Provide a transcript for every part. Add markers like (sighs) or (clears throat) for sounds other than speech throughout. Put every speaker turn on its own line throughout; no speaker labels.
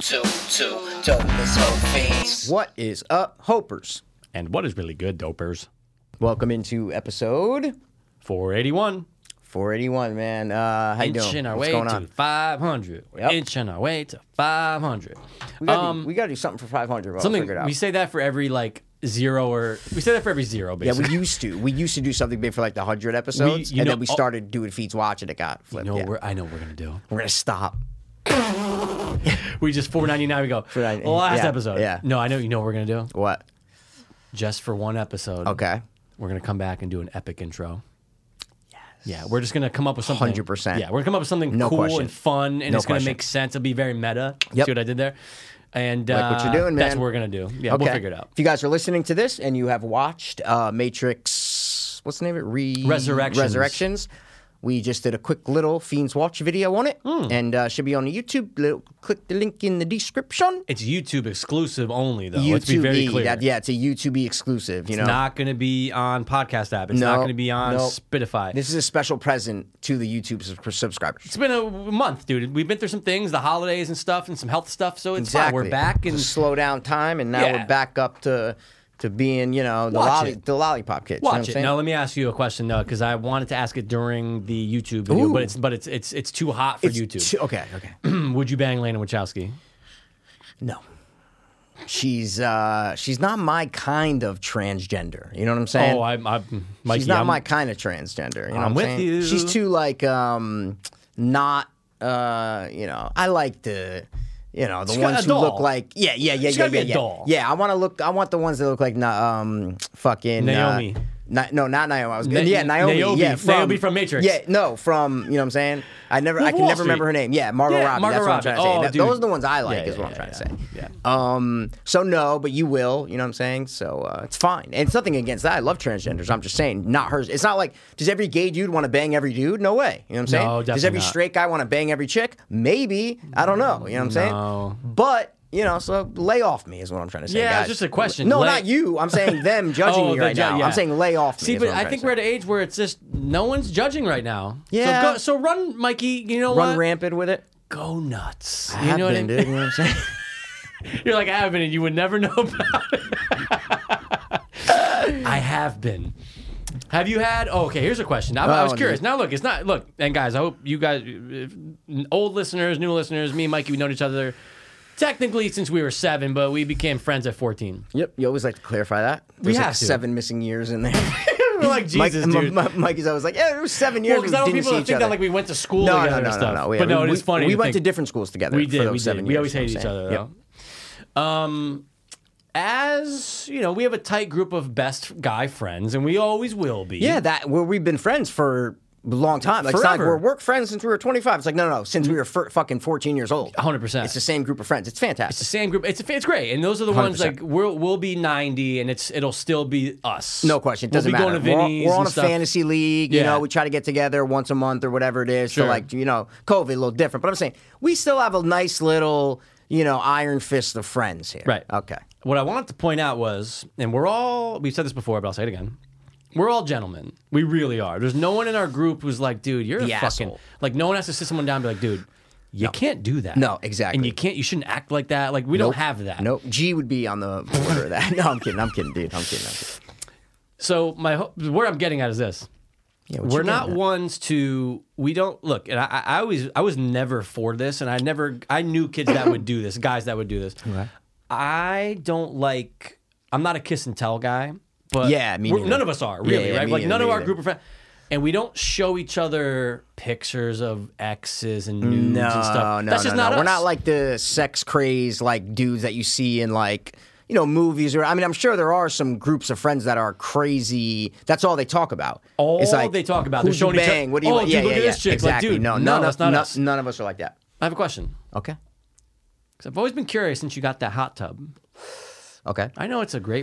two, two, dope as hope fiends.
What is up, Hopers?
And what is really good, dopers?
Welcome into episode
481.
481, man. Uh, how you doing?
Inching our
What's
way
going
to
on?
500. We're
Yep.
Inching our way to 500.
We gotta, do-
Um,
we gotta do something for 500. I'll
something
figure it out.
we say that for every like zero or we say that for every zero
yeah,
basically.
we used to. We used to do something big for like the 100 episodes,
you
and
know-
then we
oh.
started doing feeds watching. It got flipped.
no,
yeah.
we're, I know what we're gonna do.
We're gonna stop.
We just 499.
(laughs)
We go.
4.99,
Last
yeah,
episode.
yeah.
No, I know. You know what we're gonna do.
What?
Just for one episode.
Okay.
We're gonna come back and do an epic intro. Yeah, we're just gonna come up with something.
100%.
Yeah, we're gonna come up with something
No
cool
question.
and fun, and
No
it's gonna
question.
make sense. It'll be very meta.
Yep.
See what I did there? And uh,
Like what you're doing,
That's
man.
what we're gonna do. Yeah,
okay.
we'll figure it out.
If you guys are listening to this and you have watched uh, Matrix, what's the name of it? Re-
Resurrections.
Resurrections. We just did a quick little Fiends Watch video on it,
Hmm.
and uh, should be on YouTube. Little, click the link in the description.
It's YouTube exclusive only, though. Let's be very
YouTube-y,
clear.
E, that- yeah, it's a YouTube exclusive. You know,
It's not going to be on podcast app. It's not
No,
going to be on
no.
Spotify.
this is a special present to the YouTube subs- subscribers.
it's been a month, dude. We've been through some things, the holidays and stuff, and some health stuff. So it's fine. We're back and
Just slow down time, and now
Yeah.
we're back up to to being you know the,
Watch
lolli-
it.
the lollipop kids.
watch
you know what I'm
it.
saying?
Now, let me ask you a question though, because I wanted to ask it during the YouTube video,
Ooh.
but it's but it's it's it's too hot for
It's
YouTube.
too- okay, okay.
(clears throat) Would you bang Lana Wachowski?
No. She's uh she's not my kind of transgender. You know what I'm saying?
oh, I, I Mikey,
she's not
I'm,
my kind of transgender. You know
I'm
what
with
I'm saying?
you.
She's too like um not uh you know, I like the you know, the
She's got
ones
a
who
doll.
look like yeah, yeah, yeah,
She's
yeah,
gotta be
yeah,
a
yeah.
doll.
Yeah, I want to look I want the ones that look like na- um fucking uh,
Naomi.
Na- no, not Naomi. I was
Na-
yeah, Naomi.
Naomi.
yeah, from,
Naomi from Matrix.
Yeah, no, from you know what I'm saying. I never,
Wolf
I
of
can
Wall
never remember her
Street.
name. Yeah, Margot
Yeah,
Robbie.
Margot
that's what I'm
Robbie.
trying to say.
Oh,
That-
dude.
those are the ones I like.
Yeah,
is
yeah,
what I'm
yeah,
trying to say.
yeah.
Um, so no, but you will. You know what I'm saying? So uh, it's fine. And it's nothing against that. I love transgenders. I'm just saying, not hers. It's not like does every gay dude want to bang every dude? No way. You know what I'm saying?
No,
does
definitely
every
not.
straight guy want to bang every chick? Maybe. I don't know. You know what I'm saying?
No.
But you know, so lay off me is what I'm trying to say.
Yeah, it's
guys.
just a question.
No,
Lay-
not you. I'm saying them judging
(laughs) Oh,
me
the
right
ju-
now.
yeah.
I'm saying lay off me.
See,
is
but
what I'm
I
trying
think
to
we're
say.
at an age where it's just no one's judging right now.
Yeah.
So, go, so run, Mikey. You know
run
what?
rampant with it.
Go nuts.
I
you
have
know what I
been,
mean?
dude. You know
(laughs)
what I'm saying?
You're like, I have been, and you would never (laughs) know about it. I have been. Have you had? Oh, okay, here's a question. I, I was
Oh,
curious.
dude.
Now, look, it's not. Look, and guys, I hope you guys, if- old listeners, new listeners, me and Mikey, we've known each other technically since we were seven, but we became friends at 14.
Yep. You always like to clarify that. There's like
have to.
seven missing years in there.
(laughs) We're like,
Mike-
Jesus,
my-
dude.
my- Mike is always like, yeah, it was seven years.
well, because
we
I don't want
didn't
people
see
to
each
think
other.
that like we went to school
no, no,
together
no,
and
no,
stuff.
no. Yeah,
but no,
we,
it is funny.
We
to
went
think.
to different schools together.
We
For
did.
those
We
seven
did. We
years,
always
you know
hated each
what I'm
other
saying?
though. Um, as you know, we have a tight group of best guy friends, and we always will be.
Yep. Yeah, that where we've been friends for a long time. Like, it's not like
Forever.
we're work friends since we were 25. It's like no, no, no since we were fir- fucking 14 years old.
100%.
It's the same group of friends. It's fantastic.
It's the same group. It's it's great, and those are the ones like
100%. (laughs) uh, Oh, (laughs)
(laughs) Um, oh,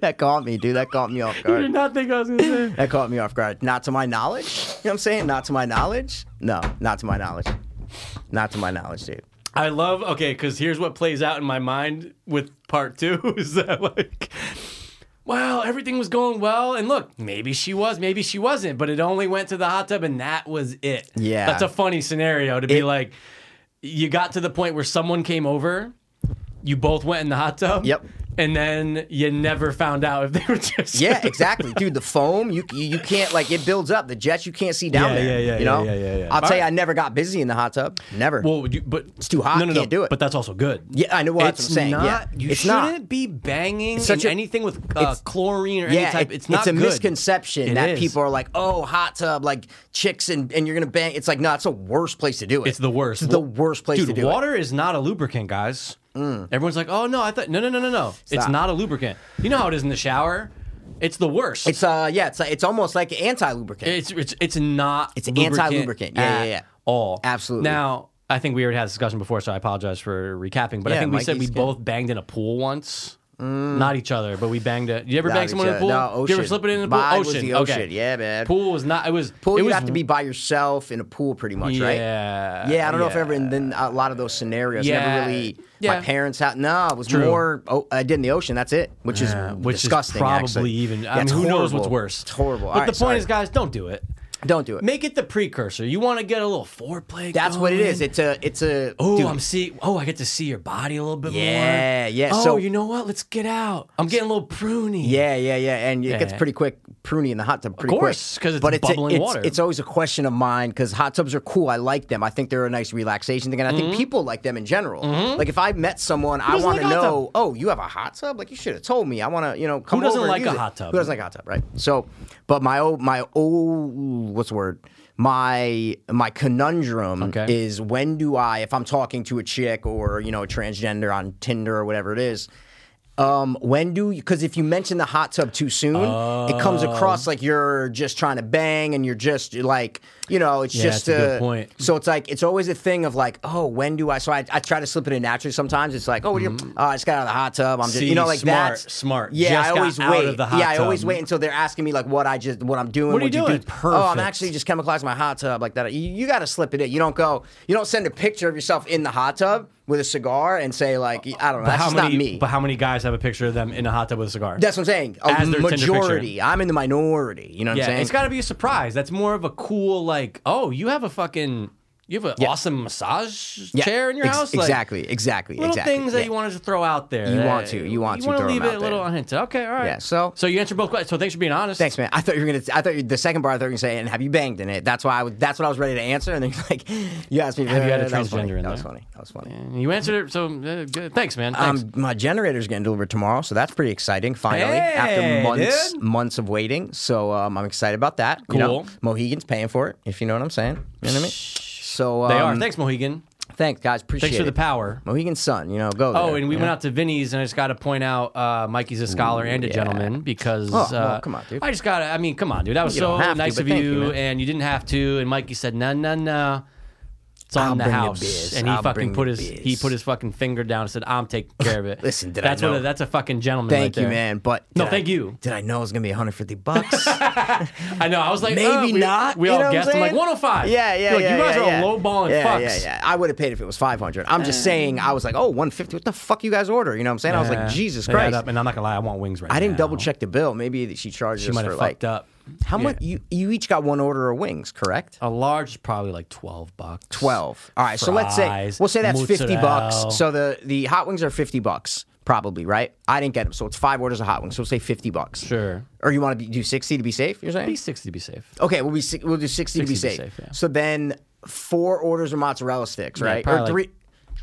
that caught me, dude. That caught me off
I did
guard.
not think I was gonna say.
That caught me off guard. Not to my knowledge. You know what I'm saying? Not to my knowledge. No, not to my knowledge. Not to my knowledge, dude.
I love okay, because here's what plays out in my mind with part two (laughs) is that like, wow, everything was going well, and look, maybe she was, maybe she wasn't, but it only went to the hot tub, and that was it.
Yeah.
that's a funny scenario to be
It-
like, you got to the point where someone came over, you both went in the hot tub.
Yep.
And then you never found out if they (laughs) were just
Yeah, exactly, dude. The foam, you, you you can't like it builds up. The jets you can't see down
Yeah,
there.
yeah, yeah,
you know.
yeah, yeah, yeah.
I'll tell
All
you,
right.
I never got busy in the hot tub. Never.
Well, would you, but it's
too hot,
No, no, no,
can't do it.
But that's also good.
Yeah, I know what I'm
it's
saying, yeah.
Not, You
It's
shouldn't
not.
be banging
such
in
a-
anything with uh,
it's-
chlorine or any
yeah,
type.
it-
it's not.
a
good.
misconception
It
that
is.
people are like, oh, hot tub, like chicks, and, and you're gonna bang. It's like, no, it's the worst place to do it.
It's the worst.
It's the worst place
Dude,
to do it. Mm.
water is not a lubricant, guys. Everyone's like, oh no, I thought no, no, no, no, no. It's
Stop.
not a lubricant. You know how it is in the shower. It's the worst.
It's uh, yeah, it's it's almost like anti lubricant.
It's it's it's not.
It's anti-lubricant. Yeah, yeah,
at
yeah.
All
Absolutely.
Now I think we already had this discussion before, so I apologize for recapping. But I
Yeah,
think we said we
Mikey's good.
both banged in a pool once. Not each other, but we banged it. You ever
Not
bang someone
each
in the pool?
other. No,
You ever
ocean.
slip it in the pool?
Mine was
ocean.
the
Okay.
ocean. Yeah, man.
Pool was not. It was.
Pool,
it
you
was,
have to be by yourself in a pool, pretty much, right?
Yeah.
Yeah, I don't know if ever in then a lot of those scenarios.
Yeah.
Never really
Yeah.
my parents had no, it was
True.
more oh, I did in the ocean, that's it. Which
Yeah,
is
which
disgusting.
is probably
actually.
even. I
Yeah,
mean,
it's
who knows
horrible.
what's worse?
It's horrible.
But
All
the
right,
point
sorry.
is, guys, don't do it.
don't do it.
Make it the precursor. You want to get a little foreplay.
That's what it is.
going.
It's a it's a
Oh,
dude,
I'm see. Oh, I get to see your body a little bit more.
Yeah, yeah,
Oh,
so-
you know what? Let's get out. I'm getting a little pruny.
Yeah, yeah, yeah, and it gets
Yeah.
pretty quick pruny in the hot tub. Pretty
course,
quick.
'cause it's
but a-
bubbling
it's,
water.
It's always a question of mine because hot tubs are cool. I like them. I think they're a nice relaxation thing, and I think people like them in general. Like if I met someone, I
Mm-hmm. doesn't
want to
like a hot
know. Oh, you have a hot tub? Like you should have told me. I want to, you know, come
doesn't
over and
like
use
a
it.
hot tub?
Who doesn't like a hot tub? Right. So, but my old, my old, what's the word? My my conundrum
Okay.
is when do I, if I'm talking to a chick or you know a transgender on Tinder or whatever it is, um, when do you? Because if you mention the hot tub too soon, it comes
Oh.
across like you're just trying to bang and you're just like, you know, it's
Yeah,
just
that's a good point.
So it's like it's always a thing of like, oh, when do I? So I, I try to slip it in naturally. Sometimes it's like, oh, what do you, oh, I just got out of the hot tub. I'm just,
Mm-hmm. See,
you know, like
smart,
that's
smart.
Yeah,
Just
I
got
always
out
wait.
of the hot
yeah, I always
tub.
wait until they're asking me like what I just what I'm doing.
What are
would
you
do?
doing?
Oh, I'm
Perfect.
actually just chemicalizing my hot tub like that. You, you got to slip it in. You don't go. You don't send a picture of yourself in the hot tub with a cigar and say like, I don't know.
But
That's
how
just
many?
not me.
But how many guys have a picture of them in a hot tub with a cigar?
That's what I'm saying. A
As their Tinder picture.
majority. I'm in the minority. You know what
yeah,
I'm saying?
it's got to be a surprise. That's more of a cool like. Oh, you have a fucking. You have an
Yeah.
awesome massage
Yeah.
chair in your
Ex-
house. Like,
Exactly. Exactly.
Little
exactly.
things that you wanted to throw out there.
You
that-
want to, you want to
wanna
throw 'em
leave it
out
a little
there.
unhinted. Okay, all right.
Yeah, so-
so you answered both questions. So thanks for being honest.
Thanks, man. I thought you were gonna. I thought you, the second part. I thought you were gonna say, "And have you banged in it?" That's why I was. That's what I was ready to answer. And then you're like, (laughs) "You asked me,
Have you had a
that was funny.
transgender in
That was
there?
funny. That was funny.
You answered it. So uh, good. thanks, man. Thanks.
Um, my generator's getting delivered tomorrow, so that's pretty exciting. Finally,
Hey,
after months
dude.
months of waiting, so um, I'm excited about that. You know,
Cool.
Mohegan's paying for it, if you know what I'm saying. You know what I mean? (laughs) So um,
they are. Thanks, Mohegan.
thanks, guys. Appreciate
Thanks for the
it.
power.
Mohegan's son, you know, go. There,
Oh, and we
you know?
went out to Vinny's, and I just got to point out uh, Mikey's a scholar and a gentleman because
Oh, well,
uh,
come on, dude.
I just got to, I mean, come on, dude. That was
You
so
don't have to,
nice
but
of
thank you,
you,
man.
and you didn't have to. And Mikey said, no, no, no. It's on
I'll
the
bring the
house,
biz.
and he
I'll bring
fucking
the
put his
biz.
he put his fucking finger down and said, "I'm taking care of
(laughs)
it."
Listen, did I
that's What
know?
a, that's a fucking gentleman.
Thank
right
you,
there.
man. But
No,
did I-
thank you.
Did I know it was gonna be 150
(laughs)
bucks?
I know. I was like,
Maybe
uh, we,
not.
We
you
all
know what
guessed. I'm,
saying?
like 105.
Yeah, yeah,
You're like,
yeah.
You guys
yeah,
are
yeah.
low balling
yeah,
fucks. Uh.
Yeah, yeah. I would have paid if it was 500. I'm just saying. I was like, oh, 150. What the fuck you guys order? You know what I'm saying? I was
Yeah.
like, Jesus
They add
Christ.
up, and I'm not gonna lie, I want wings right now.
I didn't double check the bill. Maybe that she charged
She
us
might have
for
fucked
like
up.
how
Yeah. Oh,
much you you each got one order of wings, correct?
A large is probably like 12 bucks.
12. All right, so let's say
Fries,
we'll say that's 50
mozzarella.
bucks. So the the hot wings are 50 bucks probably, right? I didn't get them. So it's five orders of hot wings. So we'll say 50 bucks.
Sure.
Or you want to do 60 to be safe, you're saying?
Be 60 to be safe.
Okay, we'll be si- we'll do sixty to be
60 to
safe.
be safe, yeah.
So then four orders of mozzarella sticks, right?
probably
or
like
three,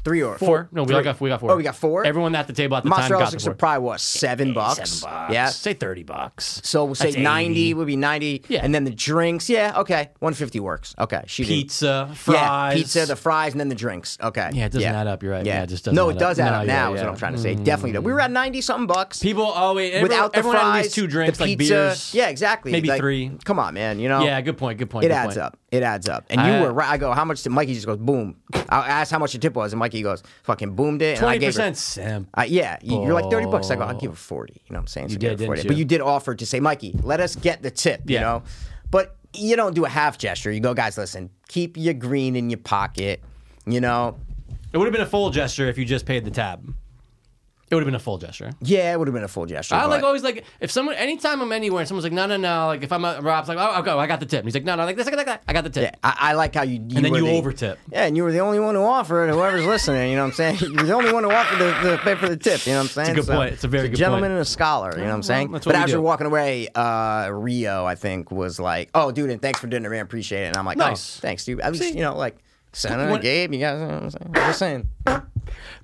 three or
Four. No, we
three.
all got, we got four.
Oh, we got four.
Everyone at the table at the time
mozzarella
got the
sticks
four.
are probably what seven bucks.
Seven bucks.
Yeah.
Say 30 bucks.
So we'll say
That's
ninety
80.
would be ninety,
Yeah.
and then the drinks. Yeah, okay, one fifty works. Okay, she did-
Pizza, fries.
Yeah, pizza, the fries, and then the drinks. Okay.
Yeah, it doesn't add up. You're right. Yeah, it just doesn't
No,
add
it does
up.
add
No,
up
yeah,
now. Is
yeah. Mm.
what I'm trying to say. Definitely. does. We were at ninety something bucks.
people always, everyone,
Without the
everyone had at
fries,
least two drinks,
the
like
pizza.
beers.
Yeah, exactly.
Maybe
Like,
three.
Come on, man. You know.
Yeah, good point. Good point.
It
good
adds
point.
up. It adds up. And you
I-
were right. I go, how much did Mikey just goes, boom. I asked how much the tip was, and Mikey goes, fucking boomed it. And I
Twenty
gave her,
percent simp.
I- yeah, you- you're like 30 bucks. I go, I'll give her 40. You know what I'm saying? So
did,
give her 40.
didn't
But
you?
you did offer to say, Mikey, let us get the tip, you
Yeah.
know? But you don't do a half gesture. You go, guys, listen, keep your green in your pocket, you know?
It would have been a full gesture if you just paid the tab. It would have been a full gesture.
Yeah, it would have been a full gesture.
I like
but-
always like if someone anytime I'm anywhere and someone's like no no no like if I'm at Rob's like oh okay I got the tip and he's like no no like this like that I got the tip
Yeah, I, I like how you, you
and then
were
you
the-
overtip.
Yeah, and you were the only one who offered. Whoever's listening, you know what I'm saying. You're the only one who offered the, the pay for the tip. You know what I'm saying.
good point. It's a very good
gentleman
point.
and a scholar. You know what I'm saying.
that's what
but
we
as
do.
you're walking away, uh, Rio, I think, was like, "Oh, dude, and thanks for dinner, man. Appreciate it." And I'm like, "Oh,
Nice.
thanks, dude. At least
See?
you know, like, Santa,
What-
Gabe, you guys, you know what I'm saying. I'm just saying.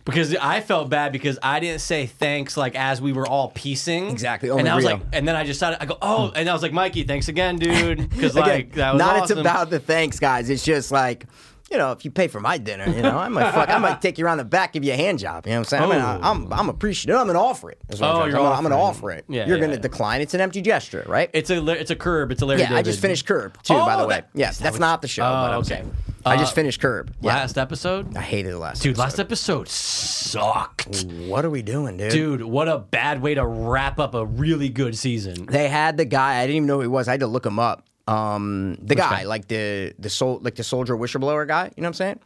because I felt bad because I didn't say thanks like as we were all piecing
Exactly,
and
only
I was
Rio.
like and then I just started I go oh and I was like Mikey thanks
(laughs)
again dude because like
Again,
that was
not
awesome.
it's about the thanks, guys. It's just like. You know, if you pay for my dinner, you know, I might fuck, I might take you around the back, give you a hand job. You know what I'm saying? I mean, I,
Oh.
I'm, I'm appreciative. I'm gonna offer it. That's what I'm
Oh,
trying to
you're
say. I'm, gonna- I'm gonna offer
offering.
it.
Yeah,
you're
yeah,
gonna
yeah.
decline. It's an empty gesture, right?
it's a it's a curb it's a Larry
yeah, I
David.
just finished Curb too,
Oh,
by the way.
that-
yeah,
is that
that's
what-
not the show.
Oh,
but I'm
okay.
saying. I just
Uh,
finished Curb. Yeah,
last episode
I hated the last.
dude last episode sucked
episode. What are we doing, dude?
dude what a bad way to wrap up a really good season
They had the guy. I didn't even know who he was. I had to look him up. Um, the guy, like the the soul, like the soldier whistleblower guy. You know what I'm saying?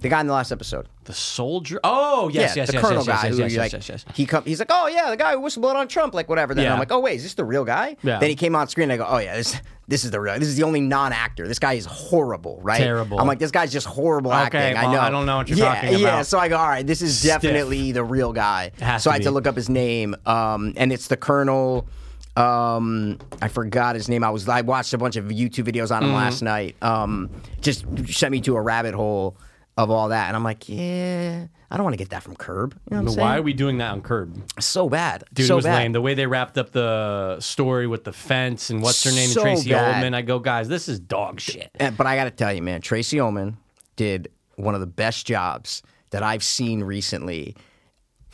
The guy in the last episode.
the soldier oh yes
yeah,
yes
the
yes
colonel
yes,
guy
yes,
who
yes,
like
yes, yes, yes.
he come, he's like, oh yeah, the guy who whistleblowed on Trump, like whatever. Then
Yeah.
I'm like, oh wait, is this the real guy?
Yeah.
Then he came on screen. I go, oh yeah, this this is the real. This is the only non-actor. This guy is horrible, right?
Terrible.
I'm like, this guy's just horrible
Okay,
acting. I
well,
know.
I don't know what you're
yeah,
talking
Yeah,
about.
so I go, all right, this is
Stiff.
definitely the real guy.
has
so
to
I had to
be.
look up his name, um, and it's the colonel. Um, I forgot his name. I was I watched a bunch of YouTube videos on
Mm-hmm.
him last night. Um, just sent me to a rabbit hole of all that, and I'm like, yeah, I don't want to get that from Curb. You know what I'm
But
saying?
why are we doing that on curb
so bad?
Dude,
so
it was
bad.
lame. The way they wrapped up the story with the fence and what's her name
So
and Tracy
bad.
Oldman, I go, guys, this is dog shit.
And- Eh, but I got to tell you, man, Tracy Ullman did one of the best jobs that I've seen recently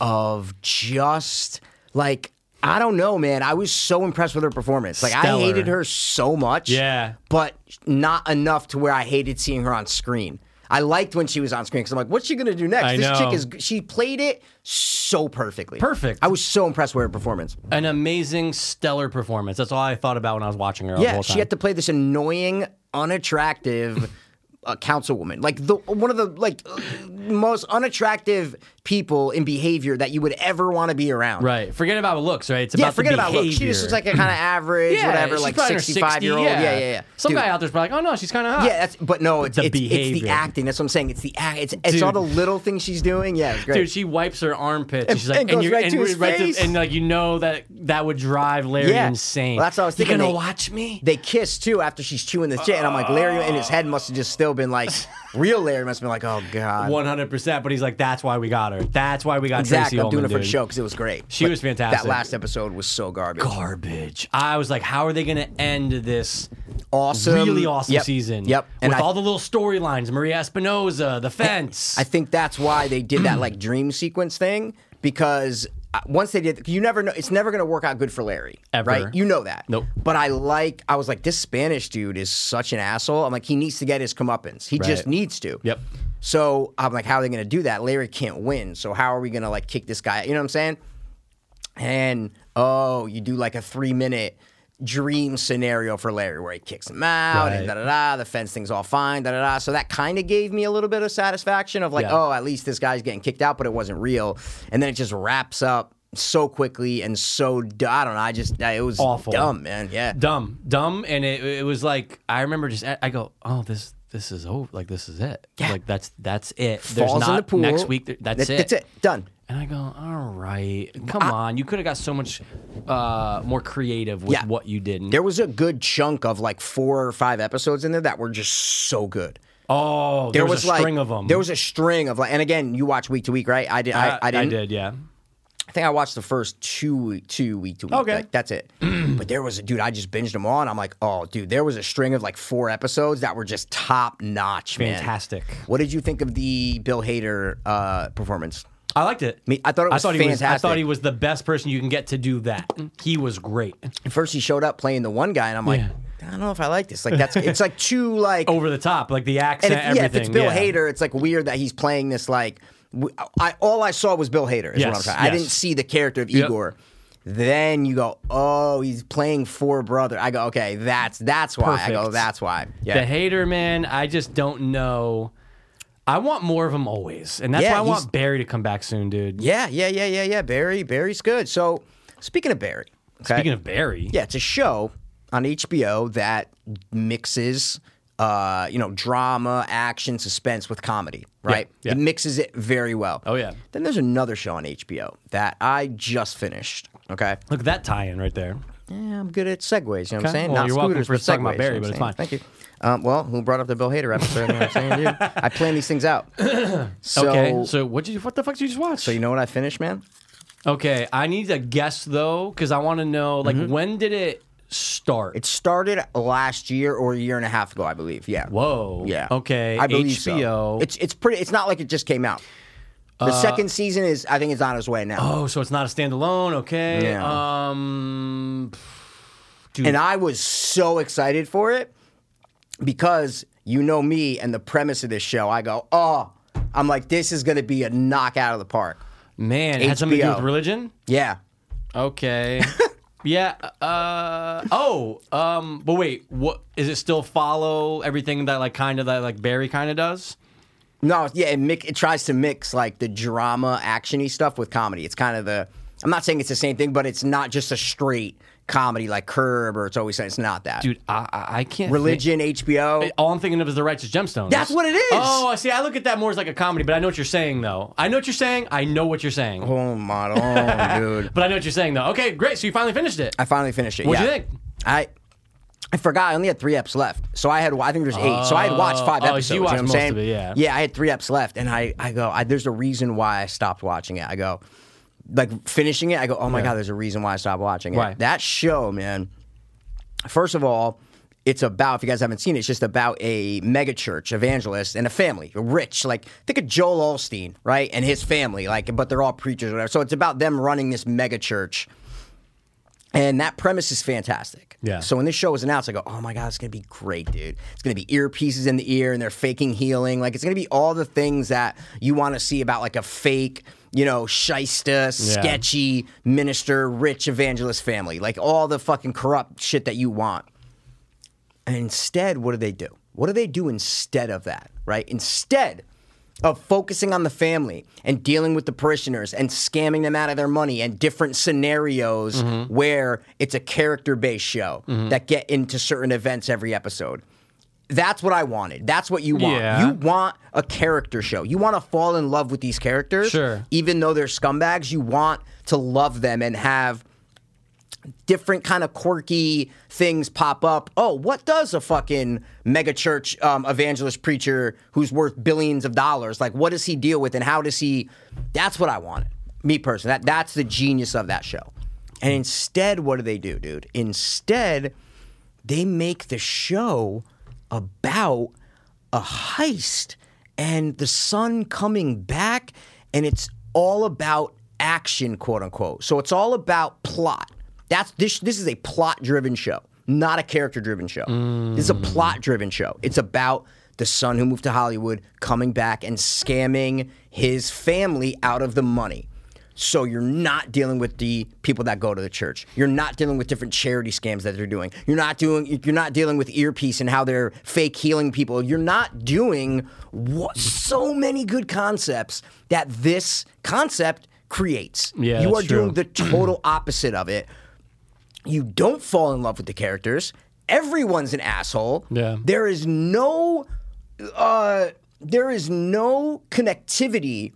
of just like I don't know, man. I was so impressed with her performance. Like
Stellar.
I hated her so much.
Yeah.
but not enough to where I hated seeing her on screen. I liked when she was on screen because I'm like, what's she gonna do next?
I
this
know.
chick is she played it so perfectly.
Perfect.
I was so impressed with her performance.
An amazing, stellar performance. That's all I thought about when I was watching her. the
Yeah,
whole time.
she had to play this annoying,
(laughs)
unattractive uh, councilwoman, like the one of the like most unattractive people in behavior that you would ever want to be around.
right. Forget about looks. Right. It's
Yeah,
about the
forget about
behavior.
looks. She just looks like a kind of average,
(laughs) yeah,
whatever,
she's
like
probably in her
65 year old.
60,
Yeah, yeah, yeah.
Some
Dude,
guy out there's probably like, oh no, she's kind of hot.
Yeah, that's, but no, it's
The
it's, it's the
behavior.
acting. That's what I'm saying. It's the act. It's, it's
Dude.
all the little things she's doing. Yeah, it's great.
Dude, she wipes her armpits.
And-
she's like,
and goes
you're-
right to
we're
his face.
and like you know that that would drive Larry
Yeah.
insane.
Well, that's what I was
you
thinking.
gonna
They-
watch me?
they kiss too after she's chewing the shit, and I'm like, Larry in his head must have just still been
(laughs)
like, real Larry must have been like, oh god,
One hundred percent. But he's like, that's why we got her. That's why we got
Exactly.
Tracy
I'm doing
Ullman,
it for the
dude."
show because it was great.
She was fantastic.
That last episode was so garbage.
garbage. I was like, how are they going to end this
Awesome.
really awesome
Um, Yep.
season?
Yep. And
with
I,
all the little storylines, Maria Espinoza, the fence.
I think that's why they did that
(clears throat)
like dream sequence thing because uh, once they did, you never know. It's never going to work out good for Larry,
Ever.
right? You know that.
Nope.
But I like. I was like, this Spanish dude is such an asshole. I'm like, he needs to get his comeuppance. He just
Right.
needs to.
Yep.
So I'm like, how are they going to do that? Larry can't win. So how are we going to like kick this guy? You know what I'm saying? And oh, you do like a three minute dream scenario for Larry where he kicks him out and
Right.
da da da. The fence thing's all fine, da da da. So that kind of gave me a little bit of satisfaction of like,
Yeah.
oh, at least this guy's getting kicked out, but it wasn't real. And then it just wraps up so quickly and so d- I don't know. I just I- it was
Awful.
dumb, man. Yeah.
dumb, dumb, and it, it was like I remember just I go, oh, this this is over. Like this is it. Like that's that's it. There's
Falls
not
in the pool.
next week. there- That's
That-
it.
That's it. Done.
And I go, all right, come on. You could have got so much uh, more creative with
Yeah.
what you did.
There was a good chunk of like four or five episodes in there that were just so good.
oh, there,
There
was, a
like
string of them.
There was a string of like, and again, you watch week to week, right? I did. I, I didn't.
Uh, did. Yeah.
I think I watched the first two two week to week.
Okay.
like, that's
(clears throat)
it. but there was a dude. I just binged them all, and I'm like, oh, dude, there was a string of like four episodes that were just top notch, man.
Fantastic.
What did you think of the Bill Hader uh, performance?
I liked it.
Me- I thought it was
He was, I
fantastic.
thought he was the best person you can get to do that. He was great.
At first, he showed up playing the one guy, and I'm like,
Yeah.
I don't know if I like this. Like that's it's like too
(laughs)
like
over the top, like the
and
accent,
if, yeah, if
everything.
it's Bill Hader, it's like weird that he's playing this like. w- I all I saw was Bill Hader. Is what I'm
Yes,
trying. I
yes.
didn't see the character of
Yep.
Igor. Then you go, oh, he's playing four brother. I go, okay, that's that's why. I go,
Perfect.
that's why. Yeah,
The hater, man, I just don't know. I want more of him always. And that's
Yeah,
why I
he's-
want Barry to come back soon, dude.
yeah, yeah, yeah, yeah, yeah. Barry, Barry's good. So speaking of Barry, okay?
Speaking of Barry.
Yeah, it's a show on HBO that mixes, uh, you know, drama, action, suspense with comedy, right?
yeah.
It mixes it very well.
Oh, yeah.
Then there's another show on HBO that I just finished. Okay.
Look at that tie in right there.
Yeah, I'm good at segues. You know what I'm
Okay.
saying?
Well,
Not
you're welcome
scooters,
for
but
talking about
segues,
Barry,
you know what
but
I'm
it's
saying? Thank you. Um, well, who brought up the Bill Hader episode? You know what I'm saying,
(laughs)
dude? I plan these things out. So,
okay. So what did you what the fuck did you just watch?
so you know what I finished, man?
okay, I need a guess though, because I want to know like
Mm-hmm.
when did it start?
It started last year or a year and a half ago, I believe. Yeah.
Whoa.
Yeah.
Okay.
I believe so.
HBO.
It's it's pretty. It's not like it just came out. The second season is. I think it's on its way now.
Uh, oh, so it's not a standalone. Okay.
Yeah.
Um.
and I was so excited for it because you know me and the premise of this show. I go, oh, I'm like, this is gonna be a knockout of the park.
Man, it had something to do
HBO.
with religion.
Yeah. (laughs)
Okay. yeah. Uh. Oh. Um. But wait. What is it? Still follow everything that like kind of that like Barry kind of does?
No, yeah, it, mix, it tries to mix like the drama, actiony stuff with comedy. It's kind of the. I'm not saying it's the same thing, but it's not just a straight comedy like Curb or It's Always Sunny. It's not that.
Dude, I I, I can't. think-
Religion,
(laughs)
HBO.
all I'm thinking of is the Righteous Gemstones.
That's what it is!
Oh, I see. I look at that more as like a comedy, but I know what you're saying though. I know what you're saying. I know what you're saying.
oh my god, dude.
But I know what you're saying though. Okay, great. So you finally finished it.
I finally finished it.
What'd you
yeah.
think?
I I forgot. I only had three eps left, so I had. I think there's eight. so I had watched five
Oh, so
episodes. know
you watched
what I'm
most
saying?
of it, yeah.
I had three eps left, and I I go. I, there's a reason why I stopped watching it. I go, like finishing it. I go. Oh my god, there's a reason why I stopped watching it.
Why?
That show, man. First of all. It's about, if you guys haven't seen it, it's just about a megachurch evangelist and a family, rich. Like, think of Joel Olstein, right? And his family, like, but they're all preachers or whatever. So it's about them running this megachurch. And that premise is fantastic.
Yeah.
So when this show was announced, I go, oh my God, it's going to be great, dude. It's going to be earpieces in the ear and they're faking healing. Like, it's going to be all the things that you want to see about like a fake, you know, shyster, sketchy minister, rich evangelist family. Like, all the fucking corrupt shit that you want. And instead, what do they do? What do they do instead of that, right? Instead of focusing on the family and dealing with the parishioners and scamming them out of their money and different scenarios where it's a character based show that get into certain events every episode. That's what I wanted. That's what you want.
Yeah.
You want a character show. You want to fall in love with these characters.
Sure.
Even though they're scumbags, you want to love them and have different kind of quirky things pop up. Oh, what does a fucking megachurch um, evangelist preacher who's worth billions of dollars like? What does he deal with, and how does he? That's what I wanted. Me personally, that that's the genius of that show. And instead, what do they do, dude? Instead, they make the show about a heist and the sun coming back, and it's all about action, quote unquote. So it's all about plot. That's this. This is a plot-driven show, not a character-driven show. This is a plot-driven show. It's about the son who moved to Hollywood coming back and scamming his family out of the money. So you're not dealing with the people that go to the church. You're not dealing with different charity scams that they're doing. You're not doing. You're not dealing with earpiece and how they're fake healing people. You're not doing what so many good concepts that this concept creates.
Yeah,
you are
that's
doing
true.
the
(clears throat)
total opposite of it. You don't fall in love with the characters. Everyone's an asshole.
Yeah.
There is no uh there is no connectivity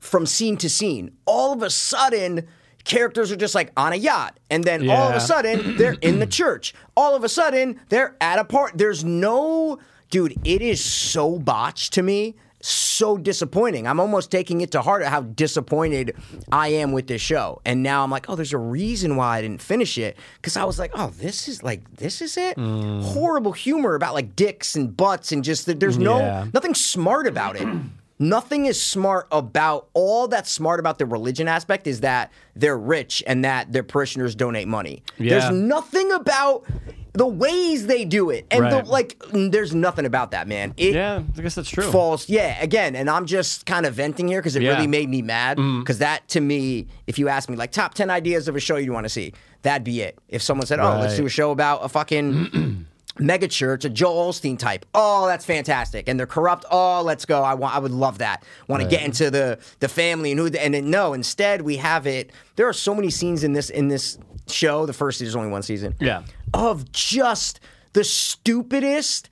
from scene to scene. All of a sudden, characters are just like on a yacht. And then all of
Yeah.
a sudden, they're in the church. All of a sudden, they're at a park. There's no dude, it is so botched to me. So disappointing. I'm almost taking it to heart at how disappointed I am with this show. And now I'm like, oh, there's a reason why I didn't finish it. Cause I was like, oh, this is like, this is it? Horrible humor about like dicks and butts and just that there's no
Yeah.
nothing smart about it. (clears throat) Nothing is smart about all that's smart about the religion aspect is that they're rich and that their parishioners donate money.
Yeah.
There's nothing about the ways they do it, and the,
Right.
like, mm, there's nothing about that, man. It
Yeah, I guess that's true.
falls, yeah. Again, and I'm just kind of venting here because it
Yeah. Mm-hmm.
really made me mad. Because that, to me, if you ask me, like, top ten ideas of a show you want to see, that'd be it. If someone said, "Oh, let's
Right.
do a show about a fucking."
(clears throat)
Mega church, a Joel Olstein type. Oh, that's fantastic. And they're corrupt. Oh, let's go. I want. I would love that. Want to get into the the family and who. And then, no, instead we have it. There are so many scenes in this in this show. The first there's only one season.
Yeah.
Of just the stupidest,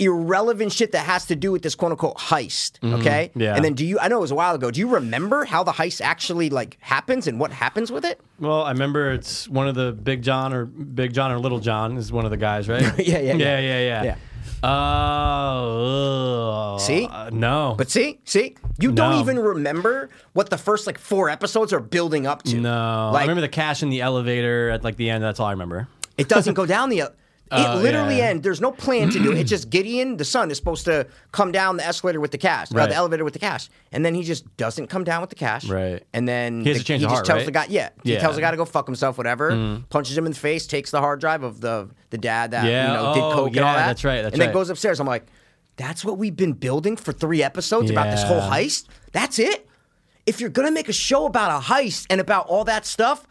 irrelevant shit that has to do with this quote unquote heist. Okay.
Mm-hmm. yeah.
And then do you? I know it was a while ago. Do you remember how the heist actually like happens and what happens with it?
Well, I remember it's one of the Big John or Big John or Little John is one of the guys, right?
(laughs) Yeah, yeah, yeah.
yeah, yeah, yeah. Oh,
See?
uh, no,
But see, see, you don't
No.
even remember what the first like four episodes are building up to.
no. I
like-
remember the cash in the elevator at like the end. That's all I remember.
It doesn't go down
(laughs)
the.
Oh,
It literally
yeah.
end. There's no plan to do it. It's
(clears throat)
just Gideon, the son, is supposed to come down the escalator with the cash, or
Right.
the elevator with the cash, and then he just doesn't come down with the cash.
Right.
And then
He has
the-
a change
he
of
just
heart,
tells
right?
the guy, yeah, he
Yeah. Mm.
tells the guy to go fuck himself, whatever. Punches him in the face, takes the hard drive of the the dad that
Yeah,
you know did
oh,
coke and all
yeah,
that.
that's right, that's
and then
right.
goes upstairs. I'm like, that's what we've been building for three episodes about this whole
Yeah.
heist. That's it. If you're gonna make a show about a heist and about all that stuff,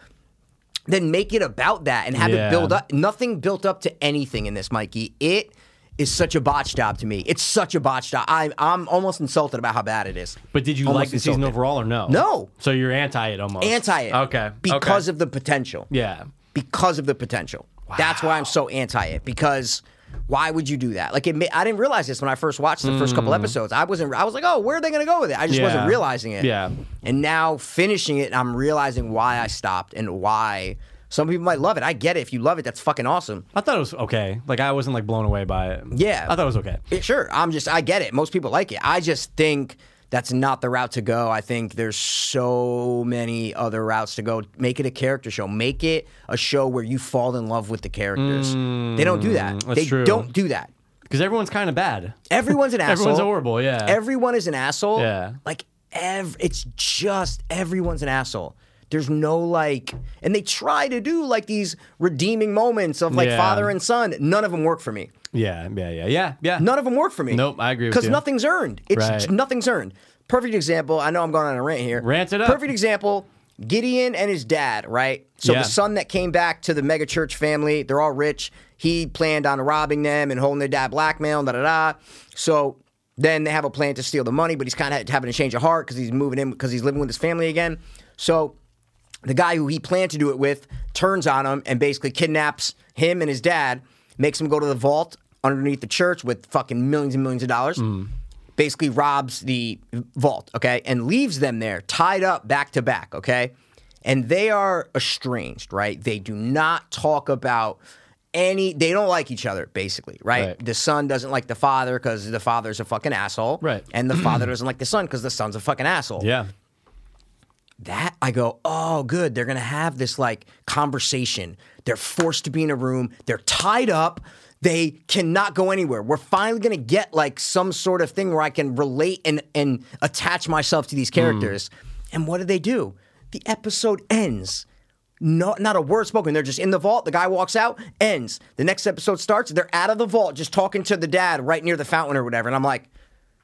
then make it about that and have it
Yeah.
build up. Nothing built up to anything in this, Mikey. It is such a botch job to me. It's such a botch job. I'm I'm almost insulted about how bad it is.
But did you
Almost
like the season
insulted.
overall or no?
No.
So you're anti it almost.
Anti it.
Okay.
Because
okay.
of the potential.
yeah.
Because of the potential. That's why I'm so anti it. Because why would you do that? Like it may, I didn't realize this when I first watched the first couple episodes. I wasn't. I was like, oh, where are they going to go with it? I just wasn't
Hmm. Yeah.
realizing it.
Yeah.
And now finishing it, I'm realizing why I stopped and why some people might love it. I get it. If you love it, that's fucking awesome.
I thought it was okay. Like I wasn't like blown away by it.
Yeah.
I thought it was okay.
It- sure. I'm just, I get it. Most people like it. I just think that's not the route to go. I think there's so many other routes to go. Make it a character show. Make it a show where you fall in love with the characters. they don't do that.
Mm, that's
they
true.
don't do that.
Because everyone's kind of bad.
Everyone's
(laughs)
an asshole.
Everyone's horrible, yeah.
Everyone is an asshole.
Yeah.
Like ev- it's just everyone's an asshole. There's no like, and they try to do like these redeeming moments of like
Yeah.
father and son. None of them work for me.
Yeah, yeah, yeah, yeah, yeah.
None of them work for me.
Nope, I agree with
Because
you.
nothing's earned. It's
Right.
nothing's earned. Perfect example. I know I'm going on a rant here.
Rant it up.
Perfect example. Gideon and his dad, right? So
Yeah.
the son that came back to the mega church family, they're all rich. He planned on robbing them and holding their dad blackmail, da da da. So then they have a plan to steal the money, but he's kind of having a change of heart because he's moving in because he's living with his family again. So the guy who he planned to do it with turns on him and basically kidnaps him and his dad, makes him go to the vault underneath the church with fucking millions and millions of dollars.
Mm.
Basically robs the vault, okay, and leaves them there tied up back to back, okay? And they are estranged, right? They do not talk about any they don't like each other basically, right?
Right.
The son doesn't like the father cuz the father's a fucking asshole.
Right. (clears throat)
And the father doesn't like the son cuz the son's a fucking asshole
Yeah.
that I go, oh, good. They're gonna have this like conversation. They're forced to be in a room. They're tied up. They cannot go anywhere. We're finally gonna get like some sort of thing where I can relate and and attach myself to
Hmm.
these characters. And what do they do? The episode ends. No, not a word spoken. They're just in the vault. The guy walks out, ends. The next episode starts. They're out of the vault, just talking to the dad right near the fountain or whatever. And I'm like,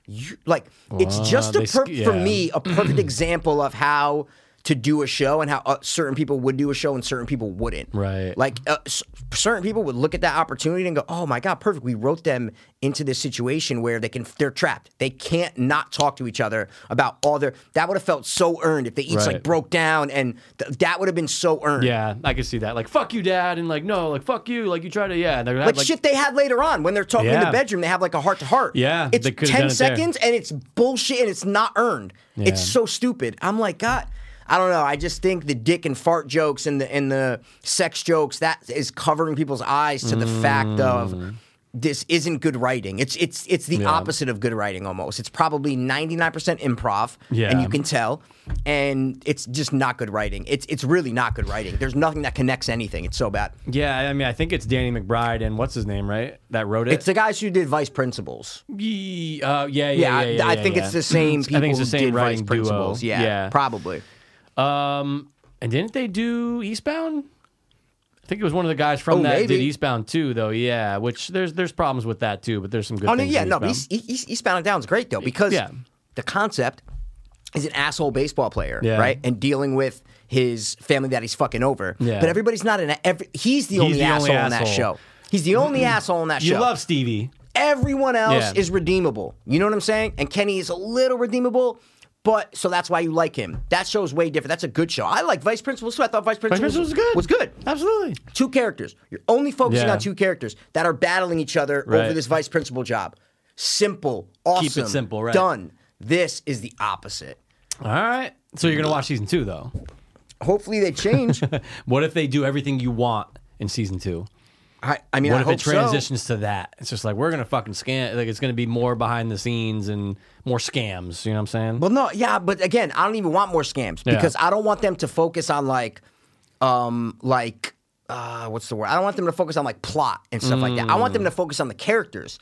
you, like it's just a
they
per-
sk-
for
yeah.
me
(clears throat)
a perfect example of how to do a show and how uh, certain people would do a show and certain people wouldn't.
Right.
Like uh, s- certain people would look at that opportunity and go, "Oh my god, perfect! We wrote them into this situation where they can they're trapped. They can't not talk to each other about all their that would have felt so earned if they each like
Right.
broke down and th- that would have been so earned.
Yeah, I could see that. Like, fuck you, dad, and like, no, like, fuck you, like, you try to, yeah, they're
like, shit they had later on when they're talking in
Yeah.
the bedroom. They have like a heart to heart.
Yeah,
it's
they could've
ten
done it there.
seconds and it's bullshit and it's not earned. It's
Yeah.
so stupid. I'm like, God, I don't know. I just think the dick and fart jokes and the and the sex jokes that is covering people's eyes to the fact of.
Mm.
This isn't good writing. It's it's it's the opposite of good writing almost. It's probably ninety nine percent improv, and
Yeah.
you can tell. And it's just not good writing. It's it's really not good writing. There's nothing that connects anything. It's so bad.
Yeah, I mean, I think it's Danny McBride and what's his name, right? That wrote it.
It's the guys who did Vice Principals.
Ye- uh,
Yeah,
yeah, yeah, yeah,
I-
yeah,
I
yeah,
think
yeah.
it's the same people
I think it's the
who
same
did Vice
writing duo.
Principals. Yeah,
yeah.
probably.
um, and didn't they do Eastbound? I think it was one of the guys from
Oh,
that did
maybe.
Eastbound too, though. Yeah, which there's there's problems with that too, but there's some good.
Oh no,
things
yeah,
in
no, but
Eastbound.
East, East, Eastbound and Down's great though because
Yeah.
the concept is an asshole baseball player,
Yeah.
right? And dealing with his family that he's fucking over.
Yeah.
But everybody's not an. Every, he's the only
the
asshole
only
in that
asshole.
show. He's the only asshole in that
you
show.
love Stevie.
Everyone else
Yeah.
is redeemable. You know what I'm saying? And Kenny is a little redeemable, but so that's why you like him. That show's way different. That's a good show. I like Vice Principal, so I thought Vice Principal,
Principal was good.
Was good.
Absolutely.
Two characters. You're only focusing
Yeah.
on two characters that are battling each other
Right.
over this vice principal job. Simple. Awesome.
it simple, right.
Done. This is the opposite.
All right. So you're gonna watch season two though.
Hopefully they
(laughs)
change.
What if they do everything you want in season two?
I, I mean,
What
I
if
hope
it transitions to that? It's just like we're gonna fucking scam. Like it's gonna be more behind the scenes and more scams. You know what I'm saying?
So. Well, no, yeah, but again, I don't even want more scams
Yeah.
because I don't want them to focus on like, um, like, uh, what's the word? I don't want them to focus on like plot and stuff like that. I want them
Mm.
to focus on the characters.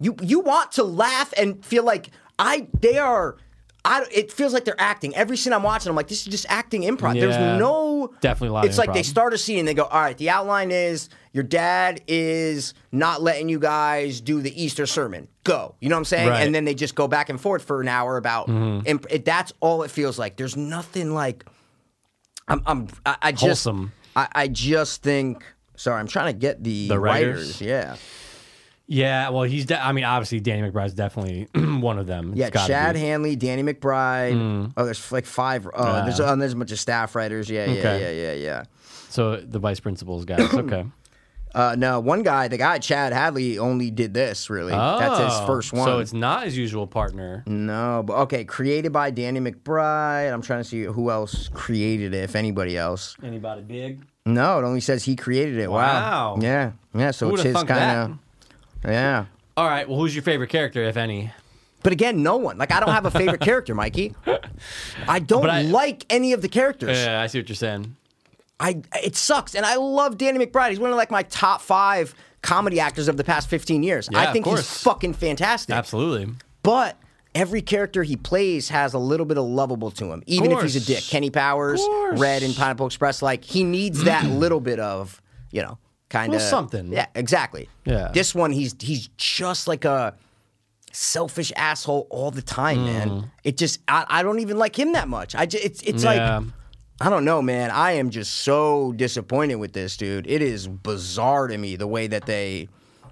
You you want to laugh and feel like I they are. I, it feels like they're acting. Every scene I'm watching, I'm like, this is just acting improv.
Yeah.
There's no
Definitely a lot of
It's like they
improv.
start a scene and they go, all right, the outline is your dad is not letting you guys do the Easter sermon. Go, you know what I'm saying?
Right. Mm-hmm.
And then they just go back and forth for an hour about, and it, that's all it feels like. There's nothing like, I'm, I'm, I, I just,
Wholesome.
I, I just think. Sorry, I'm trying to get the,
The writers?
writers. Yeah,
yeah. Well, he's. De- I mean, obviously, Danny McBride's definitely (clears throat) one of them. It's
yeah.
gotta
Chad
be. Mm.
Hanley, Danny McBride. Oh, there's like five. Oh, there's, oh, there's a bunch of staff writers. Yeah, yeah,
Okay.
yeah, yeah, yeah.
So the vice principal's guys. Okay.
Uh, no, one guy, the guy Chad Hadley, only did this. Really, (clears throat) that's his
Oh,
first one.
So it's not his usual partner.
no, but okay, created by Danny McBride. I'm trying to see who else created it, if anybody else.
Anybody big?
No, it only says he created it. Wow.
Wow.
Yeah, yeah. So
Who
it's
would've
his
thunk
kind of. Yeah.
All right. Well, who's your favorite character, if any?
But again, no one. Like I don't have a favorite character,
(laughs)
Mikey. I don't
I-
like any of the characters.
Yeah, I see what you're saying.
I it sucks, and I love Danny McBride. He's one of like my top five comedy actors of the past fifteen years.
Yeah,
I
of
think
course.
he's fucking fantastic.
Absolutely.
But every character he plays has a little bit of lovable to him, even if he's a
Course.
dick. Kenny Powers,
Course.
Red, and Pineapple Express, like he needs
(clears throat)
that little bit of, you know, kind of
Little something.
Yeah, exactly.
Yeah.
This one, he's he's just like a selfish asshole all the time,
Mm.
man. It just I, I don't even like him that much. I just it's it's
Yeah.
like. I don't know, man. I am just so disappointed with this, dude. It is bizarre to me the way that they,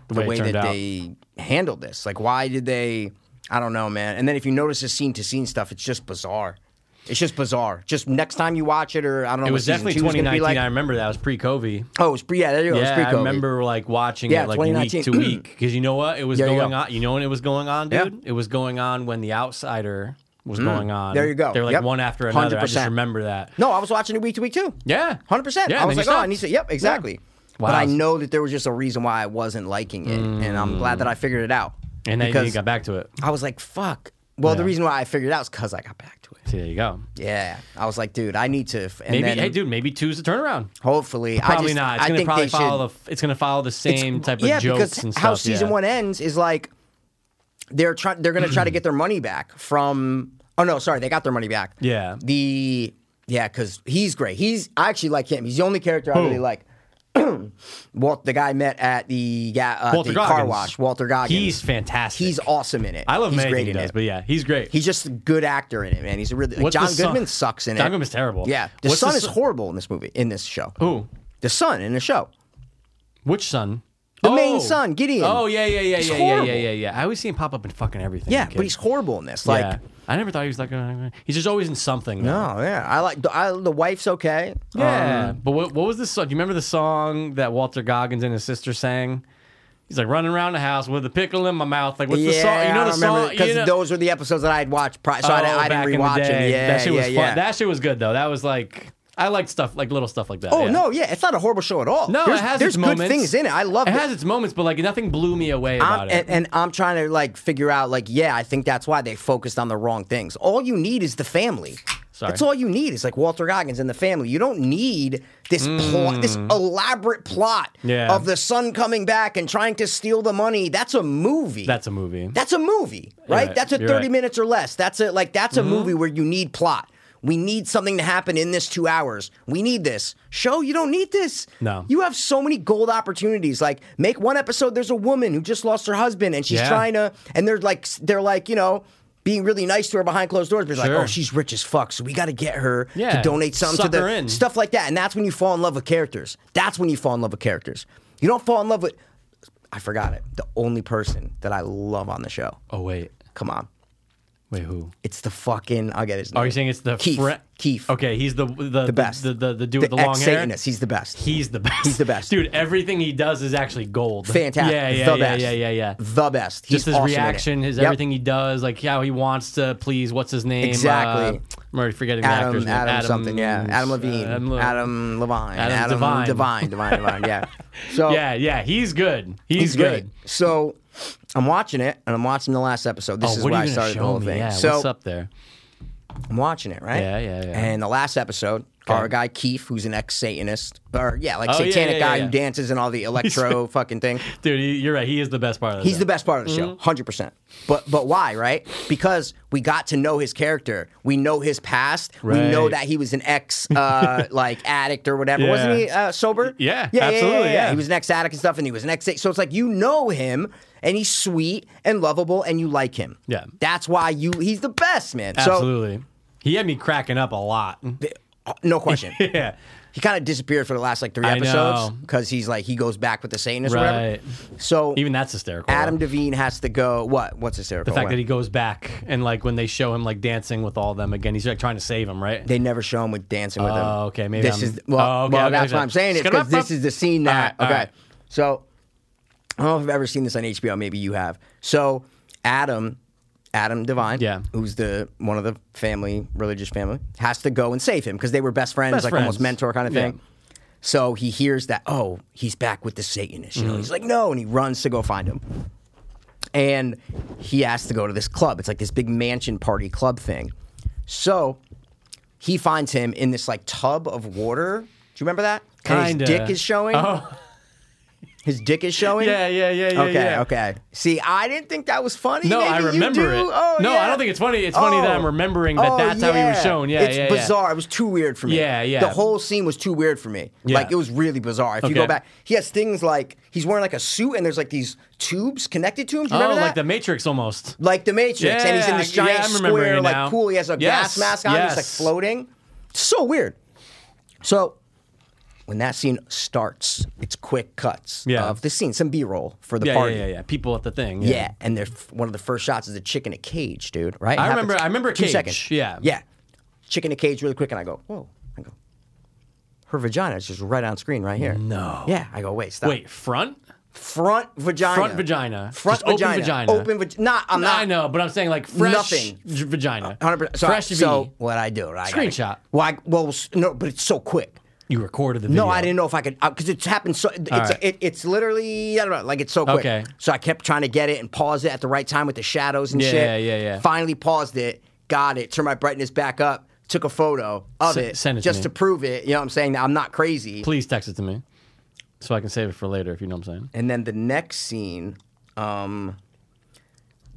the,
way it
way,
turned
that
out.
they they handled this? Like, why did they? I don't know, man. And then if you notice the scene to scene stuff, it's just bizarre. It's just bizarre. Just next time you watch it, or I don't know.
It was definitely 2019. I remember that. It was pre-COVID.
oh, it's pre. Yeah, there you go.
yeah,
it's pre
I remember like watching
Yeah,
it like week
2019.
to week because you know what it was
Yeah, you
going
go.
on. You know when it was going on, dude.
Yeah. Mm.
It was going on when The Outsider was going on.
There you go.
They're like
Yep.
one after another. I just
100%.
remember that.
No, I was watching it week to week too.
Yeah,
hundred percent.
Yeah,
I
and
was like,
then you
oh, I
stopped.
need to. Yep, exactly. But
Wow.
I know that there was just a reason why I wasn't liking it, and I'm glad that
Mm.
I figured it out.
And then you
because
got back to it.
I was like, fuck. Well, the
Yeah.
reason why I figured it out is because I got back to it.
So there you go.
Yeah, I was like, dude, I need to. f- And
Maybe
then
hey, dude, maybe two's the turnaround.
hopefully, I
Probably
just,
not. It's
I
gonna
think
probably
they should,
follow the. It's gonna follow the same type of
yeah,
jokes
because
and stuff.
how season
yeah.
one ends is like they're trying they're gonna try to get their money back from oh no sorry they got their money back
Yeah.
the yeah because he's great he's I actually like him he's the only character I really like (clears throat) Walt the guy I met at the ga- uh,
Walter
the car
Goggins.
wash Walter Goggins
He's fantastic.
he's awesome in it
I love
he's
him.
great
He
in
does,
it
but yeah, he's great.
he's just a good actor in it man he's a really like,
What's the
John
son-
Goodman sucks in it
John Goodman's terrible.
yeah the
What's
son
the
is
son-
horrible in this movie in this show
Who?
the son in the show
Which son?
The main son, Gideon.
Oh yeah, yeah, yeah, yeah, yeah,
horrible.
yeah, yeah, yeah. I always see him pop up in fucking everything.
yeah
kid.
but he's horrible in this like.
yeah. I never thought he was like. uh, He's just always in something. though.
No, yeah, I like the, I, the wife's okay.
Yeah.
Um,
but what, what was the song? Do you remember the song that Walter Goggins and his sister sang? He's like running around the house with a pickle in my mouth. Like what's
yeah,
the song? You know the
I remember
song?
because
you know-
those were the episodes that I had watched, pri- so I,
Oh,
I
back in
didn't
the
rewatch
day.
them. Yeah,
that shit
yeah,
was
yeah.
fun. That shit was good though. That was like I like stuff like little stuff like that.
oh
yeah.
no, yeah, it's not a horrible show at all.
no,
there's,
it has
there's
its
good
moments.
things in it. I love
it.
it.
has its moments, but like nothing blew me away
I'm,
about it.
and, and I'm trying to like figure out like yeah I think that's why they focused on the wrong things. All you need is the family.
Sorry.
That's all you need is like Walter Goggins and the family. You don't need this plot, this elaborate plot
Mm. Yeah.
of the son coming back and trying to steal the money. That's a movie.
That's a movie.
That's a movie, right?
right.
That's a
You're
30
right. Mm-hmm.
minutes or less. That's a like that's a movie where you need plot. We need something to happen in this two hours. We need this. Show you don't need this.
No.
You have so many gold opportunities. Like make one episode, there's a woman who just lost her husband and she's
Yeah.
trying to and they're like they're like, you know, being really nice to her behind closed doors, but it's
Sure.
like, oh, she's rich as fuck, so we got to get her
Yeah.
to donate something
Suck
to
her
the
in.
stuff like that. And that's when you fall in love with characters. That's when you fall in love with characters. You don't fall in love with. I forgot it. The only person that I love on the show.
Oh wait,
Come on,
wait who?
it's the fucking. I'll get his name.
Are you Oh, saying it's the
Keith?
Fre-
Keith.
Okay, he's the the
The best.
The the, the dude with the long hair.
ex-Satanist. He's the best.
He's the best.
He's the best.
dude. Everything he does is actually gold.
Fantastic.
Yeah, yeah,
the
yeah,
best.
yeah, yeah, yeah.
The best. He's
Just his
awesome in it.
reaction, his
Yep.
everything he does, like how he wants to please. What's his name?
Exactly.
Uh, I'm already forgetting the
Adam,
actor's
Adam,
name.
something, yeah. Adam
uh,
Levine, Adam,
Le-
Levine,
Adam Devine.
Devine, Devine, Devine,
(laughs)
yeah. So
Yeah, yeah. He's good. He's,
He's
good.
great. So I'm watching it, and I'm watching the last episode. This
Oh,
is
what
where
are
I
you gonna
started the
show
whole
me?
thing.
Yeah,
so
what's up there?
I'm watching it, right?
Yeah, yeah, yeah.
And the last episode, our guy Keith, who's an ex Satanist, or yeah, like
Oh, yeah,
satanic
yeah,
guy
yeah, yeah.
who dances in all
(laughs)
the electro fucking thing.
Dude, he, you're right. He is the best part of
He's the best part of the
Mm-hmm.
show, hundred percent. But but why, right? Because we got to know his character. We know his past. We know
Right.
that he was an ex
(laughs)
uh, like addict or whatever.
Yeah.
Wasn't he uh, sober?
Yeah,
yeah,
absolutely, yeah.
He was an ex addict and stuff, and he was an ex. So it's like you know him, and he's sweet and lovable, and you like him.
Yeah.
that's why you. He's the best man.
Absolutely. he had me cracking up a lot.
So uh, no question.
(laughs) yeah.
He kind of disappeared for the last like three
I
episodes
know.
because he's like he goes back with the Satanist, or
Right.
whatever. So
Even that's hysterical.
Adam Devine has to go. What? What's hysterical?
The fact
What?
that he goes back and like when they show him like dancing with all them again, he's like trying to save him, right?
They never show him with dancing with him.
Oh, okay, maybe
this
I'm-
is well.
oh, okay,
well
okay,
that's
okay.
why I'm saying it because this is the scene that.
All right, all
okay,
right.
so I don't know if I've ever seen this on HBO. Maybe you have. So Adam, Adam Devine,
Yeah.
who's the one of the family, religious family, has to go and save him because they were best friends,
Best
like almost
friends.
mentor kind of thing.
Yeah.
So he hears that oh he's back with the Satanist. You know,
Mm-hmm.
he's like no, and he runs to go find him and he has to go to this club. It's like this big mansion party club thing. So he finds him in this like tub of water. Do you remember that? And
Kinda.
his dick is showing.
Oh.
His dick is showing.
Yeah, yeah, yeah, yeah.
okay,
yeah.
okay. See, I didn't think that was funny.
No,
Maybe
I
you
remember
do.
it.
Oh,
no,
yeah.
I don't think it's funny. It's funny that
Oh.
I'm remembering that
Oh,
that's how he was
yeah.
shown. Yeah,
it's
yeah, yeah.
bizarre. It was too weird for me.
Yeah, yeah.
The whole scene was too weird for me.
Yeah.
Like it was really bizarre. If you go
Okay.
back, he has things like he's wearing like a suit and there's like these tubes connected to him. Do you
Oh,
remember that?
like the Matrix almost.
like the Matrix, and he's in this
Yeah, yeah,
giant
I'm remembering
square,
it
like
now.
cool. He has a
Yes,
gas mask on. He's like
yes.
floating. So weird. So when that scene starts, it's quick cuts
Yeah.
of the scene, some B roll for the
Yeah, yeah,
party.
yeah, yeah. People at the thing.
Yeah, and they're one of the first shots is a chick in a cage, dude. Right? It
I
happens-
remember- I remember a
two
cage,
seconds.
yeah.
yeah. Chick in a cage, really quick, and I go, whoa. I go, her vagina is just right on screen, right here.
No.
Yeah, I go, wait, stop.
Wait, front?
front vagina.
Front vagina.
Front
Just open
vagina.
vagina.
Open vagina. Not. I'm not.
I know, but I'm saying like fresh
Nothing.
v- vagina.
100%. So,
fresh
I,
V.
so what I do, right? I gotta-
Screenshot.
Well, I, well, s- no, but it's so quick.
you recorded the video.
No, I didn't know if I could because it's happened so. It's
right.
it, it's literally I don't know, like it's so quick.
Okay.
So I kept trying to get it and pause it at the right time with the shadows and
Yeah,
shit.
yeah, yeah, yeah.
Finally paused it, got it, turned my brightness back up, took a photo of
Se-
it,
send it to
just
me.
to prove it. You know what I'm saying? That I'm not crazy.
Please text it to me, so I can save it for later. If you know what I'm saying.
And then the next scene, um,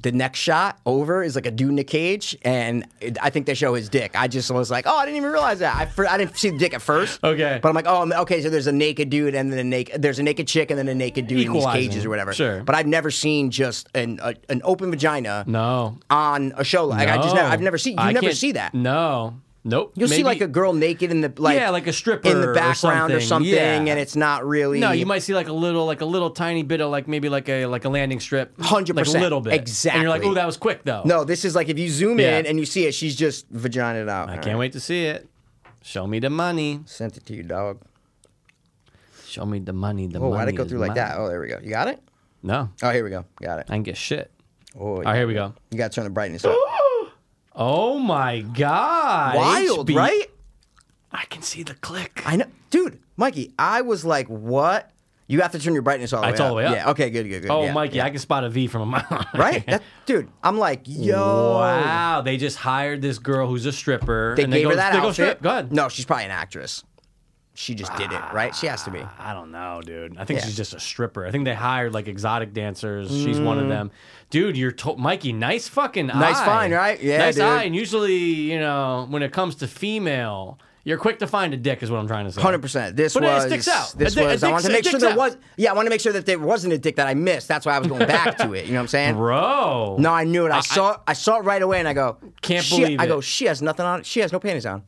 the next shot over is like a dude in a cage, and it- I think they show his dick. I just was like, oh, I didn't even realize that. I, fir- I didn't see the dick at first.
Okay.
but I'm like, oh, okay. So there's a naked dude, and then a naked there's a naked chick, and then a naked dude in
Equalizing.
these cages or whatever.
Sure.
But I've never seen just an a, an open vagina
No.
on a show like I just
No.
never, I've never seen. You
I
never
can't-
see that.
No. Nope.
You'll see
Maybe-
like a girl naked in the like
Yeah, like a stripper
in the
or
background or something,
something. Yeah.
and it's not really
No, you might see like a little, like a little tiny bit of like maybe like a like a landing strip,
100%.
like a little bit, And you're like,
Exactly.
oh, that was quick though.
No, this is like if you zoom
Yeah.
in and you see it, she's just vaginaed out.
I can't wait to see it. Show me the money.
Sent it to you, dog.
Show me the money. The
Oh,
money.
why'd it go
is
through like
mine.
that? Oh, there we go. You got it?
No,
Oh, here we go. Got it.
I can get shit.
Oh,
All right, here
(gasps)
we go.
you got to turn the brightness
(gasps)
up.
Oh my god!
Wild,
HB
right?
I can see the click.
I know, dude. Mikey, I was like, what? You have to turn your brightness all the way
It's
up.
all the way up.
Yeah. Okay. Good. Good. Good.
oh,
yeah,
Mikey,
yeah.
I can spot a V from a mile.
Right?
(laughs)
That, dude, I'm like, yo.
Wow, they just hired this girl who's a stripper.
They
and
gave
go,
her that
they
outfit.
Go strip. Go ahead.
No, she's probably an actress. She just did it, right? She has to be.
I don't know, dude. I think
Yeah.
she's just a stripper. I think they hired like exotic dancers. She's one of them. Dude, you're to- Mikey. Nice fucking eye.
Mm. Nice find, right? Yeah,
nice
dude.
eye. And usually, you know, when it comes to female, you're quick to find a dick, is what I'm trying to say.
Hundred percent. This
But it
was
sticks out.
this
A dick- a
was. I
dick-
wanted to
a
make sure
dick's
there
out.
was. Yeah, I want to make sure that there wasn't a dick that I missed. That's why I was going back to it. You know what I'm saying?
(laughs) Bro.
No, I knew it. I, saw. I saw it right away, and I go,
Can't
she,
believe
I go,
it.
she has nothing on. She has no panties on,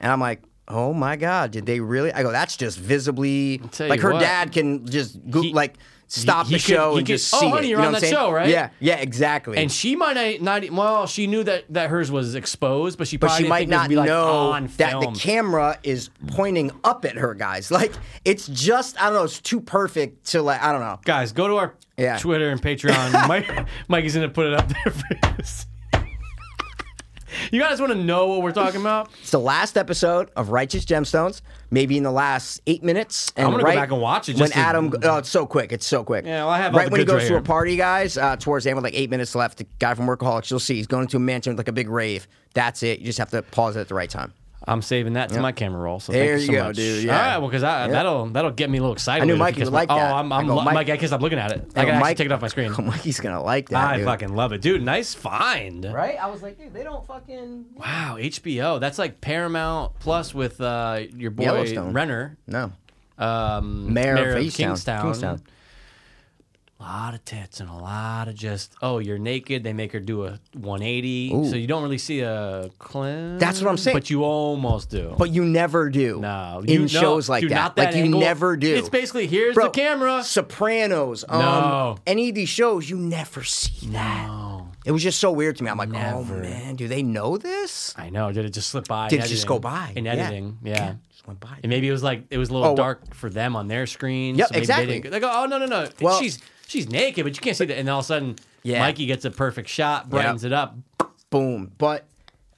and I'm like, oh my god, did they really? I go, that's just visibly
tell
like
you
her
what.
dad can just go,
He-
like stop
he
the
could-
show
he
and
could-
just
"Oh,
see
honey,
it.
you're
you know
on
what I'm
that
saying?
show, right?"
Yeah, yeah, exactly.
And she might not, not- well, she knew that, that hers was exposed, but she
but
probably
she
didn't
might
think it would
not
be, like,
know
on
that the
film.
camera is pointing up at her, guys. (laughs) Like it's just, I don't know, it's too perfect to like, I don't know.
Guys, go to our
Yeah.
Twitter and
(laughs)
Patreon. Mike, Mikey's gonna put it up there for us. (laughs) you guys want to know what we're talking about?
It's the last episode of Righteous Gemstones, maybe in the last eight minutes. And
I'm gonna go
right
back and watch it
When
just to-
Adam, oh, it's so quick. It's so quick.
Yeah, well, I have all
right
the
when he
goods
goes
right
to a
here.
party, guys. Uh, towards the end, with like eight minutes left, the guy from Workaholics, you'll see he's going to a mansion with like a big rave. That's it. You just have to pause it at the right time. (laughs)
I'm saving that to my camera roll. So
There
thank
you
you, so
go,
much.
dude,
All
yeah.
right, well, because that'll that'll get me a little excited.
I knew
if you
Mike
kiss
would
my-
like that.
Oh, I'm,
I
I'm
go,
lo-
Mike-
Mike. I guess I'm looking at it. I
I go,
can actually
Mike-
take it off my screen.
Mikey's gonna like that.
I
dude.
fucking love it, dude. Nice find.
right. I was like, dude, they don't fucking.
Wow, HBO. That's like Paramount Plus with uh, your boy
Yellowstone.
Renner,
No.
um,
Mayor, of,
of
Easttown.
Kingstown.
Kingstown.
A lot of tits and a lot of just oh you're naked. They make her do a 180, so you don't really see a cleanse.
That's what I'm saying.
But you almost do.
But you never do.
no,
in
you- no,
shows like
dude,
that.
not that
like
angle.
you never do.
It's basically here's
Bro,
the camera.
Sopranos. Um,
No.
Any of these shows, you never see that. It was just so weird to me. I'm like, oh man, do they know this?
I know. Did it just slip by? in
Did it just
editing?
go by?
in
Yeah.
editing? Yeah.
Just went by.
And maybe it was like it was a little
Oh, well-
dark for them on their screen.
Yep,
so maybe
exactly.
They, didn't- they go, oh no no no,
Well-
she's she's naked, but you can't see that. And all of a sudden,
Yeah.
Mikey gets a perfect shot, brightens it up.
Boom. But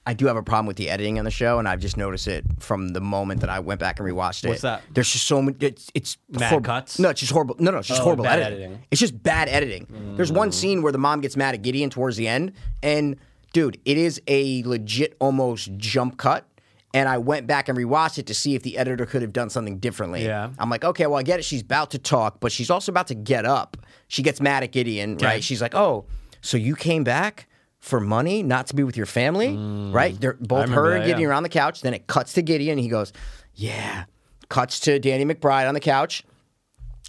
I do have a problem with the editing on the show, and I've just noticed it from the moment that I went back and rewatched it.
What's that?
There's just so many. It's, it's
Mad
horrib-
cuts?
No, it's just horrible. No, no, it's just
Oh,
horrible
bad
editing.
editing.
It's just bad editing. There's one
Mm.
scene where the mom gets mad at Gideon towards the end, and dude, it is a legit almost jump cut. And I went back and rewatched it to see if the editor could have done something differently.
Yeah.
I'm like, okay, well, I get it. She's about to talk, but she's also about to get up. She gets mad at Gideon, right? She's like, oh, so you came back for money, not to be with your family, right? They're both
Mm. remember
her and
that,
Gideon
yeah.
are on the couch. Then it cuts to Gideon. He goes, yeah. Cuts to Danny McBride on the couch.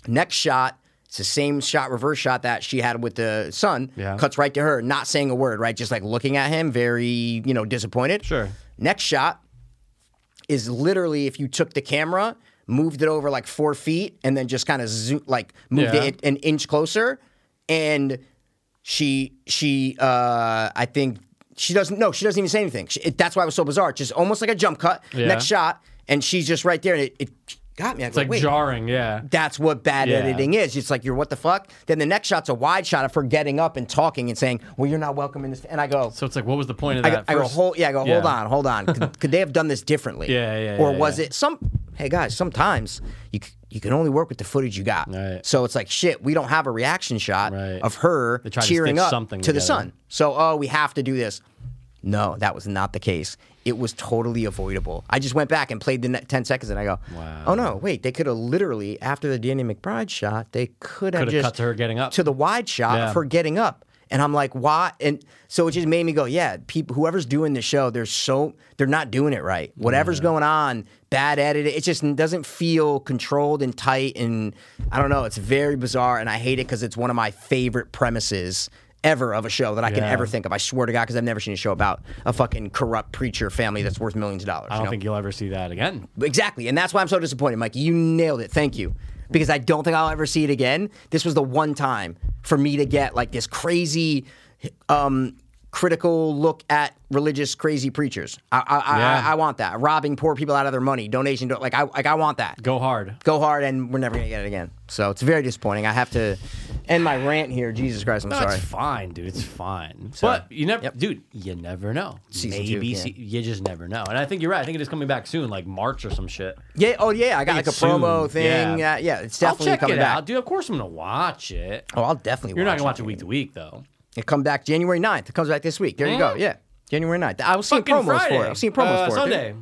Next shot, it's the same shot, reverse shot that she had with the son.
Yeah.
Cuts right to her, not saying a word, right? Just like looking at him, very, you know, disappointed.
Sure.
Next shot is literally if you took the camera, moved it over like four feet, and then just kind of zoom, like moved
Yeah.
it an inch closer, and she she uh I think she doesn't no she doesn't even say anything. She, it, that's why it was so bizarre. It's just almost like a jump cut.
Yeah.
Next shot, and she's just right there, and it, it got me. I
It's like
Wait,
jarring. Yeah.
that's what bad
Yeah.
editing is. It's like you're what the fuck. Then the next shot's a wide shot of her getting up and talking and saying, "Well, you're not welcome in this." And I go,
So it's like, what was the point of
I
that?
go, I go,
first-
hold, yeah, I go, hold
Yeah.
on, hold on.
(laughs)
Could, could they have done this differently?
Yeah, yeah,
Or
yeah,
was
yeah.
it some? Hey guys, sometimes you c- you can only work with the footage you got.
Right.
So it's like shit. We don't have a reaction shot
Right.
of her
They try to
cheering
stitch
up
something
to the
together.
sun. So oh, we have to do this. No, that was not the case. It was totally avoidable. I just went back and played the net 10 seconds and I go,
Wow.
oh no, wait, they could have literally, after the Danny McBride shot, they could have
Coulda
just
cut to her getting up.
to the wide shot
Yeah.
of her getting up. And I'm like, why? And so it just made me go, yeah, people, whoever's doing the show, they're so, they're not doing it right. Whatever's going on, bad edit, it just doesn't feel controlled and tight. And I don't know, it's very bizarre. And I hate it because it's one of my favorite premises ever of a show that I can
Yeah.
ever think of. I swear to God, because I've never seen a show about a fucking corrupt preacher family that's worth millions of dollars.
I
you
don't
know?
think you'll ever see that again.
Exactly. And that's why I'm so disappointed, Mike. You nailed it. Thank you. Because I don't think I'll ever see it again. This was the one time for me to get like this crazy, um, critical look at religious crazy preachers. I I,
Yeah.
I I want that. Robbing poor people out of their money, donation, like I like I want that.
Go hard.
Go hard, and we're never gonna get it again. So it's very disappointing. I have to end my rant here. Jesus Christ, I'm
No,
sorry.
it's fine, dude. It's fine. but you never,
yep.
dude. You never know.
Season two,
Maybe
yeah.
se- you just never know. And I think you're right. I think it is coming back soon, like March or some shit.
Yeah. Oh yeah, I got like
It's
a promo
soon.
thing.
Yeah.
Yeah. yeah it's definitely
I'll check
coming
it
back.
out, dude. Of course, I'm gonna watch it.
Oh, I'll definitely.
You're not
watch
gonna watch
it.
it week to week though.
It comes back January 9th. It comes back this week. There you go. Yeah. January 9th. I was seeing
Fucking
promos
Friday.
for it. I was seeing promos
Uh,
for it. dude.
Sunday.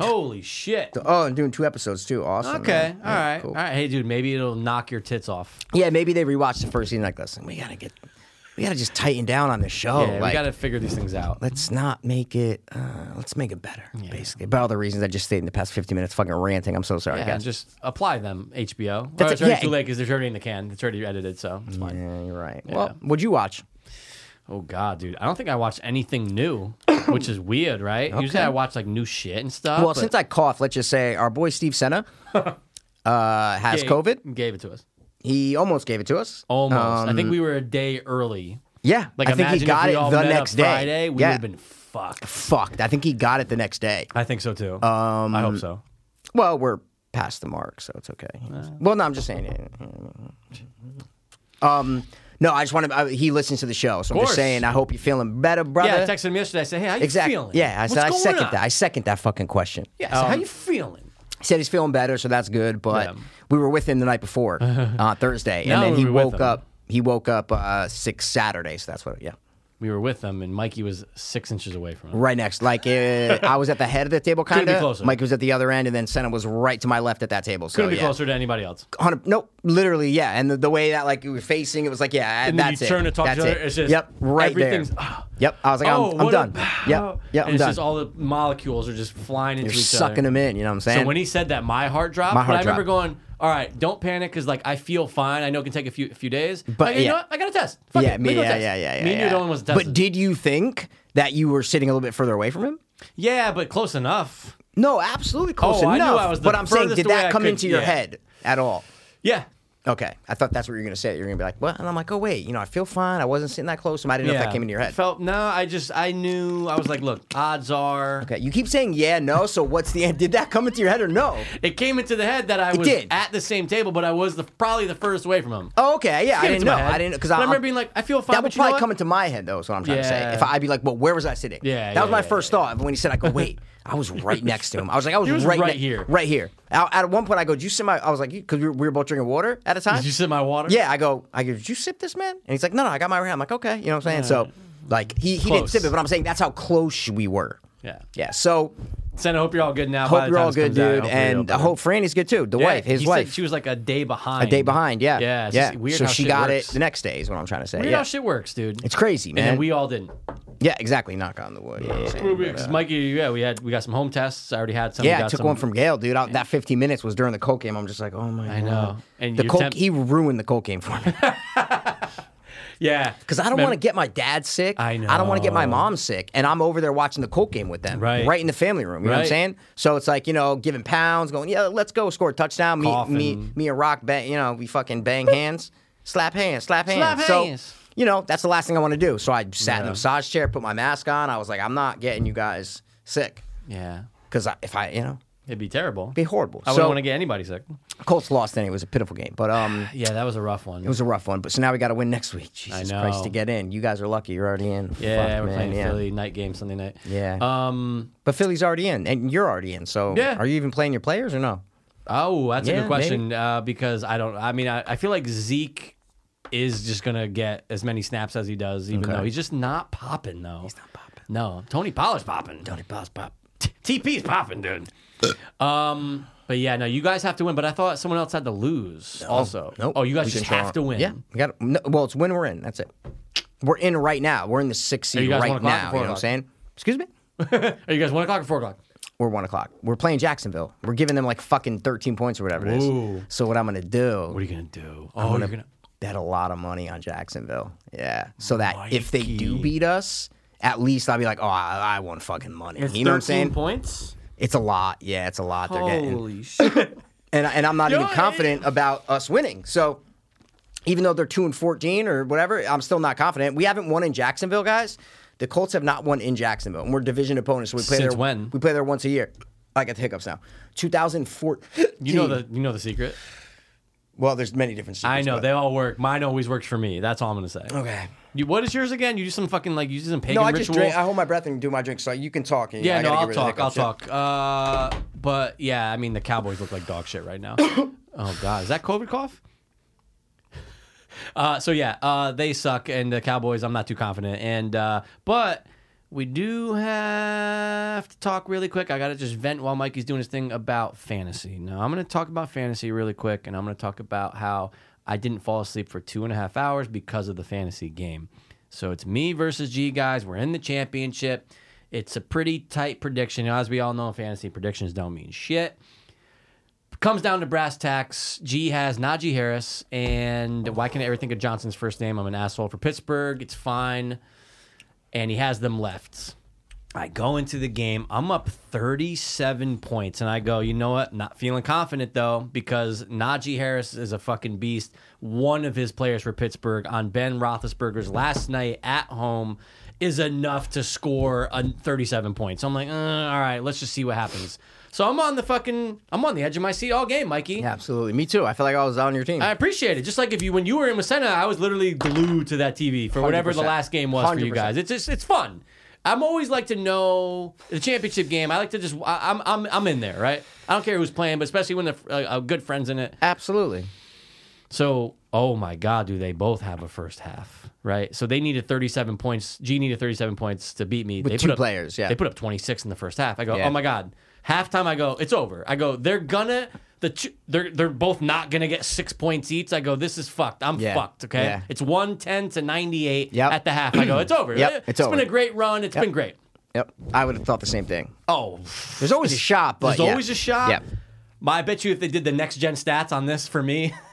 Holy shit.
Oh, I'm doing two episodes too. Awesome.
Okay.
man.
All
Yeah,
right.
Mm, cool.
All right. Hey, dude, maybe it'll knock your tits off.
Yeah, maybe they rewatched the first season like, listen, we gotta get, we gotta just tighten down on the show.
yeah, we
Oh, like,
got to figure these things out.
let's not make it, uh, let's make it better, basically. By all the reasons I just stayed in the past 50 minutes fucking ranting. I'm so sorry,
Yeah,
guys.
just apply them, HBO.
That's
Well,
a-
it's already
yeah. Mm,
too late because they're already in the can. It's already edited, so it's fine.
yeah, you're right. Well, what'd you watch?
Oh god, dude, I don't think I watched anything
(coughs)
new, which is weird, right? Usually I watch like new shit and stuff.
Well,
but
since I coughed, let's just say our boy Steve
(laughs)
Senna uh, has
gave-
COVID.
gave it to us
He almost gave it to us.
almost. I think we were a day early.
Yeah,
Like
I think
imagine
he got
if we
it
all
the
met up
next day.
Friday, we would
yeah,
have been fucked.
fucked. I think he got it the next day.
I think so too. Um, I hope so.
Well, we're past the mark, so it's okay. well, no, I'm just saying. it. Um, no, I just want to. I, he listens to the show, so I'm just
course.
saying. I hope you're feeling better, brother.
Yeah, I texted him yesterday. I said, "Hey, how you
exactly.
feeling?
Yeah, I,
What's
said, I
going
second
on?
that. I second that fucking question.
yeah, I said,
Um,
how you feeling?
He said he's feeling better, so that's good. But
Yeah.
we were with him the night
(laughs)
before, uh, Thursday, and
No,
then
we
he
were with
woke
him.
up. He woke up uh, six Saturday, so that's what. Yeah,
We were with them, and Mikey was six inches away from him.
right next. Like uh, I was at the head of the table,
be
kind of.
closer.
Mike was at the other end, and then Senna was right to my left at that table. So
Couldn't be
yeah.
closer to anybody else.
Hundred, nope, literally, yeah. And the, the way that like we were facing, it was like, yeah,
And then
that's
you
it.
turn to talk to
that's
each other,
it.
it's just
yep, right there.
everything's-
yep, I was like,
oh,
I'm, I'm
what
done.
about-
Yep, yep,
and
I'm
it's
done.
just all the molecules are just flying into
You're
each
sucking
other.
them in, you know what I'm saying?
So when he said that, my heart dropped.
My heart
but I remember
dropped.
going, "All right, don't panic, because like I feel fine. I know it can take a few few days. But you
yeah.
know what? I got a test. Fuck
yeah,
it.
me,
Let go
yeah,
test.
yeah, yeah, yeah.
Me and you
yeah.
the only ones tested.
But did you think that you were sitting a little bit further away from him?
yeah, but close enough.
No, absolutely close
Oh, I knew
enough.
I was the
but I'm saying,
furthest
did
away
that
I
come
could-
into your
yeah.
head at all?
Yeah,
Okay, I thought that's what you were gonna say. You're gonna be like, "What?" And I'm like, "Oh wait, you know, I feel fine. I wasn't sitting that close. to him. I didn't know
yeah.
if that came into your head."
Felt no. I just I knew. I was like, look, odds are
okay, you keep saying yeah, no. So what's the end? Did that come into your head or no?
it came into the head that I was
did.
at the same table, but I was the probably the furthest away from him.
Oh, okay, yeah, I
Came
didn't
into
know.
my head.
I didn't because
But
I,
I remember
I'm-
being like, I feel fine.
that would
but you know
probably
what?
come into my head though. Is what I'm trying to
Yeah.
say. If I, I'd be like, "Well, where was I sitting?"
Yeah,
that was
yeah,
my
yeah,
first thought. But when he said, "I go wait," I was right next to him. I was like, "I was,
(laughs) He was
right,
right
ne-
here.
right here." I, at one point, I go, "Did you sip my?" I was like, "Because we, were- we were both drinking water at a time."
Did you sip my water?
Yeah, I go, I go, did you sip this, man? And he's like, no, no, I got my round. I'm like, okay, you know what I'm saying? So, like, he, he didn't
Close.
sip it, but I'm saying that's how close we were.
Yeah.
Yeah. So,
Sen, I hope you're all good now.
hope you're all good, dude. and I hope Franny's good too. The
Yeah,
wife, his
he
wife.
Said she was like a day behind.
a day behind, yeah.
Yeah, it's
yeah.
just weird
so
how
she
shit
got
works.
it the next day, is what I'm trying to say.
Weird
yeah.
how shit works, dude.
it's crazy, man.
And then we all didn't.
yeah, exactly. Knock on the wood. you know what I'm saying? But,
Because
uh,
Mikey, yeah, we had we got some home tests. I already had some. we
yeah,
got
I took
some-
one from Gail, dude. I, that 15 minutes was during the Colt game. I'm just like, oh my I
know. And
the
your
Colt,
temp-
he ruined the Colt game for me.
Yeah,
Because I don't want to get my dad sick.
I
I don't want to get my
know.
mom sick. And I'm over there watching the Colt game with them.
Right.
in the family room. You know what I'm
Right.
saying? So it's like, you know, giving pounds, going, yeah, let's go, score a touchdown. Me,
Coughing.
me, me and Rock, bang, you know, we fucking bang hands, slap hands, slap hands.
Slap
so,
hands.
you know, that's the last thing I want to do. So I sat in the massage chair, put my mask on. I was like, I'm not getting you guys sick.
Yeah,
Because if I, you know,
it'd be terrible.
be horrible.
I wouldn't
so
want to get anybody sick.
Colts lost, and it was a pitiful game. But,
(sighs)
um,.
Yeah, that was a rough one.
It was a rough one, but so now we got to win next week. Jesus
know.
Christ, to get in. You guys are lucky. You're already in.
yeah,
Fuck,
we're
man,
playing
yeah.
Philly night game Sunday night.
Yeah.
Um.
But Philly's already in, and you're already in. So
Yeah.
are you even playing your players or no?
Oh, that's
Yeah,
a good question. Uh, because I don't. I mean, I, I feel like Zeke is just gonna get as many snaps as he does, even though he's just not popping though. He's not popping. No, Tony Pollard's popping. Tony Pollard's pop. TP's popping, dude. (laughs) um. But yeah, no, you guys have to win. But I thought someone else had to lose also.
Nope.
Oh, you guys
We
just
control
have
it.
to win.
Yeah, we got. No, well, it's win we're in. That's it. We're in right now. We're in the sixth
you
seed
guys one
right
o'clock or
now. You know
four
what I'm
o'clock?
saying? Excuse me.
Are you guys one o'clock or four o'clock?
We're one o'clock. We're playing Jacksonville. We're giving them like fucking thirteen points or whatever it is.
Ooh.
So what I'm gonna do?
What are you gonna do? Oh, you're gonna.
bet a lot of money on Jacksonville. Yeah. So that if they do beat us, at least I'll be like, oh, I, I won fucking money. you know what I'm saying?
points.
It's a lot. Yeah, it's a lot. They're getting. (laughs)
Holy shit!
and and I'm not
Yo,
even confident about us winning. So even though they're two and fourteen or whatever, I'm still not confident. We haven't won in Jacksonville, guys. The Colts have not won in Jacksonville, and we're division opponents. So we play
Since
there
when?
We play there once a year. I got the hiccups now. 2004.
You know the you know the secret.
well. There's many different. Secrets,
I know
but-
they all work. Mine always works for me. That's all I'm gonna say.
Okay.
You, what is yours again? You do some fucking like you do some pagan
No, I just
ritual.
drink. I hold my breath and do my drink. So you can talk. And, I
yeah, no,
gotta
I'll
get rid of
talk.
the
I'll
hiccups, yeah.
talk. Uh, but yeah, I mean the Cowboys look like dog shit
(coughs)
right now. oh God, is that COVID cough? Uh, so yeah, uh, they suck, and the Cowboys. I'm not too confident, and uh, but We do have to talk really quick. I got to just vent while Mikey's doing his thing about fantasy. Now, I'm going to talk about fantasy really quick, and I'm going to talk about how I didn't fall asleep for two and a half hours because of the fantasy game. So it's me versus G, guys. We're in the championship. It's a pretty tight prediction. As we all know, fantasy predictions don't mean shit comes down to brass tacks. G has Najee Harris, and why can I ever think of Johnson's first name? I'm an asshole for Pittsburgh. It's fine. And he has them left. I go into the game. I'm up 37 points, and I go, you know what? Not feeling confident though, because Najee Harris is a fucking beast. One of his players for Pittsburgh on Ben Roethlisberger's last night at home is enough to score a 37 points. So I'm like, uh, all right, let's just see what happens. So I'm on the fucking, I'm on the edge of my seat all game, Mikey.
Yeah, absolutely. Me too. I feel like I was on your team.
I appreciate it. Just like if you when you were in Messina, I was literally glued to that TV for whatever the
100%.
last game was for you guys. It's just it's fun. I'm always like to know the championship game. I like to just I, I'm I'm I'm in there, right? I don't care who's playing, but especially when the uh, uh, good friends in it.
absolutely.
So, oh my God, do they both have a first half, right? So they needed 37 points. G needed 37 points to beat me. With they
two
put up,
players, yeah.
They put up 26 in the first half. I go,
Yeah.
oh my God. Halftime, I go, it's over. I go, they're gonna, the two, they're, they're both not gonna get six points each. I go, this is fucked. I'm
Yeah.
fucked, okay?
Yeah.
It's 110 to 98
Yep.
at the half. I go, it's over.
Yep, it's
it's
over.
been a great run. It's been great.
Yep. I would have thought the same thing.
Oh,
There's always a shot, but
there's
yeah.
always a shot.
Yep.
My, I bet you if they did the next gen stats on this for me, (laughs)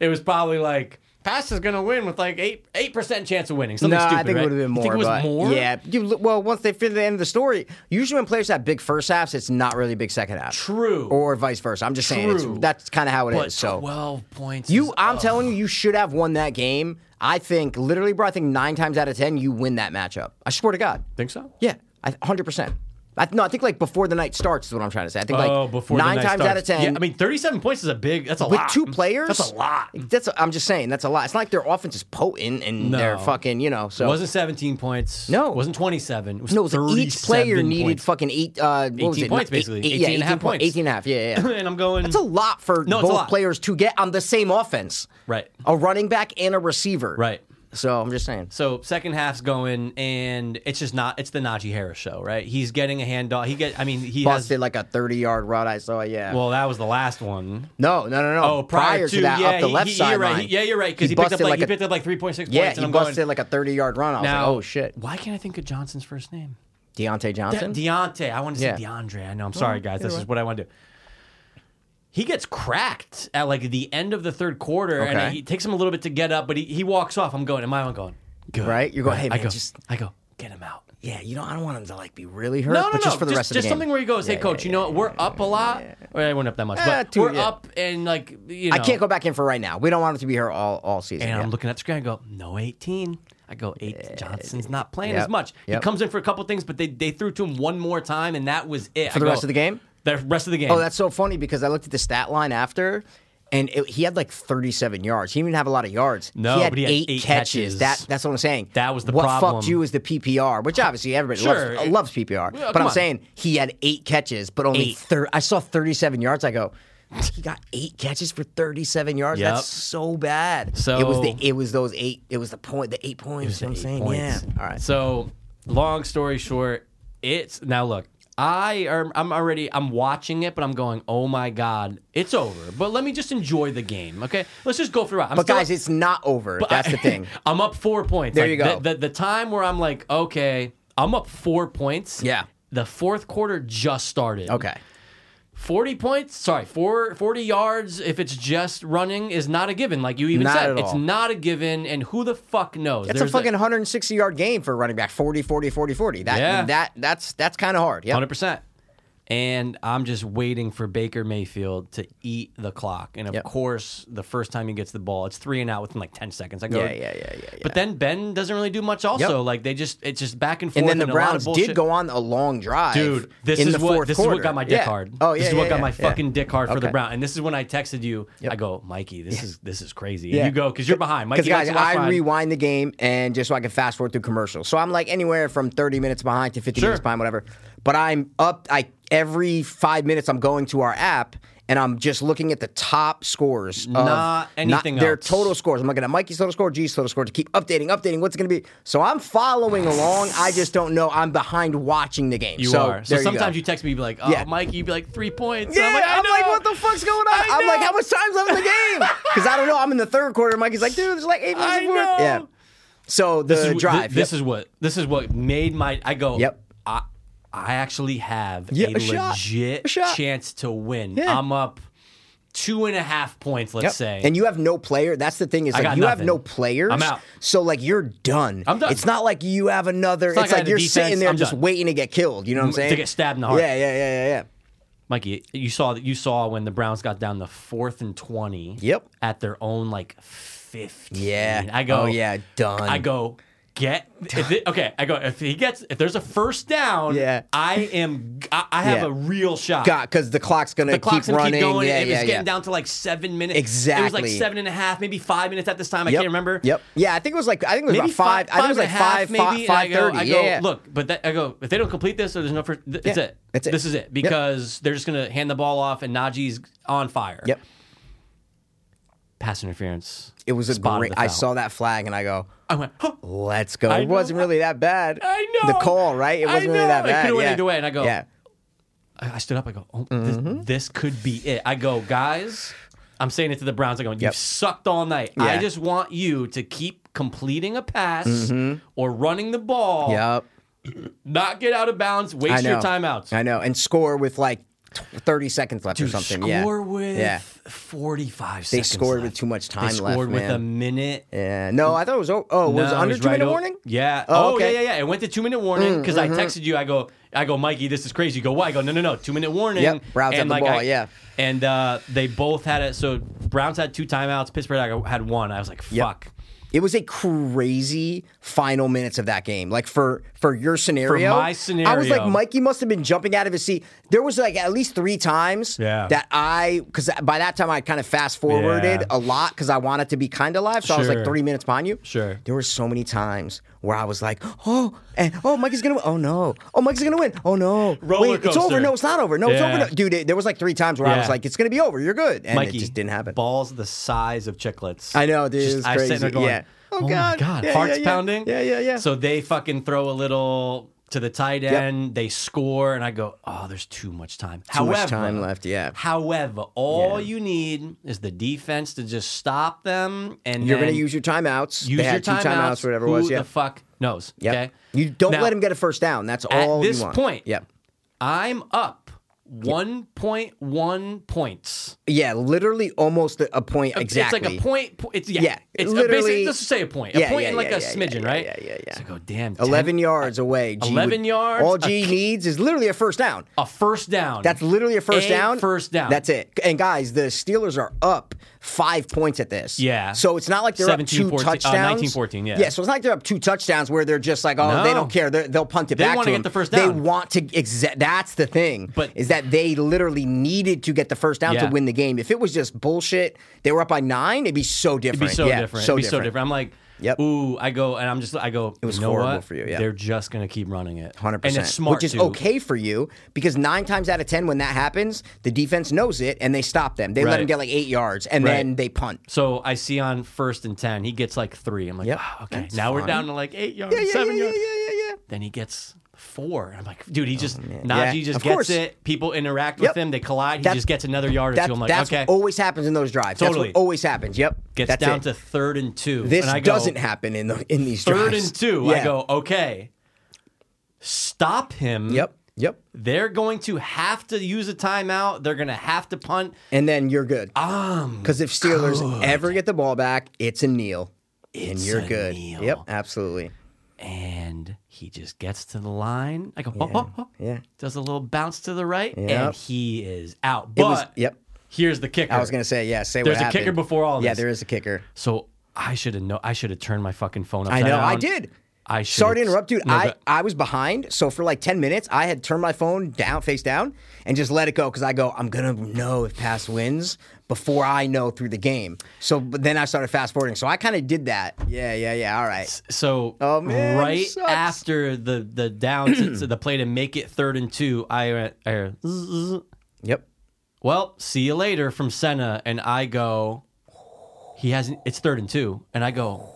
it was probably like pass is gonna win with like eight eight percent chance of winning. Something
no,
stupid,
I think
right?
it would have been more.
You think it was
but-
more.
Yeah. You, look- well, once they figure the end of the story, usually when players have big first halves, it's not really big second half.
True.
Or vice versa. I'm just saying it's,
True.
that's kind of how it is.
but
So
twelve points.
you,
is-
I'm
oh.
telling you, you should have won that game. I think literally, bro. I think nine times out of ten, you win that matchup. I swear to God.
think so.
Yeah, hundred percent. I, no, I think like before the night starts is what I'm trying to say. I think like
oh, before the
nine
night
times out of
starts.
ten.
Yeah, I mean, thirty-seven points is a big. That's a
with
lot.
two players,
That's a lot.
That's I'm just saying that's a lot. It's not like their offense is potent and
No.
they're fucking you know. So
It wasn't seventeen points.
No.
It wasn't twenty-seven. It was
no, it was like each
37
player needed
points.
fucking eight. Uh, what was
18
it?
points,
Eight-
basically.
eight-
18
yeah,
and a half points.
Eighteen and a half. Yeah,
(laughs)
yeah. yeah.
and I'm going.
That's a lot for
No, it's a
both
lot.
players to get on the same offense.
Right.
A running back and a receiver.
Right.
So I'm just saying.
So second half's going, and it's just not. It's the Najee Harris show, right? He's getting a handoff. He get. I mean, he
Busted
has.
like a 30 yard run. I saw. Yeah.
Well, that was the last one.
no, no, no, no.
Oh, prior,
to, that,
yeah,
up the
he-
left
he-
side
You're right.
line.
He- yeah, you're right. Because he, picked up
busted
like, he
a-
picked up like three point six
Yeah,
points.
he
and I'm
busted
going,
like a 30 yard run. I was
now,
like, oh shit.
Why can't I think of Johnson's first name?
Deontay
De-
Johnson?
Deontay. I want to say
Yeah. Mm-hmm.
DeAndre. I know. I'm sorry, guys. This is what I want to do. He gets cracked at like the end of the third quarter, and
Okay.
it, it takes him a little bit to get up, but he, he walks off. I'm going, and my one going, good.
Right? You're going, hey,
I
man,
go,
just-
I go, get him out.
yeah, you know, I don't want him to like be really hurt,
No, no,
but just
no.
for the
just,
rest of
just
the game.
something where he goes, "Hey, coach, you know what? We're up a lot. Well, they weren't up that much,
Eh,
but
two,
we're
yeah.
up and like you know."
I can't go back in for right now. We don't want him to be hurt all, all season.
And
yeah. Eh,
I'm looking at the screen. I go, "No, 18." I go, eight, Johnson's not playing
Yep.
as much. He
Yep.
comes in for a couple things, but they, they threw to him one more time, and that was it.
For the rest of the game?
The rest of the game.
Oh, that's so funny because I looked at the stat line after, and it, he had like 37 yards. He didn't even have a lot of yards.
No,
he had,
but he had
eight,
eight
catches.
catches.
That that's what I'm saying.
That was the
what
problem.
fucked you is the PPR, which obviously everybody
Sure.
loves, loves PPR. but
come
I'm
on.
saying he had eight catches, but only
Eight.
thir- I saw 37 yards. I go. He got eight catches for 37 yards.
Yep.
That's so bad.
So-
it was the it was those eight. It was the point. The eight points. you know what I'm
eight
saying.
points.
Yeah. All right.
So, long story short, it's now look. I am I'm already I'm watching it, but I'm going, oh my god, it's over. But let me just enjoy the game, okay? Let's just go for a ride. I'm
but
still-
guys, it's not over. That's the
(laughs)
thing.
I'm up four points.
There
Like,
you go.
The, the, the time where I'm like, okay, I'm up four points.
Yeah.
The fourth quarter just started.
Okay.
40 points, sorry, four, 40 yards if it's just running is not a given. Like you even
Not
said,
at
it's
all.
not a given, and who the fuck knows?
It's
There's
a fucking 160 yard game for a running back 40 40 40 40. That
Yeah.
that that's that's kind of hard. Yeah.
Hundred percent. And I'm just waiting for Baker Mayfield to eat the clock. And of
Yep.
course, the first time he gets the ball, it's three and out within like ten seconds. I go,
Yeah, yeah, yeah, yeah,
But then Ben doesn't really do much. Also, like they just it's just back and forth.
And then the
a lot
Browns
of
did
bullshit.
go on a long drive.
Dude, this
in
is
the
what
fourth
this is
quarter.
what got my dick
Yeah.
hard.
Oh yeah.
this is
yeah,
what got
yeah,
my
yeah.
fucking dick hard for the
Okay.
Brown. And this is when I texted you. I go, Mikey, this is this is crazy. And
Yeah.
you go because you're behind. Mikey,
Because guys,
likes to watch
I
mine.
rewind the game and just so I can fast forward through commercials. So I'm like anywhere from 30 minutes behind to 50
Sure.
minutes behind, whatever. But I'm up. I every five minutes I'm going to our app and I'm just looking at the top scores. Of
Not anything
Their
else.
total scores. I'm looking at Mikey's total score, G's total score to keep updating, updating. What's it going to be? So I'm following along. I just don't know. I'm behind watching the game.
You
so
are. So
there
sometimes
go.
you, text me, you'd be like, oh,
Yeah.
Mike, you'd be like, three points.
Yeah,
I'm like, I know.
what the fuck's going on?
I
I'm like,
know.
how much time's left in the
(laughs)
game? Because I don't know. I'm in the third quarter. Mikey's like, dude, there's like eight minutes
I
of work.
know.
Yeah. So the
This is, wh-
drive.
thi- this
Uh, yep.
is what this is what made my I go.
Yep.
I I actually have
Yeah,
a,
a shot.
legit
A shot.
chance to win.
Yeah.
I'm up two and a half points. Let's
Yep.
say.
And you have no player. That's the thing is like
got
you have
nothing.
no players.
I'm out.
So like you're done.
I'm done.
It's not like you have another. It's,
not like I
like
had a
you're
defense.
sitting there
I'm
just
done.
waiting to get killed. You know what I'm
To
saying?
get stabbed in the heart.
Yeah, yeah, yeah, yeah, yeah.
Mikey, you saw that you saw when the Browns got down the fourth and twenty.
Yep.
At their own like fifteen.
Yeah.
I go.
Oh yeah, done.
I go. Get if it, okay. I go if he gets if there's a first down.
Yeah.
I am. I, I have
Yeah.
a real shot.
got because the clock's gonna
The clock's
keep
gonna
running.
keep going.
Yeah,
it was
yeah,
getting
yeah.
down to like seven minutes. It was like
Exactly.
seven and a half, maybe five minutes at this time. I
Yep.
can't remember.
Yep. Yeah, I think it was like I think it was
Maybe
about five. I think it was like
and a half,
five,
maybe.
five,
and
five
I go,
thirty.
I
yeah,
go,
yeah.
Look, but that, I go if they don't complete this, or there's no first. Th- it's
Yeah,
it.
that's it.
This is it because they're just gonna hand the ball off and Najee's on fire.
Yep.
Pass interference.
It was a
Spotted
great.
the
I
foul.
saw that flag and I go,
I went. Huh.
"Let's go."
I
it wasn't
know.
really that bad.
I know.
the call, right? It
I
wasn't really that
know. It
bad.
could've went
yeah.
either way, and I go,
"Yeah,
I I stood up. I go, oh, this,
Mm-hmm.
this could be it. I go, guys, I'm saying it to the Browns. I go, you've
Yep.
sucked all night. I
Yeah.
just want you to keep completing a pass
Mm-hmm.
or running the ball,
yep."
not get out of bounds,
I
waste
know.
"Oh, your timeouts.
I know, and score with like tw- thirty seconds left or
Dude,
something. yeah.
score with
yeah.
45
They
seconds.
scored with
left.
too much time
They
left,
scored with
man.
a minute.
yeah. No, I thought it was. o- Oh, was it
No,
under two
right
minute
o-
warning?
Yeah.
Oh,
Oh,
okay. Mm, mm-hmm.
yeah, yeah, yeah. It went to two minute warning because I texted you. I go, I go, Mikey, this is crazy. You go, why? I go, no, no, no, two minute warning.
Yep. Browns
And,
had the ball,
I-
yeah.
And uh, they both had it. So Browns had two timeouts. Pittsburgh I go- had one. I was like, fuck.
It was a crazy final minutes of that game. Like for for your scenario,
my
I was like
scenario.
Mikey must have been jumping out of his seat. There was like at least three times
Yeah.
that I because by that time I kind of fast forwarded
Yeah.
a lot because I wanted to be kind of live. So I was like
Sure.
three minutes behind you.
Sure.
There were so many times where I was like, oh, and oh, Mikey's gonna win. Oh no. Oh, Mikey's gonna win. Oh no.
Roller
Wait, it's over.
coaster.
No, it's not over. No, it's
Yeah.
over. No. Dude, it, there was like three times where I was
Yeah.
like, it's gonna be over. You're good, and
Mikey
it just didn't happen.
Balls the size of chicklets.
I know, dude.
Just-
it was
I
crazy.
was sitting there going,
yeah.
oh, my god, hearts pounding.
Yeah, yeah, yeah.
So they fucking throw a little to the tight end. They score, and I go, oh, there's too much time.
Too
however,
much time left. Yeah.
However, all
Yeah.
you need is the defense to just stop them, and
You're
then
gonna use your timeouts.
use
they
your
had two timeouts, whatever it was.
Who
Yeah.
the fuck knows?
Yep.
Okay,
You don't
Now,
let him get a first down. That's
at
all
this
you want.
point.
Yep.
I'm up one point one points.
Yeah, literally almost a a point exactly.
It's like a point. po- It's yeah.
Yeah,
It's a-
literally-
basically just to say a point. A
Yeah,
point
yeah,
in like
yeah,
a
yeah,
smidgen,
yeah,
right?
yeah, yeah, yeah.
So I go damn. 10
Eleven yards away. G
11 yards,
All
a
G needs is literally a first down.
A first down.
That's literally a first
A
down.
First down.
That's it. And guys, the Steelers are up five points at this.
Yeah.
So it's not like they're up
17,
two
14, uh,
touchdowns.
19, 14, yeah.
Yeah. So it's not like they're up two touchdowns where they're just like, oh,
No.
they don't care. They're, they'll punt it
They
back.
wanna
to
get
them.
the first
They
down.
want to. Exa- that's the thing.
But-
is that they literally needed to get the first down
Yeah.
to win the game. If it was just bullshit, they were up by nine. It'd be so different.
It'd be so
yeah,
different.
So
It'd be
different.
so different. I'm like,
Yep.
ooh, I go and I'm just I go. It
was
you know
horrible
what?
for you, yeah.
They're just gonna keep running it.
Hundred
And
percent,
it's smart,
which is
too.
okay for you because nine times out of ten, when that happens, the defense knows it and they stop them. They let
Right.
them get like eight yards and then
Right.
they punt.
So I see on first and ten, he gets like three. I'm like,
Yep.
"Ah, okay,
That's
now we're
fine.
down to like eight yards,
yeah,
seven
yeah,
yards.
yeah, yeah, yeah, yeah.
Then he gets four. I'm like, dude, he just Najee
Yeah,
just
of
gets
course.
it. People interact
Yep.
with him, they collide. He
That's-
just gets another yard or
That-
two. I'm like,
that's
okay,
what always happens in those drives.
Totally.
That's what always happens. Yep.
gets
that's
down
it.
to third and two.
This
and I go,
doesn't happen in the, in these
Third
drives.
and two.
Yeah.
I go, okay, stop him.
Yep. Yep.
They're going to have to use a timeout. They're going to have to punt.
And then you're good.
Um,
Because if Steelers ever get the ball back, it's a kneel. and
It's
you're
a
good.
kneel.
Yep. Absolutely.
and he just gets to the line. I go, oh,
Yeah.
oh, oh.
Yeah.
does a little bounce to the right,
Yep.
and he is out. But
It was- yep.
here's the kicker.
I was gonna say, yeah, say
There's
what
a
happened.
kicker before all
Yeah,
this.
there is a kicker.
So I should have know. I should have turned my fucking phone upside
I know,
down.
I did.
I should.
Sorry to interrupt, dude.
No,
I,
but-
I was behind, so for like ten minutes, I had turned my phone down, face down, and just let it go because I go, I'm gonna know if pass wins before I know through the game. So but then I started fast forwarding. So I kind of did that. Yeah, yeah, yeah. All right.
So
Oh, man,
right
sucks.
after the the down to, to the play to make it third and two, I went, I went,
Yep.
well, see you later from Senna, and I go. He hasn't. It's third and two, and I go.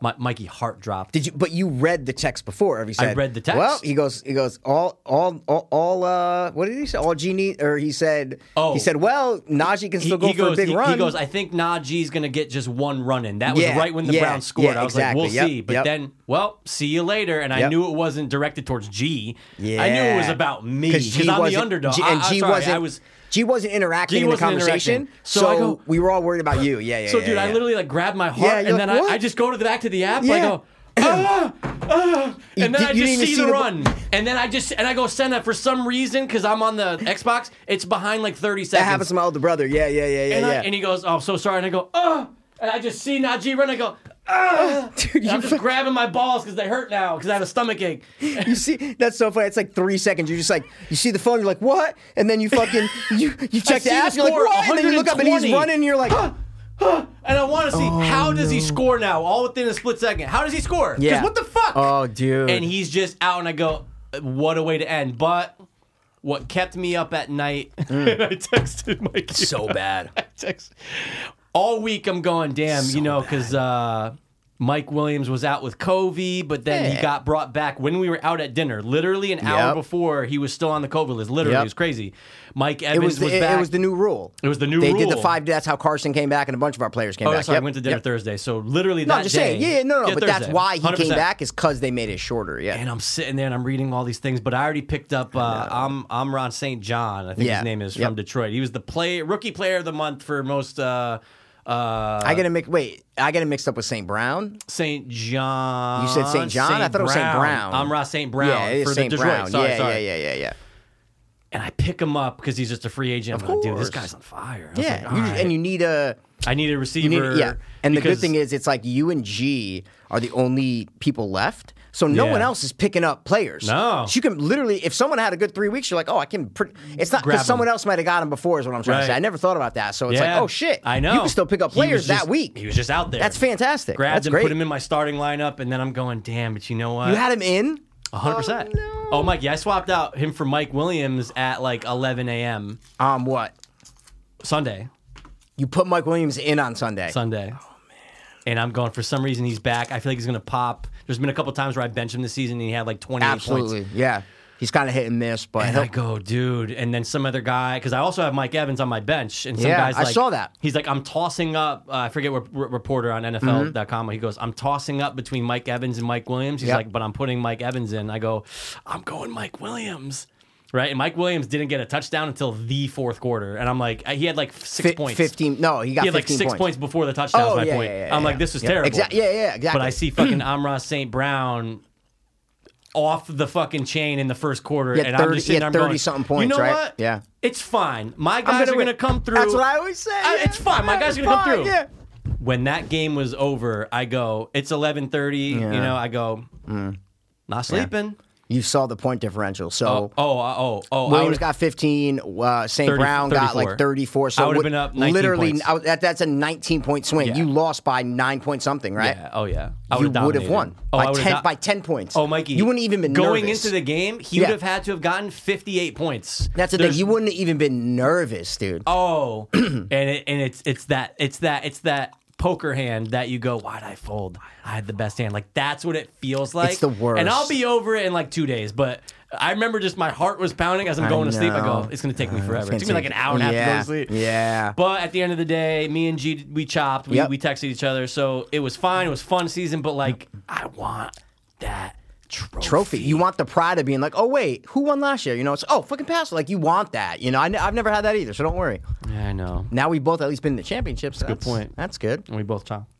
My, Mikey heart dropped.
Did you? But you read the text before. Every said,
read the text.
Well, he goes, he goes, all, all, all, all uh, what did he say? All genie, or he said,
Oh.
he said, well, Najee can
he,
still go
he
for
goes,
a big
he,
run.
he goes, I think Najee's going to get just one run in. That was
Yeah,
right when the
yeah,
Browns scored.
yeah,
I was
exactly.
like, we'll
Yep,
see. But
yep.
then, well, see you later. And I
Yep.
knew it wasn't directed towards G. I knew it
Yeah.
was about me
'Cause G
because I'm the
wasn't-
underdog.
G-
I-
and
I'm
G
sorry,
wasn't.
I was.
G wasn't interacting
G
in the
wasn't
conversation.
interacting. So I go-
we were all worried about you. Yeah, yeah.
So,
yeah,
dude, I
yeah.
literally like grabbed my
Yeah,
heart
you're
and then
like, what?
I, I just go to the back to the app. and I
Yeah. (clears throat)
go, ah, ah, and then
did-
I
you didn't
just
even
see,
see
the,
the-
run. And then I just and I go send that for some reason because I'm on the Xbox. It's behind like 30 seconds.
That happens to my older brother. Yeah, yeah, yeah, yeah,
and, I-
yeah. (laughs)
and he goes, "Oh, I'm so sorry." And I go, "Oh!" And I just see Najee run. I go, "Ah!"
Dude,
And I'm
you
just grabbing my balls because they hurt now because I have a stomach ache.
You see, that's so funny. It's like three seconds. You're just like, you see the phone, you're like, what? And then you fucking, (laughs) you, you check
see
the
the
app, you're like,
score,
what? And then you look up and he's
120.
running, and you're like,
(gasps) And I want to see
Oh,
how does he score now, all within a split second. How does he score? 'Cause
Yeah.
what the fuck?
oh, dude.
and he's just out, and I go, "What a way to end!" But what kept me up at night? (laughs) and I texted Mikey.
so bad.
I text all week. I'm going, damn, you know, because uh, Mike Williams was out with Covey, but then
Yeah.
he got brought back when we were out at dinner. Literally an hour
Yep.
before, he was still on the COVID list. Literally,
Yep.
it was crazy.
(laughs)
Mike
It
Evans
was,
was,
the, it,
back.
it was the new rule.
It was the new
they
rule.
did the five. That's how Carson came back, and a bunch of our players came
Oh,
back.
sorry,
Yep,
I went to dinner
yep.
Thursday, so literally
No,
that
I'm just
day-
saying. Yeah, yeah, no, no.
Yeah,
but that's
Thursday,
why he
100%.
came back is because they made it shorter. Yeah.
And I'm sitting there and I'm reading all these things, but I already picked up. Uh, I'm I'm Ron St. John. I think
Yeah.
his name is
Yep.
from Detroit. He was the play rookie player of the month for most. Uh, uh,
I get to mix. Wait, I get it mixed up with St. Brown.
St. John.
You said St. John. I thought it was St. Brown.
I'm Ross St. Brown
yeah, it
for
is St.
the Detroit.
Brown.
Sorry,
yeah,
sorry.
yeah, yeah, yeah, yeah.
And I pick him up because he's just a free agent. I'm like, dude, this
course.
guy's on fire. I was
Yeah,
like,
you
all
just-
right.
and you need a.
I need a receiver.
You need, yeah. And the good
because-
thing is, it's like you and G are the only people left. So no
Yeah.
one else is picking up players.
No.
So you can literally, if someone had a good three weeks, you're like, oh, I can. Pre-. It's not
Grab
because
'em.
someone else might have got him before, is what I'm trying to say.
Right.
I never thought about that. So it's
Yeah.
like, oh shit,
I know.
you can still pick up
He was
players
just-
that week.
He was just out there.
That's fantastic.
Grabbed
That's
him,
great.
put him in my starting lineup, and then I'm going, damn, but you know what?
you had him in.
100%.
Oh,
Oh, Mike, yeah, I swapped out him for Mike Williams at like 11 a.m.
Um, what?
Sunday.
You put Mike Williams in on Sunday.
Sunday.
Oh,
And I'm going. For some reason, he's back. I feel like he's gonna pop. There's been a couple times where I bench him this season, and he had like 28 points.
Absolutely. Yeah. He's kind of hit and miss, but
And
he'll-
I go, dude. And then some other guy, because I also have Mike Evans on my bench, and some
Yeah,
guys.
I
Like,
saw that.
He's like, I'm tossing up. Uh, I forget what r- reporter on
Mm-hmm.
NFL.com. He goes, I'm tossing up between Mike Evans and Mike Williams. He's
Yep.
like, but I'm putting Mike Evans in. I go, I'm going Mike Williams. Right, and Mike Williams didn't get a touchdown until the fourth quarter, and I'm like, he had like six
fi-
points.
15. No, he got
He had like
15
six points. before the touchdown. is
Oh,
my
yeah,
point.
yeah, yeah,
I'm
yeah.
like, this is
Yeah.
terrible.
Exact- yeah, yeah, exactly.
But I see fucking (clears throat) Amra St. Brown off the fucking chain in the first quarter,
He had
and
30
I'm just
he
sitting
had
there, I'm
30
going,
something
You
points,
know
right?
what?
Yeah.
it's fine. My guys are
win.
gonna come through.
That's what I always say.
Uh,
yeah.
It's fine. My
Yeah,
guys are
it's
gonna come
fine,
through.
Yeah.
When that game was over, I go, it's 11:30. You know, I go,
Mm.
not sleeping.
You saw the point differential. So
Oh, oh, oh, oh. I
Williams
would've-
got 15. Uh, St.
30
Brown got
34.
like 34. So
I would've
would-
been up 19
literally,
points.
I was- that, that's a 19 point swing.
Yeah.
You lost by nine point something, right?
Yeah. Oh yeah. I
You
would've
would have
dominated.
won
Oh, I
by
would've
ten
do-
by ten points.
Oh, Mikey,
you wouldn't even been
going
nervous.
into the game. He
Yeah.
would have had to have gotten 58 points.
That's the thing. You wouldn't have even been nervous, dude. (clears throat)
Oh, and it, and it's it's that it's that it's that poker hand that you go, why'd I fold? I had the best hand. Like that's what it feels like.
the worst.
And I'll be over it in like two days. But I remember just my heart was pounding as I'm going to sleep. I
know. Uh,
go, it's gonna take me forever. It
It's
took me like an hour and a half to go to sleep.
Yeah.
But at the end of the day, me and G we chopped. We
Yep.
we texted each other, so it was fine. It was fun season, but like I want that trophy.
trophy. You want the pride of being like, oh wait, who won last year? You know, it's oh fucking pass. Like you want that. You know, I n- I've never had that either, so don't worry.
Yeah, I know.
Now we've both at least been in the championships. That's,
point.
That's good.
We both chopped.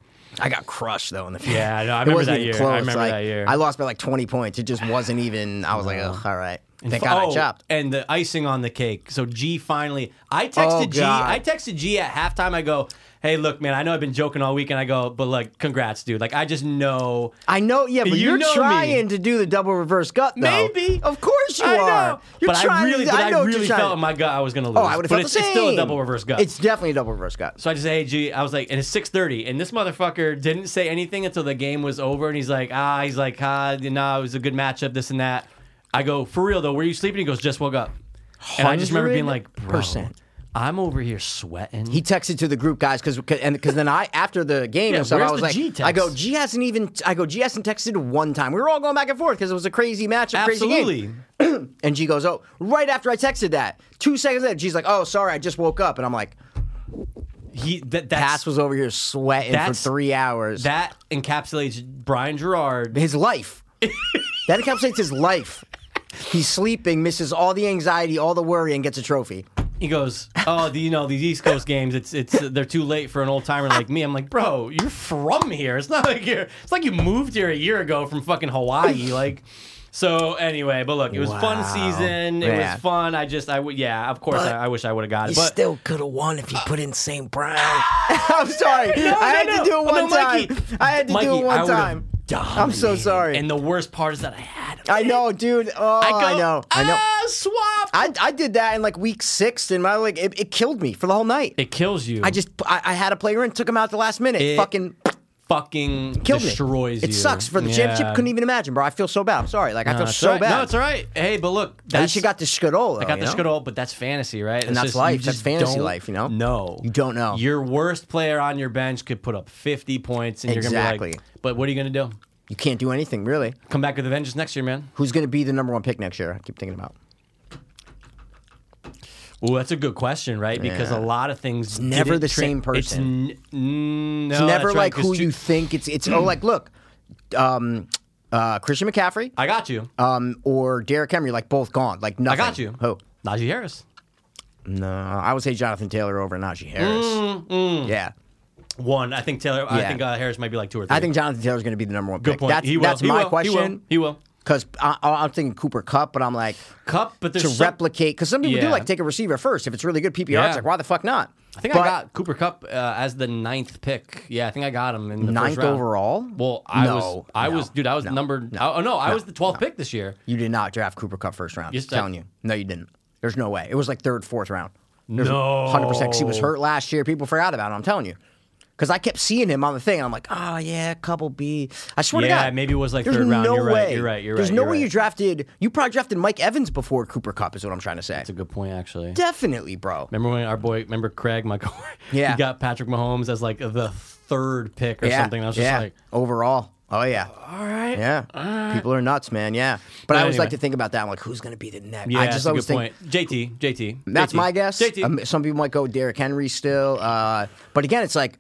I got crushed though in (laughs) the
Yeah, I know. I
it
remember
wasn't
that
even
year. I
close.
remember
like,
that year.
I lost by like twenty points. It just wasn't even. I was like, ugh, all right. Thank God
oh.
I chopped.
And the icing on the cake. So G finally, I
Oh,
texted G.
God.
I texted G at halftime. I go, "Hey, look, man. I know I've been joking all weekend. I go, but like, congrats, dude. Like, I just know
I know, yeah, but
You
you are
know me.
trying to do the double reverse gut, though.
Maybe.
of course you
I
are.
Know.
You're
but
trying
I really,
to,
but
I know
I
what
really
you're trying
felt
to-
in my gut I was gonna lose.
Oh, I would have
but
felt
it's,
the same.
it's still a double reverse gut.
It's definitely a double reverse gut.
so I just hey G, I was like, and it's six thirty, and this motherfucker didn't say anything until the game was over, and he's like, ah, he's like, ah, you know, it was a good matchup, this and that. I go, for real though, were you sleeping? He goes, just woke up, and I just remember being like, bro,
100%.
I'm over here sweating.
He texted to the group guys because and because then I after the game
Yeah,
and stuff
where's
I was
the
like
G text?
I go G hasn't even I go G hasn't texted one time. We were all going back and forth because it was a crazy match, crazy
Absolutely.
game. And G goes, oh, right after I texted that, two seconds later, G's like, oh, sorry, I just woke up, and I'm like,
He that that's,
Pass was over here sweating for
That's-
three hours.
that encapsulates Brian Gerard.
his life. that encapsulates his life. He's sleeping, misses all the anxiety, all the worry, and gets a trophy.
He goes, oh, the, you know these East Coast games. It's it's they're too late for an old timer like me. I'm like, bro, you're from here. It's not like you're. It's like you moved here a year ago from fucking Hawaii. Like, so anyway, but look, it was fun
Wow.
season. It
Yeah.
was fun. I just I would yeah, of course I, I wish I would have got it. But
still could have won if you put in St. Brown. (laughs) I'm sorry.
(laughs) No,
I had
no, no.
to do it
No,
one time.
Mikey.
I had to
Mikey,
do it one
I would've
time. I'm so
dominated.
sorry.
And the worst part is that I had.
I know,
(laughs)
dude. Oh, I,
go,
know. I know.
Ah, swap.
I, I did that in like week six, and my like it, it killed me for the whole night.
it kills you.
I just I, I had a player in, took him out at the last minute.
It
Fucking
fucking
killed
destroys
me.
you.
It sucks for the championship.
Yeah.
Couldn't even imagine, bro. I feel so bad. I'm sorry. Like I
No,
feel
Uh, it's
so
all right.
bad.
No, it's all right. Hey, but look,
At
that's
least you got the Scudolo.
I got the Scudol, but that's fantasy, right? And
that's life. That's fantasy life, you know?
No,
You don't know.
Your worst player on your bench could put up 50 points, and you're gonna be
Exactly.
like, "But what are you gonna do?
You can't do anything really.
Come back with a vengeance next year, man."
Who's going to be the number one pick next year? I keep thinking about.
Well, that's a good question, right? Because
Yeah.
a lot of things it's
never the same
It's,
person.
n- n- no,
It's never
Oh, that's right,
like
'cause
who
two-
you think it's. It's oh, like look, um, uh, Christian McCaffrey,
I got you.
um, or Derek Henry, like both gone, like
I
nothing.
got you.
Who?
Najee Harris.
No, I would say Jonathan Taylor over Najee Harris.
Mm,
Yeah,
One, I think Taylor. I
Yeah.
think uh, Harris might be like two or three.
I think Jonathan Taylor's going to be the number one
good
pick.
point.
That's,
he will.
that's
he
my
will. He will.
question.
He will.
Because I'm thinking Cooper Cup, but I'm like
Cup, but there's
to
some-
replicate. Because some people
Yeah.
do like take a receiver first if it's really good PPR.
Yeah.
It's like why the fuck not?
I think I
But-
got Cooper Cup uh, as the ninth pick. Yeah, I think I got him in the
Ninth
first round.
overall?
Well, I
No,
was, I
no,
was, dude, I was
no,
numbered. No, oh no, I was the twelfth pick this year.
You did not draft Cooper Cup first round.
Yes,
I'm telling
I-
you. No, you didn't. There's no way. It was like third, fourth round. There's
No.
100%. 'cause He was hurt last year. People forgot about him. I'm telling you. Because I kept seeing him on the thing. And I'm like, oh, yeah, couple B. I swear to
Yeah,
God.
maybe it was like
there's
third round.
No
You're
way.
right, you're right, you're
There's
right,
no
you're
way you
right.
drafted. You probably drafted Mike Evans before Cooper Cup, is what I'm trying to say.
That's a good point, actually.
Definitely, bro.
Remember when our boy, remember Craig, my coworker,
Yeah.
(laughs) he got Patrick Mahomes as like the third pick or
yeah.
something. I was just
yeah.
like,
Overall. Oh, yeah.
all right,
Yeah. People are nuts, man. Yeah. But, I
But
always like
anyway.
to think about that. I'm like, who's going to be the next?
yeah,
I
that's
just
a
always
good
think,
point. JT, JT,
That's
JT,
my guess.
JT,
Um, some people might go Derrick Henry still, uh, but again, it's like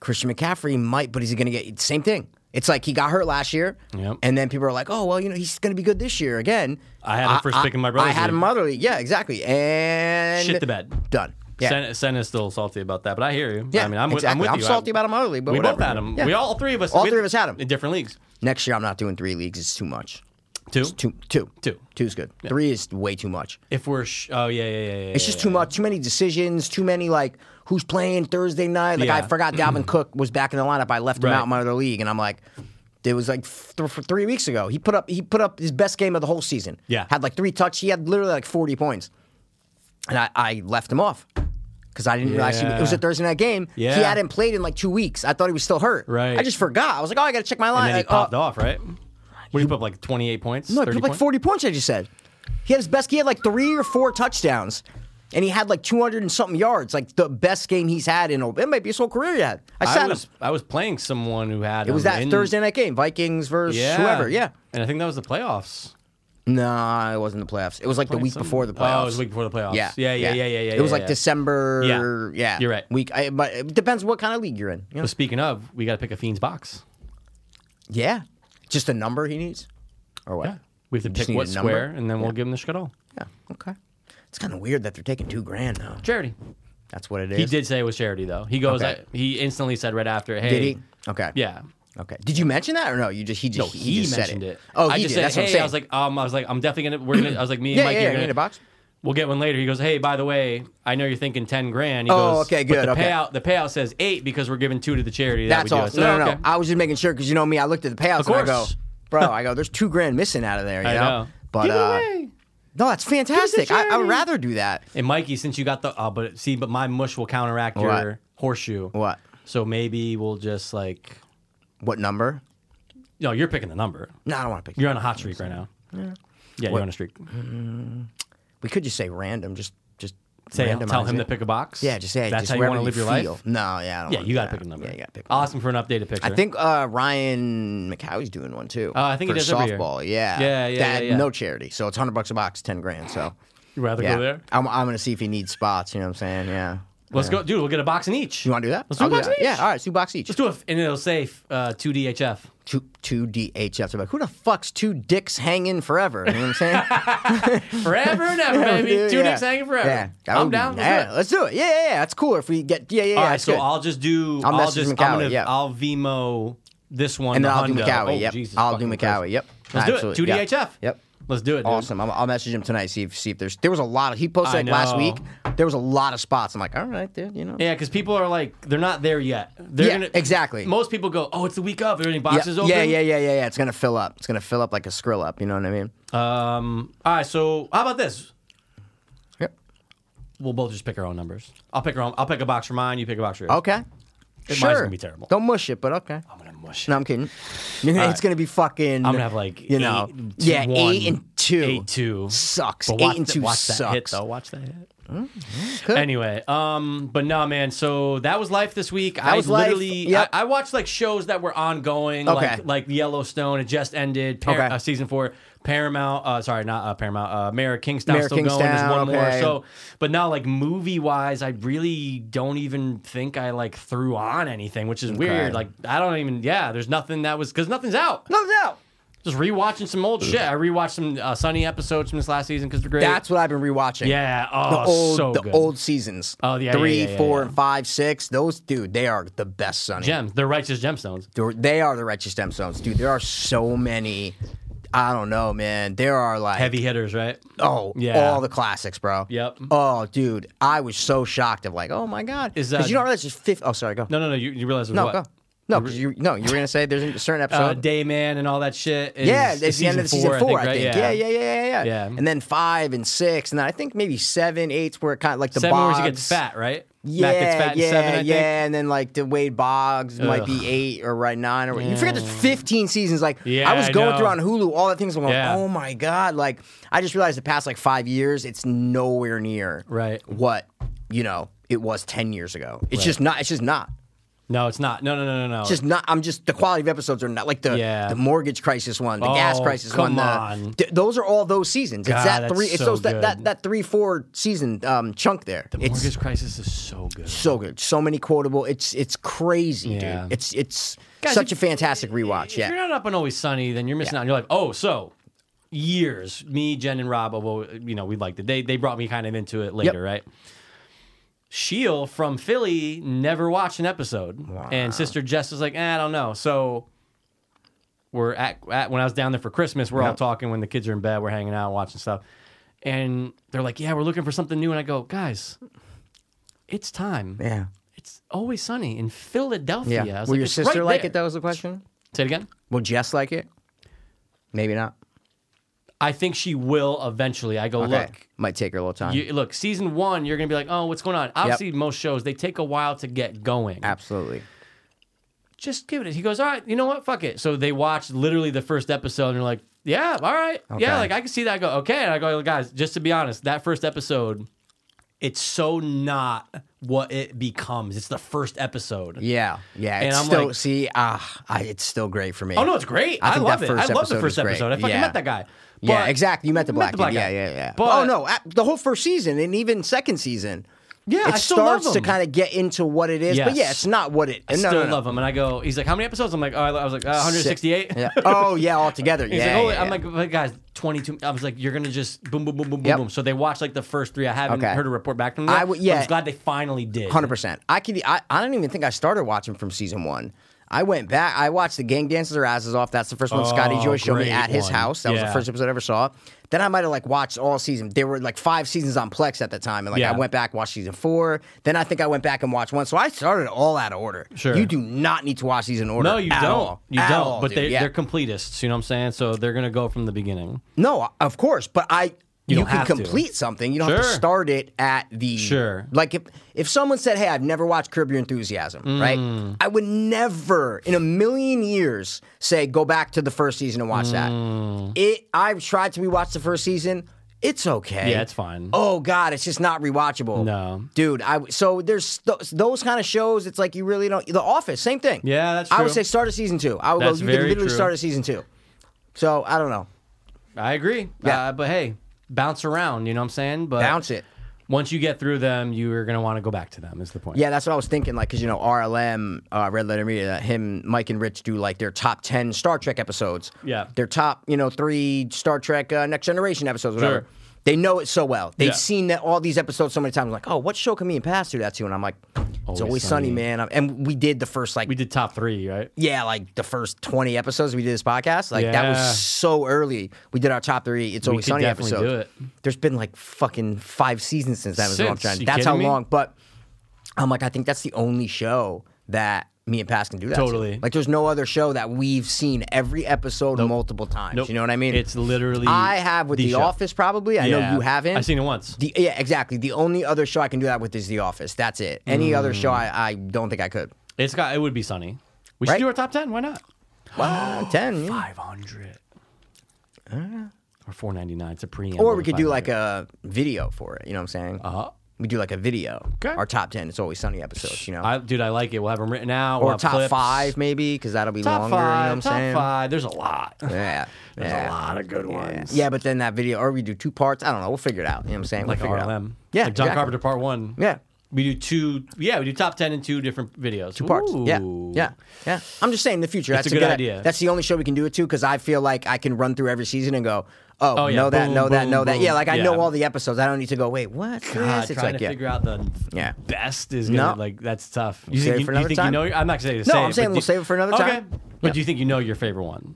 Christian McCaffrey might, but is he going to get same thing? It's like he got hurt last year,
Yep.
and then people are like, "Oh, well, you know, he's going to be good this year again."
I had him first pick in my
I
brother's
had him
league.
motherly, yeah, exactly, and
shit the bed.
done. Yeah,
Sen, Sen is still salty about that, but I hear you.
Yeah,
I mean, I'm, with-
exactly.
I'm with
I'm
you.
salty
I,
about him early, but
we
whatever.
both had him.
Yeah.
We all three of us.
All
we-
three of us had him.
in different leagues.
Next year, I'm not doing three leagues. It's too much.
Two,
Two, two,
Two.
two's good. Three is way too much.
If we're sh- oh yeah yeah yeah, yeah
It's just too much, too many decisions, too many like who's playing Thursday night. Like I
Yeah.
forgot Dalvin Cook was back in the lineup. I left him
Right.
out in my other league, and I'm like, it was like th- for three weeks ago. He put up he put up his best game of the whole season.
Yeah.
had like three touched. He had literally like 40 points, and I, I left him off. Because I didn't realize he, it was a
Yeah.
Thursday night game.
Yeah.
He hadn't played in like two weeks. I thought he was still hurt.
Right.
I just forgot. I was like, oh, I got to check my line.
And then
Like,
he popped
oh.
off, right? What do you put up, like 28 points?
No, he
30
put up like
points?
40 points, I just said. He had his best, he had like three or four touchdowns, and he had like 200 and something yards, like the best game he's had in, a- it might be his whole career he had. I
I
sat
was,
him.
I was playing someone who had
It was that Thursday night game, Vikings versus whoever, yeah.
And I think that was the playoffs.
No, it wasn't the playoffs. It was like the week
some-
before the
Oh, it
playoffs.
was the week before the playoffs.
Yeah,
Yeah, yeah, yeah, yeah, yeah,
It was
yeah,
like
yeah.
December. Yeah,
Yeah. You're right.
Week, I, but it depends what kind of league you're in. you know?
But speaking of, we got to pick a Fiend's box.
Yeah, just a number he needs, or what?
Yeah. We have to
just
pick
need
what
a number?
square, and then we'll give him the Scudol.
Yeah, okay. It's kind of weird that they're taking two grand though.
Charity.
That's what it is.
He did say it was charity, though. He goes,
Okay.
I- he instantly said right after, hey.
Did he? Okay.
Yeah.
Okay. Did you mention that or no? You just he just
No,
he,
he,
just
mentioned
said
it.
it. Oh,
I
he did.
just said,
That's
"Hey,"
what I'm saying.
I was like, um, I was like, I'm definitely gonna. We're gonna. I was like, me and
yeah,
Mike,
yeah,
are
yeah. You
gonna
need a box.
We'll get one later. He goes, "Hey, by the way, I know you're thinking ten grand." He
Oh,
goes,
okay,
"But
good,
The
okay.
payout, the payout says eight because we're giving two to the charity. that
That's
we do
all.
it." So,
No, no, no.
okay.
I was just making sure because you know me. I looked at the payouts and I go,
course.
bro. I go, there's two grand missing out of there. You
(laughs) I know.
But
Give it
uh,
away.
no, that's fantastic. I, I
charity.
would rather do that.
And Mikey, since you got the, oh, but see, but my mush will counteract
What?
your horseshoe.
What?
So maybe we'll just like,
What number?
no, you're picking the number.
No, I don't want to pick.
You're on a hot streak right now. Yeah, you're on a streak.
We could just say random. Just just
Say, uh,
randomize
tell him
it.
to pick a box.
Yeah, just say
that's
just
how you
wherever
want to live your
feel.
life.
No, yeah, I don't wanna
Yeah, you
do
got to
that.
pick a number.
Yeah, you got to pick. one.
Awesome for an updated picture.
I think uh, Ryan McHowie's doing one too.
Uh, I think he
for
does every year.
softball. Yeah,
Yeah, yeah,
That-
yeah, yeah.
No charity, so it's hundred bucks a box, ten grand. So
You'd rather
yeah,
go there.
I'm, I'm gonna see if he needs spots. You know what I'm saying? Yeah.
Let's go, dude. We'll get a box in each.
You want to do that?
Let's do
I'll
a box
that.
in each.
Yeah, all right, two box each.
Let's do it, and it'll say uh, two DHF.
(laughs) two two DHFs. I'm like, who the fuck's two dicks hanging forever? You know what I'm
(laughs)
saying?
forever and ever, baby.
Dude,
Two
yeah.
dicks hanging forever.
Yeah, that
I'm
would be-
down. Let's do
yeah,
it.
Let's do it. Yeah, yeah, yeah. That's cooler if we get. Yeah, yeah, yeah.
All right,
that's
so
good.
I'll just do.
I'll
I'll,
message
just.
Makawi,
I'm gonna.
yeah.
I'll Vimo this one.
and
the
then I'll do
Honda.
McCowie.
Oh,
yep.
Jesus
I'll do
fucking Christ.
McCowie. Yep.
Let's do it.
Absolutely.
Two
yeah.
DHF.
Yep.
Let's do it. Dude.
Awesome. I'll, I'll message him tonight. See if see if there's there was a lot of he posted
I
like last
know.
week. There was a lot of spots. I'm like, all right, dude. You know.
Yeah, because people are like, they're not there yet. They're
Yeah,
gonna,
exactly.
Most people go, "Oh, it's the week of." Are there any
Yeah,
boxes
yeah,
open?
yeah, yeah, yeah, yeah. It's gonna fill up. It's gonna fill up like a skrill up. You know what I mean?
yeah. Um. All right. So how about this?
Yep.
We'll both just pick our own numbers. I'll pick our own. I'll pick a box for mine. You pick a box for yours.
Okay.
It-
sure.
Mine's gonna be terrible.
Don't mush it, but okay.
I'm gonna mush.
No,
it.
I'm kidding. (laughs) it's gonna be fucking.
I'm gonna have like
you know,
eight,
yeah,
two,
eight
one,
and two,
eight two
sucks.
But watch
eight and
that-
two
watch
sucks. Mm-hmm.
That hit, though. Watch that hit.
Could.
Anyway, um, but no, man. So that was life this week. I
was life.
literally,
Yep.
I, I watched like shows that were ongoing,
Okay.
like like Yellowstone. It just ended. Par-
Okay.
uh, season four. Paramount. Uh, sorry, not uh, Paramount. Uh, Mayor of Kingstown
Mayor of
still going. There's
Kingstown,
one more.
okay.
So, but now like movie wise, I really don't even think I like threw on anything, which is weird. Like I don't even. Yeah, there's nothing that was because nothing's out.
No, no.
Just rewatching some old shit. I rewatched some uh, Sunny episodes from this last season because they're great.
That's what I've been rewatching.
yeah. Oh,
The old,
so
the
good.
old seasons.
Oh, yeah, yeah,
three,
yeah, yeah,
four,
yeah.
and five, six. Those dude, they are the best. Sonny.
gems. They're righteous gemstones.
They're- They are the righteous gemstones, dude. There are so many. I don't know, man. There are like
Heavy hitters, right?
Oh,
Yeah.
all the classics, bro.
Yep.
Oh, dude, I was so shocked of like, oh my god,
Is,
'Cause
uh,
you don't realize just fifty. Oh, sorry, go.
No, no, no. You, you realize it was
no,
what?
go. No, 'cause you no, you were gonna say there's a certain episode.
Uh, Dayman and all that shit. Is,
Yeah,
is
it's the end of the season four, I think. Yeah. yeah, yeah, yeah, yeah,
Yeah.
And then five and six, and then I think maybe seven, eight's where it kind of like the
Seven where
Boggs.
she gets fat, right?
Yeah,
Matt gets fat in
yeah,
seven, I think.
yeah, and then like the Wade Boggs might
Ugh.
be eight or right nine or you forget there's 15 seasons. Like
Yeah,
I was
I
going through
know.
on Hulu, all the things I'm going,
Yeah.
oh my god! Like I just realized the past like five years, it's nowhere near
Right.
what you know it was 10 years ago. It's just not. It's just not.
No, it's not. No, no, no, no, no.
It's just not. I'm just the quality of episodes are not like the
Yeah.
the mortgage crisis one, the gas
Oh,
crisis one.
come
The,
on.
th- those are all those seasons.
God,
it's that
that's
three. It's
so
those that, that
good.
that three four season um, chunk there. it's
Mortgage Crisis is so good.
so good. So many quotable. It's it's crazy,
Yeah.
dude. It's it's
Guys,
such
if-
a fantastic rewatch.
If
Yeah.
you're not up and always sunny, then you're missing out on your life. Oh, so years. Me, Jen, and Rob, although you know, we liked it. They they brought me kind of into it later, right? Sheil from Philly never watched an episode, and Sister Jess was like, eh, "I don't know." So we're at, at when I was down there for Christmas, we're all talking when the kids are in bed, we're hanging out, watching stuff, and they're like, "Yeah, we're looking for something new," and I go, "Guys, it's time."
yeah.
It's always sunny in Philadelphia.
Yeah.
I was
Will your
"It's
sister
right
like
there."
it? That was the question.
Say it again.
Will Jess like it? Maybe not.
I think she will eventually. I go
Okay.
look.
Might take her a little time.
You, look, season one, you're gonna be like, oh, what's going on? Obviously, most shows they take a while to get going.
Absolutely.
Just give it. a-" He goes, all right, you know what? Fuck it. So they watched literally the first episode, and they're like, yeah, all right, yeah,
Okay.
like I can see that. I go, okay, and I go, guys, just to be honest, that first episode, it's so not what it becomes. It's the first episode.
Yeah. Yeah.
And
It's
I'm
still
like-
see. Ah, I, it's still great for me.
Oh no, it's great. I,
think
love
that
it. I
first
love the
episode
first
is great.
episode. I fucking
Yeah.
met that guy.
Yeah,
But-
exactly. You met the black, kid.
guy.
Yeah, yeah, yeah.
But-
oh no, a- the whole first season and even second season.
Yeah,
it
I still love
starts to
him.
kind of get into what it is, but yeah,
Yes.
it's not what it.
I
no,
still
no, no.
love him. And I go, he's like, how many episodes? I'm like, oh, I was like, uh, 168.
Yeah. Oh yeah, altogether.
(laughs) He's
yeah,
like, oh,
yeah,
I'm
yeah.
like, but guys, 22. I was like, you're gonna just boom, boom, boom, boom, boom,
Yep.
boom. So they watched like the first three. I haven't
Okay.
heard a report back from them.
I would- yeah.
I'm glad they finally did.
Hundred percent. I could. I, I don't even think I started watching from season one. I went back. I watched the gang dances their asses off. That's the first one Scotty
Oh,
Joy showed me
great
at his
one.
house. That was
Yeah.
the first episode I ever saw. Then I might have like watched all season. There were like five seasons on Plex at the time, and like
Yeah.
I went back watched season four. Then I think I went back and watched one. So I started all out of order.
Sure.
you do not need to watch these in order.
No, you
at
don't.
all.
You
At
don't.
all,
but
dude.
they,
Yeah.
they're completists. You know what I'm saying? So they're gonna go from the beginning.
No, of course, but I
You
you,
don't
can
have to.
complete something. You don't have to
Sure.
start it at the
Sure.
Like if if someone said, "Hey, I've never watched Curb Your Enthusiasm,"
Mm.
right? I would never in a million years say, "Go back to the first season and watch
Mm.
that." It I've tried to rewatch the first season. It's okay.
Yeah, it's fine.
Oh God, it's just not rewatchable.
No.
dude. I so there's th- those kind of shows. It's like you really don't. The Office, same thing.
Yeah, that's
I would
true.
say start at season two. I would
That's
go. You can
very
literally
true.
start at season two. So I don't know.
I agree.
Yeah.
Uh, but hey, bounce around. You know what I'm saying? But
Bounce it.
Once you get through them, you are gonna want to go back to them. Is the point?
Yeah, that's what I was thinking. Like, because you know, RLM, uh, Red Letter Media, him, Mike, and Rich do like their top ten Star Trek episodes.
Yeah.
their top, you know, three Star Trek uh, Next Generation episodes, whatever.
Sure.
They know it so well. They've
Yeah.
seen that all these episodes so many times. like, oh, what show can me and Pass do that to? And I'm like, it's always,
Always
sunny,
Sunny.
man. And we did the first like
We did top three, right?
yeah, like the first 20 episodes we did this podcast, like that
Yeah.
was so early. We did our top three It's Always
could
Sunny
definitely
episode.
do it.
There's been like fucking five seasons since that was a long
Since,
time.
you
That's how
kidding me?
long. But I'm like, I think that's the only show that me and Pass can do that. to.
Totally.
Like, there's no other show that we've seen every episode multiple times.
Nope.
You know what I mean?
It's literally
I have with
the
The,
show.
Office probably. I
Yeah.
know you haven't.
I've seen it once.
The, yeah, exactly. The only other show I can do that with is The Office. That's it. Any other
Mm.
show, I, I don't think I could.
It's got. It would be sunny. We should
Right?
do our top ten. Why not?
Wow, Uh, ten. yeah.
Five hundred. Uh, Or four ninety nine. It's a preamble.
Or we could do like a video for it. You know what I'm saying?
Uh,
We do like a video.
Okay.
Our top ten. It's always sunny episodes. You know.
I, dude, I like it. We'll have them written out. we'll
or
have
top
clips.
five maybe because that'll be
Top
longer.
five.
you know what
top
I'm saying?
five. There's a lot.
Yeah.
There's
yeah.
a lot of good ones.
Yeah, but then that video, or we do two parts. I don't know. We'll figure it out. You know what I'm saying?
like
we'll figure it out.
RLM.
Yeah,
like John
exactly.
Carpenter Part One.
Yeah.
we do two. Yeah, we do top ten in two different videos. Two
Parts. Yeah. Yeah. Yeah. I'm just saying in the future.
That's
That's,
a good idea.
That's the only show we can do it to because I feel like I can run through every season and go, oh,
Oh, yeah.
know that,
Boom,
know that,
boom,
know that. Yeah,
boom.
like I
Yeah.
know all the episodes. I don't need to go, wait, what?
God,
Yes, it's
Ah, trying
like,
to
yeah.
figure out the
Yeah.
best is gonna
No.
like that's tough. You
We'll save
think
it
you,
for
you
another
think you
time.
know? your- I'm not saying to
No,
say
I'm
it,
saying
but
we'll
do-
save it for another
okay.
time.
But
Yeah.
do you think you know your favorite one?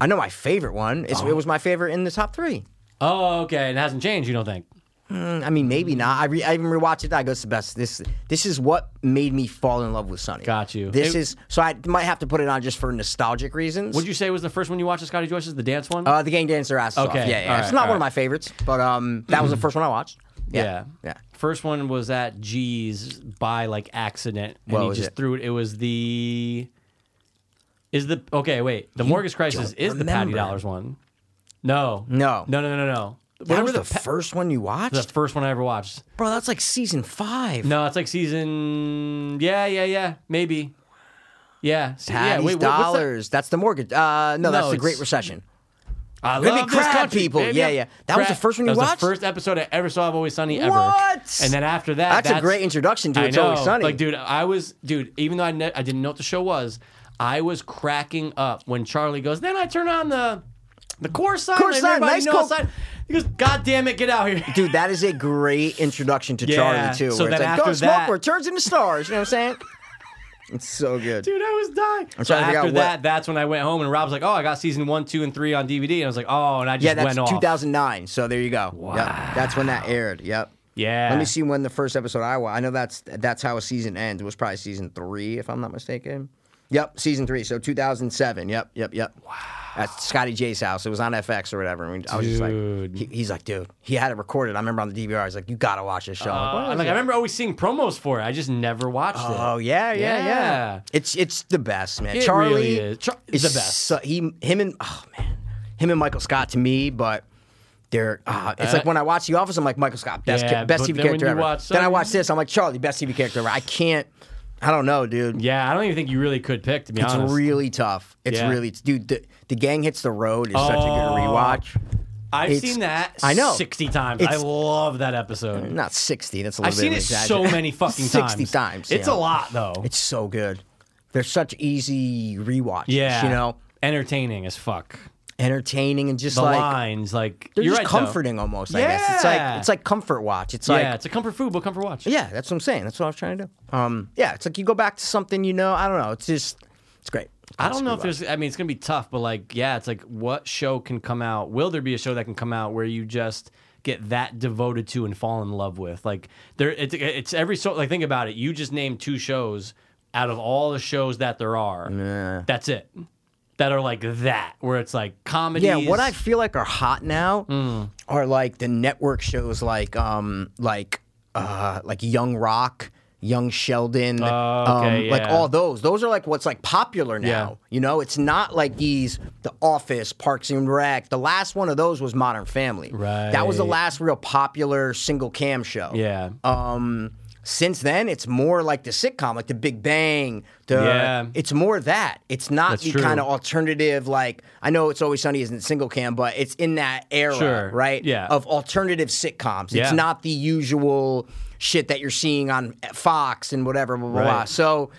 I know my favorite one. It's,
Uh-huh.
It was my favorite in the top three. Mm,
Oh, okay. It hasn't changed. You don't think?
I mean, maybe
Mm.
not. I, re- I even rewatched it. I go, it's the best. This this is what made me fall in love with Sunny.
Got you.
This
It-
is so I might have to put it on just for nostalgic reasons.
Would you say was the first one you watched? of Scotty Joyce's the dance one.
Uh, the gang danced their asses off.
Okay,
Yeah, yeah.
all
it's
right,
not
all
one of my favorites, but um, that was the first one I watched. Yeah, yeah.
First one was at G's by like accident, and
What
he
was
just
it?
threw it. It was the is the okay wait the Mortgage Crisis
don't
is the Patty
remember.
Dollars one. No,
No.
no, no, no, no.
That was
the,
the first one you watched,
the first one I ever watched.
bro. That's like season five.
No, it's like season. Yeah, yeah, yeah. Maybe. Yeah. s-
Patty's
yeah. Wait, what- what's that?
dollars. That's the mortgage. Uh, no, that's the
it's-
Great Recession.
I
Maybe
love this
Crab
country,
People.
baby.
Yeah, yeah. That was the first one
That
you
was
watched?
The first episode I ever saw of Always Sunny ever.
What?
And then after that,
That's a great introduction to
uh, I
It's Always
know.
Sunny.
Like, dude, I was, dude. Even though I, ne- I didn't know what the show was, I was cracking up when Charlie goes. Then I turn on the the core sign.
Chorus
and
sign,
everybody
nice
knows
call."
sign." He goes, God damn it, get out here.
Dude, that is a great introduction to
Yeah,
Charlie too.
so
where it's
then
like, go
after
smoke
that-
where it turns into stars. You know what I'm
(laughs)
saying? It's so good.
Dude, I was dying.
trying to
so
figure
after
out what-
that, that's when I went home and Rob's like, "Oh, I got season one, two, and three on DVD," and I was like, "Oh," and I just
yeah, that's
went off.
2009. So there you go. Yep. That's when that aired. Yep.
Yeah.
Let me see when the first episode I watched. I know that's that's how a season ends. It was probably season three, if I'm not mistaken. Yep, season three. So 2007. Yep, yep, yep. Wow. At Scotty J's house. It was on FX or whatever. And I was just
Dude.
like, he- he's like, dude, he had it recorded. I remember on the DVR. He's like, you gotta watch this show. I'm like,
Uh,
"What is
like
it?"
I remember always seeing promos for it. I just never watched it.
Oh yeah, yeah, yeah,
Yeah.
It's it's the best, man.
It
Charlie
really is. Char- is the best.
so- he, him, and oh man, him and Michael Scott to me, but. They're, uh, it's
Uh,
like when I watch The Office, I'm like Michael Scott, best
Yeah,
ca- best
but
TV
then when
character
you
ever.
watch
then I
some-
watch this, I'm like Charlie, best TV character ever. I can't, I don't know, dude.
Yeah, I don't even think you really could pick to be
it's
honest.
really tough. It's
Yeah.
really dude. The, the gang hits the road is such a
Oh.
good rewatch.
I've
it's-
seen that.
I know.
sixty times. I
It's-
love that episode.
Not sixty. That's a little
I've
bit
seen
of
it so
exaggeration.
many fucking
60
times.
times,
It's
yeah.
a lot though.
It's so good. They're such easy rewatch.
yeah,
you know,
entertaining as fuck.
entertaining and just
The
like
lines, like
They're
you're
just
right, though.
comforting almost, I guess. It's
Yeah.
like it's like comfort watch. It's
yeah,
like
it's a comfort food, but comfort watch.
yeah, that's what I'm saying. That's what I was trying to do. Um, yeah, it's like you go back to something you know. I don't know. It's just It's great.
I don't know if there's. I mean, it's gonna be tough, but like, yeah, it's like, what show can come out? Will there be a show that can come out where you just get that devoted to and fall in love with? Like, there, it's, it's every so. Like, think about it. You just named two shows out of all the shows that there are. That's it. That are like that, where it's like comedy.
Yeah, what I feel like are hot now
Mm.
are like the network shows, like um, like uh, like Young Rock, Young Sheldon,
Oh, okay,
um, like
yeah.
all those. Those are like what's like popular now.
Yeah.
You know, it's not like these The Office, Parks and Rec. The last one of those was Modern Family. That was the
Right.
last real popular single cam show.
yeah.
Um, since then, it's more like the sitcom, like The Big Bang. The,
Yeah.
It's more that. It's not
That's
the
true.
kind of alternative. Like I know it's Always Sunny isn't single cam, but it's in that era,
Sure.
right?
Yeah.
Of alternative sitcoms.
Yeah.
It's not the usual shit that you're seeing on Fox and whatever, blah blah blah.
Right.
So.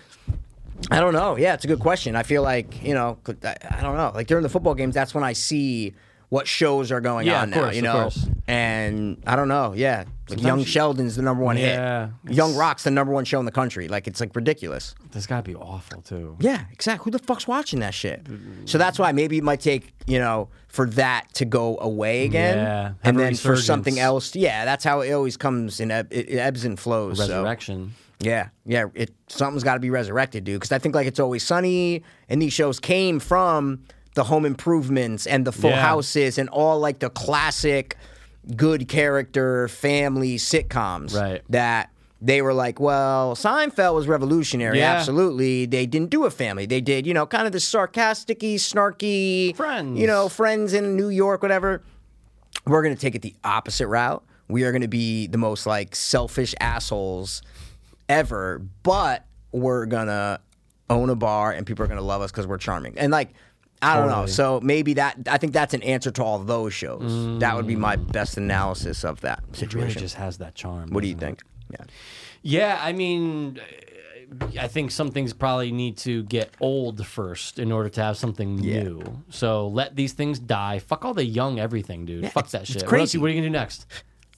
I don't know. Yeah, it's a good question. I feel like you know, 'cause I, I don't know. Like during the football games, that's when I see what shows are going
Yeah,
on
of
now.
course,
you
of
know,
course.
and I don't know. Yeah, like Young
you-
Sheldon's the number one
Yeah,
hit. Young
it's-
Rock's the number one show in the country. Like it's like ridiculous.
That's gotta be awful too.
Yeah, exactly. Who the fuck's watching that shit? So that's why maybe it might take you know for that to go away again,
Yeah, have
and
a
then for something
resurgence.
else. Yeah, that's how it always comes in. Eb- it, it ebbs and flows. so.
Resurrection.
Yeah, yeah. It something's got to be resurrected, dude. Because I think like it's always sunny, and these shows came from the home improvements and the Full
Yeah.
Houses and all like the classic good character family sitcoms.
Right.
That they were like, well, Seinfeld was revolutionary.
Yeah.
Absolutely, they didn't do a family. They did, you know, kind of the sarcasticy, snarky
Friends.
You know, friends in New York, whatever we're going to take it the opposite route. We are going to be the most like selfish assholes ever, but we're going to own a bar and people are going to love us because we're charming. And like, I don't know.
Totally.
So maybe that, I think that's an answer to all those shows. That would be my best analysis of that
Really
situation.
just has that charm.
what do you
doesn't it?
think? Yeah.
Yeah, I mean, I think some things probably need to get old first in order to have something new. So let these things die. Fuck all the young everything, dude. Fuck that shit. What, else-
crazy.
what are you gonna do next?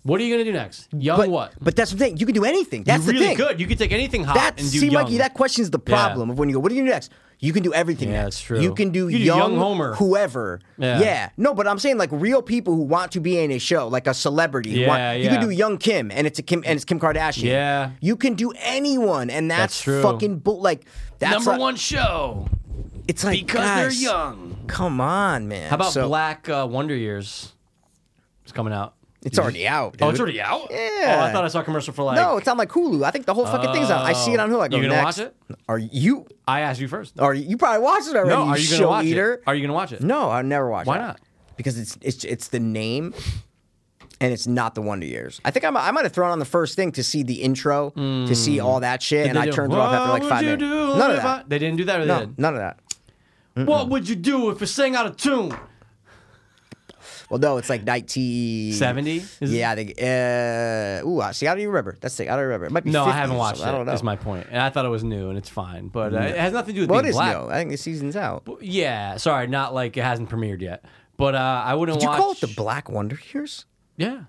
What are you gonna do next? Young
But,
what?
but that's the thing. You can do anything. That's
you
the
really
thing.
could. You could take anything hot
That
and do
seemed
young.
like that question's the problem of when you go, what do you do next? You can do everything. next.
Yeah, that's true.
You can do
You do
young,
young Homer.
whoever.
Yeah.
Yeah. No, but I'm saying like real people who want to be in a show, like a celebrity. who
Yeah,
want, You
yeah.
can do young Kim, and it's a Kim, and it's Kim Kardashian.
Yeah.
You can do anyone, and that's,
That's true.
fucking bull. Like that's
Number
like-
one show
It's like
because
guys,
they're young.
Come on, man.
How about
So-
Black uh, Wonder Years? It's coming out.
It's already out.
Oh,
dude.
it's already out.
Yeah.
Oh, I thought I saw a commercial for like.
No, it's on like Hulu. I think the whole fucking thing's on. I see it on Hulu. I go,
You gonna
oh, next.
watch it?
Are you?
I asked you first.
Are you, you probably watched it already?
No,
you
are you
show
gonna watch
eater.
it? Are you gonna watch it?
No, I never watched.
Why
that.
not?
Because it's it's it's the name, and it's not the Wonder Years. I think I'm, I might have thrown on the first thing to see the intro, to see all that shit, and
Hmm. They
I
do.
turned it off after
What
like five
would
minutes.
you do
None of
if I-
that.
They didn't do that. Or they
No,
did?
none of that.
What would you do if you sang out of tune?
Well, no, it's like 19...
70? Is it-
yeah, I think... Uh, ooh, I- see, I don't even remember. That's sick. I don't remember. It might be
No, I
50
haven't
or
watched
something.
it.
I don't know.
Is my point, and I thought it was new, and it's fine, but uh, it has nothing to do with
well, it
being
is
black.
new. I think the season's out. Did
Yeah, sorry, not like it hasn't premiered yet, but uh, I wouldn't
you
watch.
call it the Black Wonder Years? (laughs)
yeah,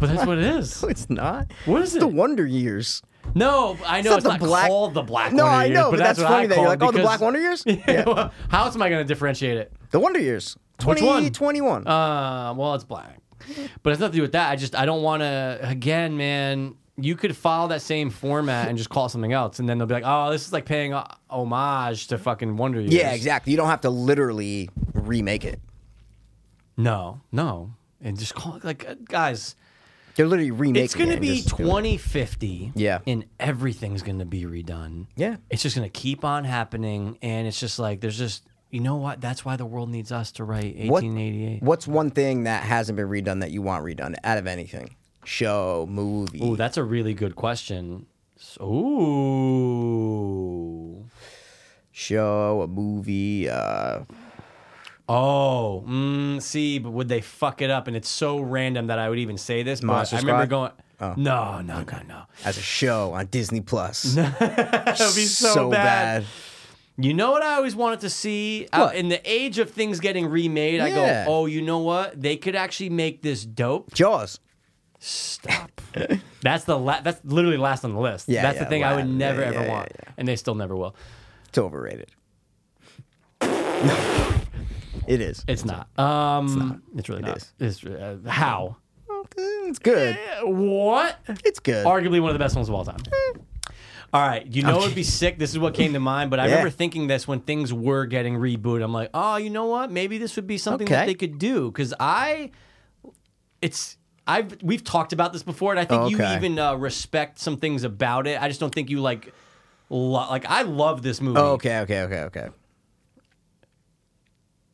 but that's what it is.
No, (laughs) it's not.
What
it's
is
The
it?
Wonder Years.
No, I know
not
it's
the
not
Black-
called the Black.
No,
Wonder
I
Years,
know,
but
but that's
what I
funny that you're
call
like, oh, the
because-
Black Wonder
(laughs)
Years?
Yeah. well, How else am I going to differentiate it?
The Wonder Years.
Which one?
2021.
Uh, well, it's black, but it's nothing to do with that. I just I don't want to. Again, man, you could follow that same format and just call it something else, and then they'll be like, "Oh, this is like paying ho- homage to fucking Wonder Years."
Yeah, exactly. You don't have to literally remake it.
No, no, and just call it like, uh, guys,
They're literally remaking
it's gonna
it and
be
just doing it.
2050.
Yeah.
and everything's gonna be redone.
Yeah.
it's just gonna keep on happening, and it's just like there's just you know what? That's why the world needs us to write
What-
1888.
What's one thing that hasn't been redone that you want redone out of anything? Show, movie.
Ooh, that's a really good question. S- Ooh.
show, a movie. Uh,
Oh, mm, see, but would they fuck it up? And it's so random that I would even say this. But
Monster
I remember
Squad? Oh.
going, no, no, no, no.
as a show on Disney
(laughs)
Plus.
That would be so, bad. You know what I always wanted to see? Uh,
What?
in the age of things getting remade, I
Yeah.
go, oh, you know what? They could actually make this dope.
Jaws.
Stop. that's the la- that's literally last on the list.
Yeah,
that's
yeah,
the thing I would
la-
never
yeah,
ever
yeah,
want, and they still never will.
It's overrated. (laughs) It is.
It's not. Um, it's not. It's really not.
is.
It's, uh, how?
It's good.
What?
It's good.
Arguably one of the best ones of all time. Eh. All right, you know it'd be sick. This is what came to mind, but I
Yeah.
remember thinking this when things were getting rebooted. I'm like, oh, you know what? Maybe this would be something that
Okay.
they could do because I, it's I've we've talked about this before, and I think you
Okay.
even uh, respect some things about it. I just don't think you like, lo- like I love this movie,
Oh, okay, okay, okay, okay.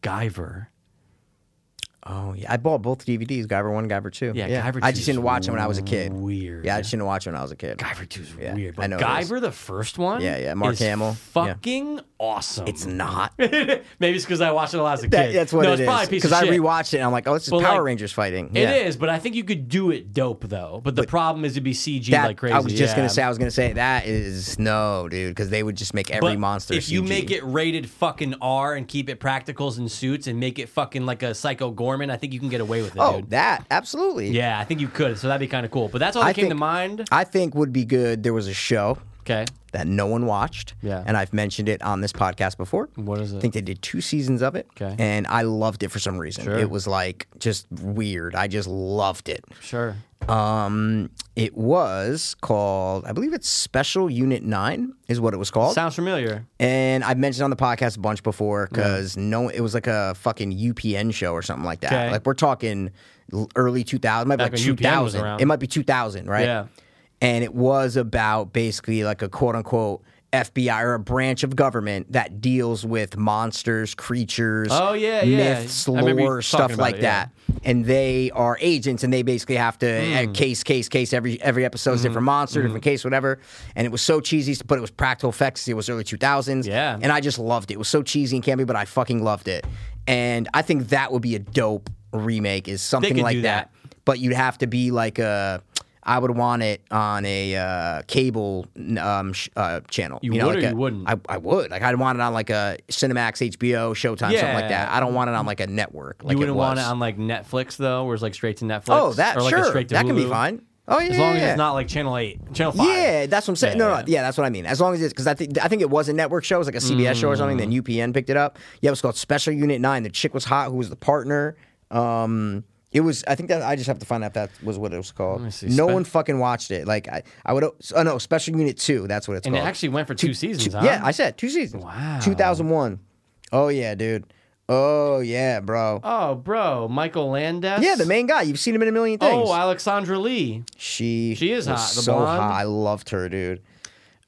Guyver.
Oh yeah, I bought both DVDs, Guyver One, Guyver Two.
Yeah, Guyver
I
2 's
just didn't watch it when I was a kid.
weird.
Yeah, I just didn't watch it when I was a kid.
Guyver 2 is
Yeah,
weird,
I
but
know it is.
Guyver, the first one,
Yeah, yeah, Mark
is
Hamill. Yeah.
fucking awesome. (laughs)
It's not.
Maybe it's because I watched it a lot as a kid.
That, that's what
no,
it
it's
is.
probably a piece of
I
shit.
rewatched it and I'm like, oh, it's just
But,
Power
like,
Rangers fighting.
It
yeah.
is, but I think you could do it dope though. But the problem is it'd be CG
That,
like crazy.
I was just
yeah.
gonna say. I was gonna say that is no, dude, because they would just make every
But
monster.
If you
CG.
make it rated fucking R and keep it practicals and suits and make it fucking like a Psycho Gorman, I think you can get away with it.
oh,
dude.
that absolutely.
yeah, I think you could. So that'd be kind of cool. But that's all that
I
came to
think-
mind.
I think would be good. There was a show
Okay,
that no one watched.
Yeah.
And I've mentioned it on this podcast before.
What is it?
I think they did two seasons of it.
Okay.
And I loved it for some reason. It was like just weird. I just loved it.
sure.
Um, it was called, I believe it's Special Unit 9 is what it was called.
Sounds familiar.
and I've mentioned on the podcast a bunch before because no, it was like a fucking UPN show or something like that.
Okay.
Like we're talking l- early 2000, might be
Back
like
when UPN was
2000.
around.
It might be 2000, right?
Yeah.
And it was about basically like a quote unquote FBI or a branch of government that deals with monsters, creatures,
Oh, yeah, yeah.
myths,
I remember you
lore,
talking
stuff
about
like
it, yeah.
that. And they are agents, and they basically have to
Hmm.
uh, case, case, case. Every every episode is
Mm-hmm.
different monster, different case, whatever. And it was so cheesy, but it was practical effects. It was early two thousands.
Yeah.
and I just loved it. It was so cheesy and campy, but I fucking loved it. And I think that would be a dope remake. Is something
could
like
do that.
but you'd have to be like a. I would want it on a uh, cable um, sh- uh, channel. You, know,
would
like
or
a-
you wouldn't?
I, I would. Like I'd want it on like a Cinemax, HBO, Showtime, something like that.
Yeah.
I don't want it on like a network. Like
you wouldn't
it was.
want it on like Netflix though, where it's like straight to Netflix.
Oh, that
or like a
sure.
straight to
that can be
Hulu?
fine. Oh yeah.
As long
yeah,
as
yeah.
it's not like Channel Eight, Channel Five.
Yeah, that's what I'm saying.
Yeah,
no, no,
yeah.
yeah. that's what I mean. As long as it's because I think I think it was a network show, it was like a CBS
Mm.
show or something. Then UPN picked it up. Yeah, it was called Special Unit Nine. The chick was hot, who was the partner. Um, it was. I think that I just have to find out if that was what it was called.
see.
No
Spe-
one fucking watched it. Like I, I would. Oh no, Special Unit Two. That's what it's
And it
called.
actually went for two, seasons.
Two-
huh?
Yeah, I said two seasons.
Wow.
Two thousand one. Oh yeah, dude. Oh yeah, bro.
Oh, bro, Michael Landis.
yeah, the main guy. You've seen him in a million things.
Oh, Alexandra Lee.
she
She is
was
hot, the
so
blonde.
hot. I loved her, dude.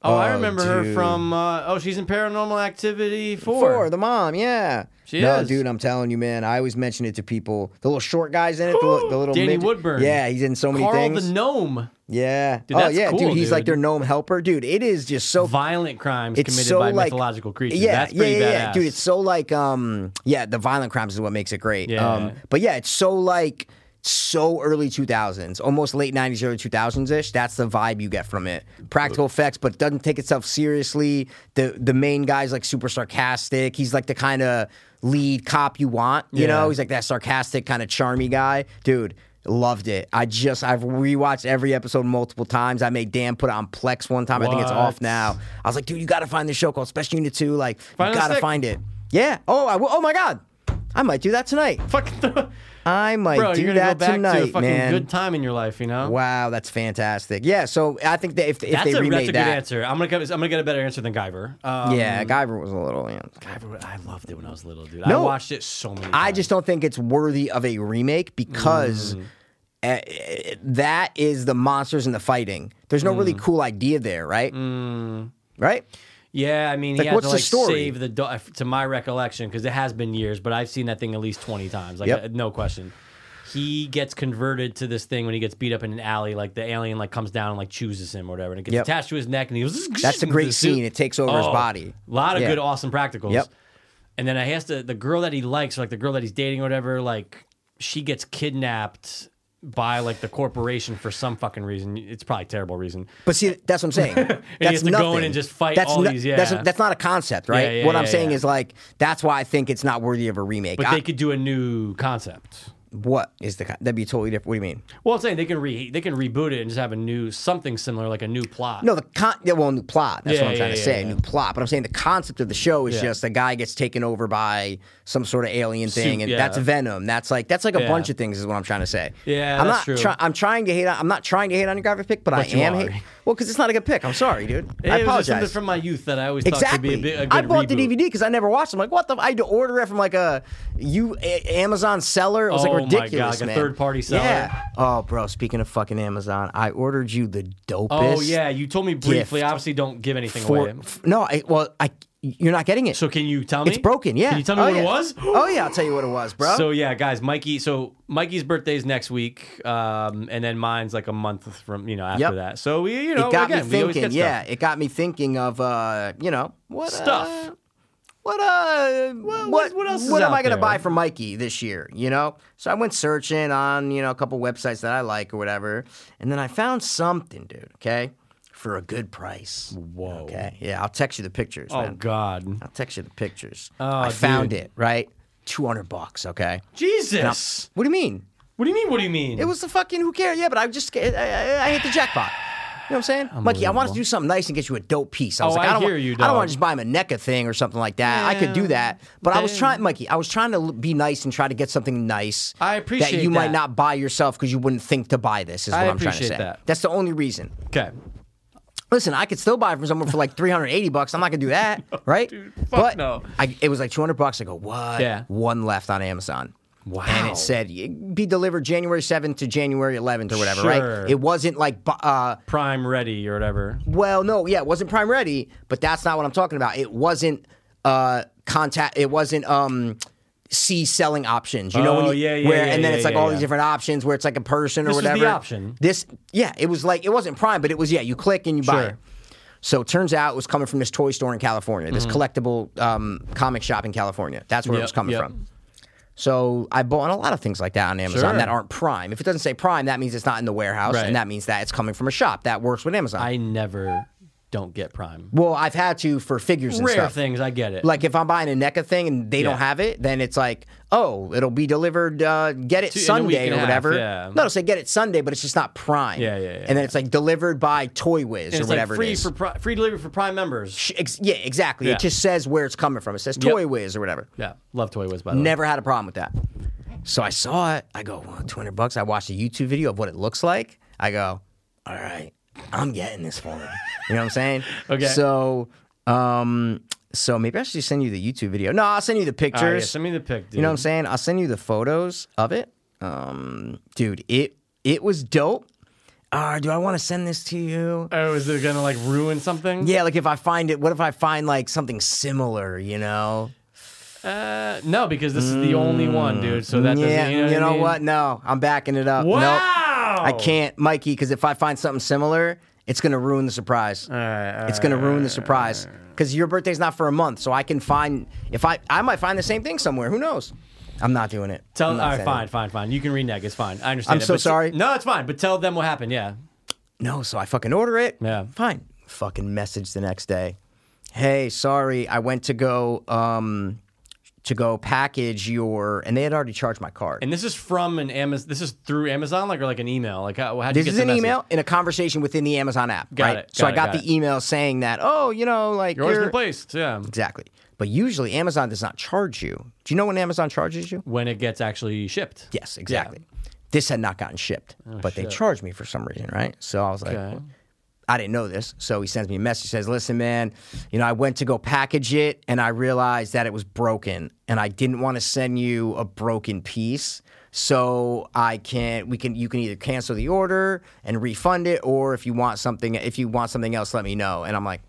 Oh, I
Oh,
remember her
dude.
from. Uh, oh, she's in Paranormal Activity four.
Four, the mom, yeah.
She
no,
is.
dude, I'm telling you, man. I always mention it to people. The little short guys in it, the, li- the little
Danny
midget-
Woodburn.
Yeah, he's in so many
Carl
things.
the gnome.
yeah.
Dude,
oh
that's
yeah,
cool,
dude. He's like their
dude.
gnome helper, dude. It is just so.
Violent crimes
it's
committed
so
by
like
mythological creatures.
Yeah,
That's
yeah,
pretty
yeah, yeah.
badass.
dude. It's so like um, yeah. The violent crimes is what makes it great.
Yeah.
Um, but yeah, it's so like so early 2000s, almost late 90s, early 2000s ish. That's the vibe you get from it. Practical effects, but doesn't take itself seriously. The the main guy's like super sarcastic. He's like the kind of lead cop you want. You
Yeah.
know, he's like that sarcastic kind of charmy guy, dude. Loved it. I just I've rewatched every episode multiple times. I made Dan put it on Plex one time. I think it's
What?
off now. I was like, dude, you got to find this show called Special Unit Two. Like,
Find it
you
on
got to
stick.
find it. Yeah. Oh, I will. Oh my God, I might do that tonight.
(laughs) fucking.
I might
bro,
do
you're gonna
that
go back
tonight,
to a fucking
man.
good time in your life. You know.
Wow, that's fantastic. Yeah, so I think that if, if
That's
they
a,
remade
that's a good
that,
answer. I'm gonna get, I'm gonna get a better answer than Guyver. Um,
yeah, Guyver was a little. Yeah.
Guyver, I loved it when I was little, dude. I
No.
watched it so many. times.
I just don't think it's worthy of a remake because
Mm.
eh, eh, that is the monsters and the fighting. There's no
Mm.
really cool idea there, right? Right?
Yeah, I mean,
Like,
he had
what's
to
the
like
story?
save the do- to my recollection because it has been years, but I've seen that thing at least twenty times, like
Yep.
uh, no question. He gets converted to this thing when he gets beat up in an alley. Like the alien like comes down and like chooses him or whatever, and it gets
Yep.
attached to his neck, and he goes.
That's a
with
great
his suit.
scene. It takes over his body.
A lot of
Yeah.
Oh, good, awesome practicals.
Yep.
And then I has to the girl that he likes, or like the girl that he's dating or whatever, like she gets kidnapped by like the corporation for some fucking reason. It's probably a terrible reason.
But see, that's what I'm
(laughs)
saying. that's
he has to go in
nothing.
and just fight
that's
all
no-
these-
That's,
yeah.
that's not a concept, right?
Yeah, yeah,
what I'm
yeah,
saying
yeah.
is like that's why I think it's not worthy of a remake.
But
I-
they could do a new concept.
What is the con- that'd be totally different? What do you mean?
Well, I'm saying they can re they can reboot it and just have a new something similar, like a new plot.
No, the con yeah, well, new plot. That's
Yeah,
what I'm trying
yeah,
to
yeah,
say.
yeah.
New plot. But I'm saying the concept of the show is
Yeah.
just a guy gets taken over by some sort of alien thing, and
yeah.
that's Venom. That's like that's like a
Yeah.
bunch of things is what I'm trying to say.
Yeah,
I'm
that's
not
true.
try- I'm trying to hate. On, I'm not trying to hate on your graphic pick, but, I
you
am.
are.
Hate- well, because it's not a good pick. I'm sorry, dude.
It
I
was just
apologize.
something from my youth that I always thought could
Exactly.
be a, bit, a good
I bought the
reboot.
DVD because I never watched. it. I'm like, what the? I had to order it from like a you a, Amazon seller. It was
Oh my
like
God,
ridiculous,
like a
man.
third-party seller?
Yeah. Oh, bro. Speaking of fucking Amazon, I ordered you the dopest.
Oh yeah, you told me briefly.
gift
Obviously, don't give anything
For,
away.
f- no, I, well, I you're not getting it.
So can you tell me?
it's broken. Yeah.
Can you tell me
Oh,
what
yeah. (gasps)
it was?
oh yeah, I'll tell you what it was, bro.
So yeah, guys, Mikey. So Mikey's birthday's next week, um, and then mine's like a month from you know after
Yep.
that. So we you know
it got
Oh, again,
me
we always
thinking.
get
Yeah,
stuff.
it got me thinking of uh, you know what
Stuff.
uh, what uh what
what else is
what am
out
I gonna
there?
buy for Mikey this year? You know, so I went searching on you know a couple websites that I like or whatever, and then I found something, dude. Okay, for a good price.
Whoa.
Okay, yeah, I'll text you the pictures.
Oh
man.
God.
I'll text you the pictures.
Oh,
I found
dude.
it right, two hundred bucks. Okay,
Jesus.
what do you mean?
What do you mean? What do you mean?
It was the fucking who cares? Yeah, but I just I, I, I hit the jackpot. You know what I'm saying, Mikey? I wanted to do something nice and get you a dope piece. I was
Oh,
like,
I
I don't
hear
want,
you,
I
dog.
don't want to just buy him a NECA thing or something like that. I could
Yeah.
do that, but I was
Then-
trying, Mikey. I was trying to l- be nice and try to get something nice.
I appreciate
that you might
that.
not buy yourself because you wouldn't think to buy this. Is what
I
am trying to
appreciate
say.
that.
That's the only reason.
okay.
Listen, I could still buy it from someone for like 380 bucks. I'm not gonna
(laughs)
do that, right?
dude. Fuck
but
no.
I, it was like 200 bucks. I go, what?
Yeah.
One left on Amazon.
Wow.
And it said be delivered January 7th to January 11th or whatever,
Sure.
right? It wasn't like, bu- uh,
Prime ready or whatever.
well, no, yeah, it wasn't prime ready, but that's not what I'm talking about. It wasn't uh contact. It wasn't um. See selling options, you know,
Oh,
when you,
yeah, yeah,
where,
yeah,
and then
yeah,
it's like
yeah,
all
yeah.
these different options where it's like a person or
This was the
whatever.
option.
This, yeah, it was like it wasn't prime, but it was yeah, you click and you buy
Sure.
it. So it turns out it was coming from this toy store in California, this collectible um, comic shop in California. That's where
Mm-hmm. Yep,
it was coming
yep.
from. So I bought a lot of things like that on Amazon
Sure.
that aren't Prime. If it doesn't say Prime, that means it's not in the warehouse,
Right.
and that means that it's coming from a shop that works with Amazon.
I never don't get Prime.
Well, I've had to for figures and
Rare
stuff.
things, I get it.
Like if I'm buying a NECA thing and they
Yeah.
don't have it, then it's like, oh, it'll be delivered. Uh, get it
Two- in a week
Sunday
and
or
a half,
whatever.
yeah.
No, it'll say get it Sunday, but it's just not Prime.
Yeah, yeah, yeah,
And then it's like delivered by Toy Whiz
and
or
it's
whatever
like free
it is.
for pri- free delivery for Prime members.
Sh- ex- yeah, exactly.
Yeah.
It just says where it's coming from. It says
Yep.
Toy Whiz or whatever.
Yeah, love Toy Whiz by the way.
Never had a problem with that. So I saw it. I go, well, 200 bucks. I watched a YouTube video of what it looks like. I go, all right, I'm getting this for me. You know what I'm saying?
(laughs) Okay.
So, um, so maybe I should just send you the YouTube video. No, I'll send you the pictures.
All right, Ah, yeah, send me the pic, dude.
You know what I'm saying? I'll send you the photos of it. Um, dude, it it was dope. Uh, do I want to send this to you?
Oh, is it gonna like ruin something?
Yeah, like if I find it, what if I find like something similar? You know?
Uh, no, because this is the only one, dude. So that
yeah.
doesn't. You know,
you know
I mean?
what? No, I'm backing it up. Nope.
Wow!
I can't, Mikey, because if I find something similar, it's gonna ruin the surprise.
Uh,
it's gonna ruin the surprise because your birthday's not for a month, so I can find if I I might find the same thing somewhere. Who knows? I'm not doing it.
Tell
I'm
all
not
right,
sending
fine,
it.
fine, fine. You can renege. It's fine. I understand.
I'm
it,
so
but-
sorry.
No, it's fine. But tell them what happened. Yeah.
No, so I fucking order it.
Yeah.
fine. Fucking message the next day. Hey, sorry, I went to go um to go package your, and they had already charged my card.
And this is from an Amazon. This is through Amazon, like or like an email. Like how? How you
This
get
is
the
an
message?
email in a conversation within the Amazon app.
Got
right?
it,
so
got
I
it,
got,
got
the
it.
email saying that, oh, you know, like
Yours
you're-
replaced. Yeah.
Exactly. But usually Amazon does not charge you. Do you know when Amazon charges you?
When it gets actually shipped.
Yes, exactly. This had not gotten shipped, but they
Oh, shit.
charged me for some reason, right? So I was like,
Okay.
I didn't know this. So he sends me a message, says, Listen, man, you know, I went to go package it and I realized that it was broken and I didn't want to send you a broken piece. So I can we can you can either cancel the order and refund it or if you want something if you want something else, let me know. And I'm like,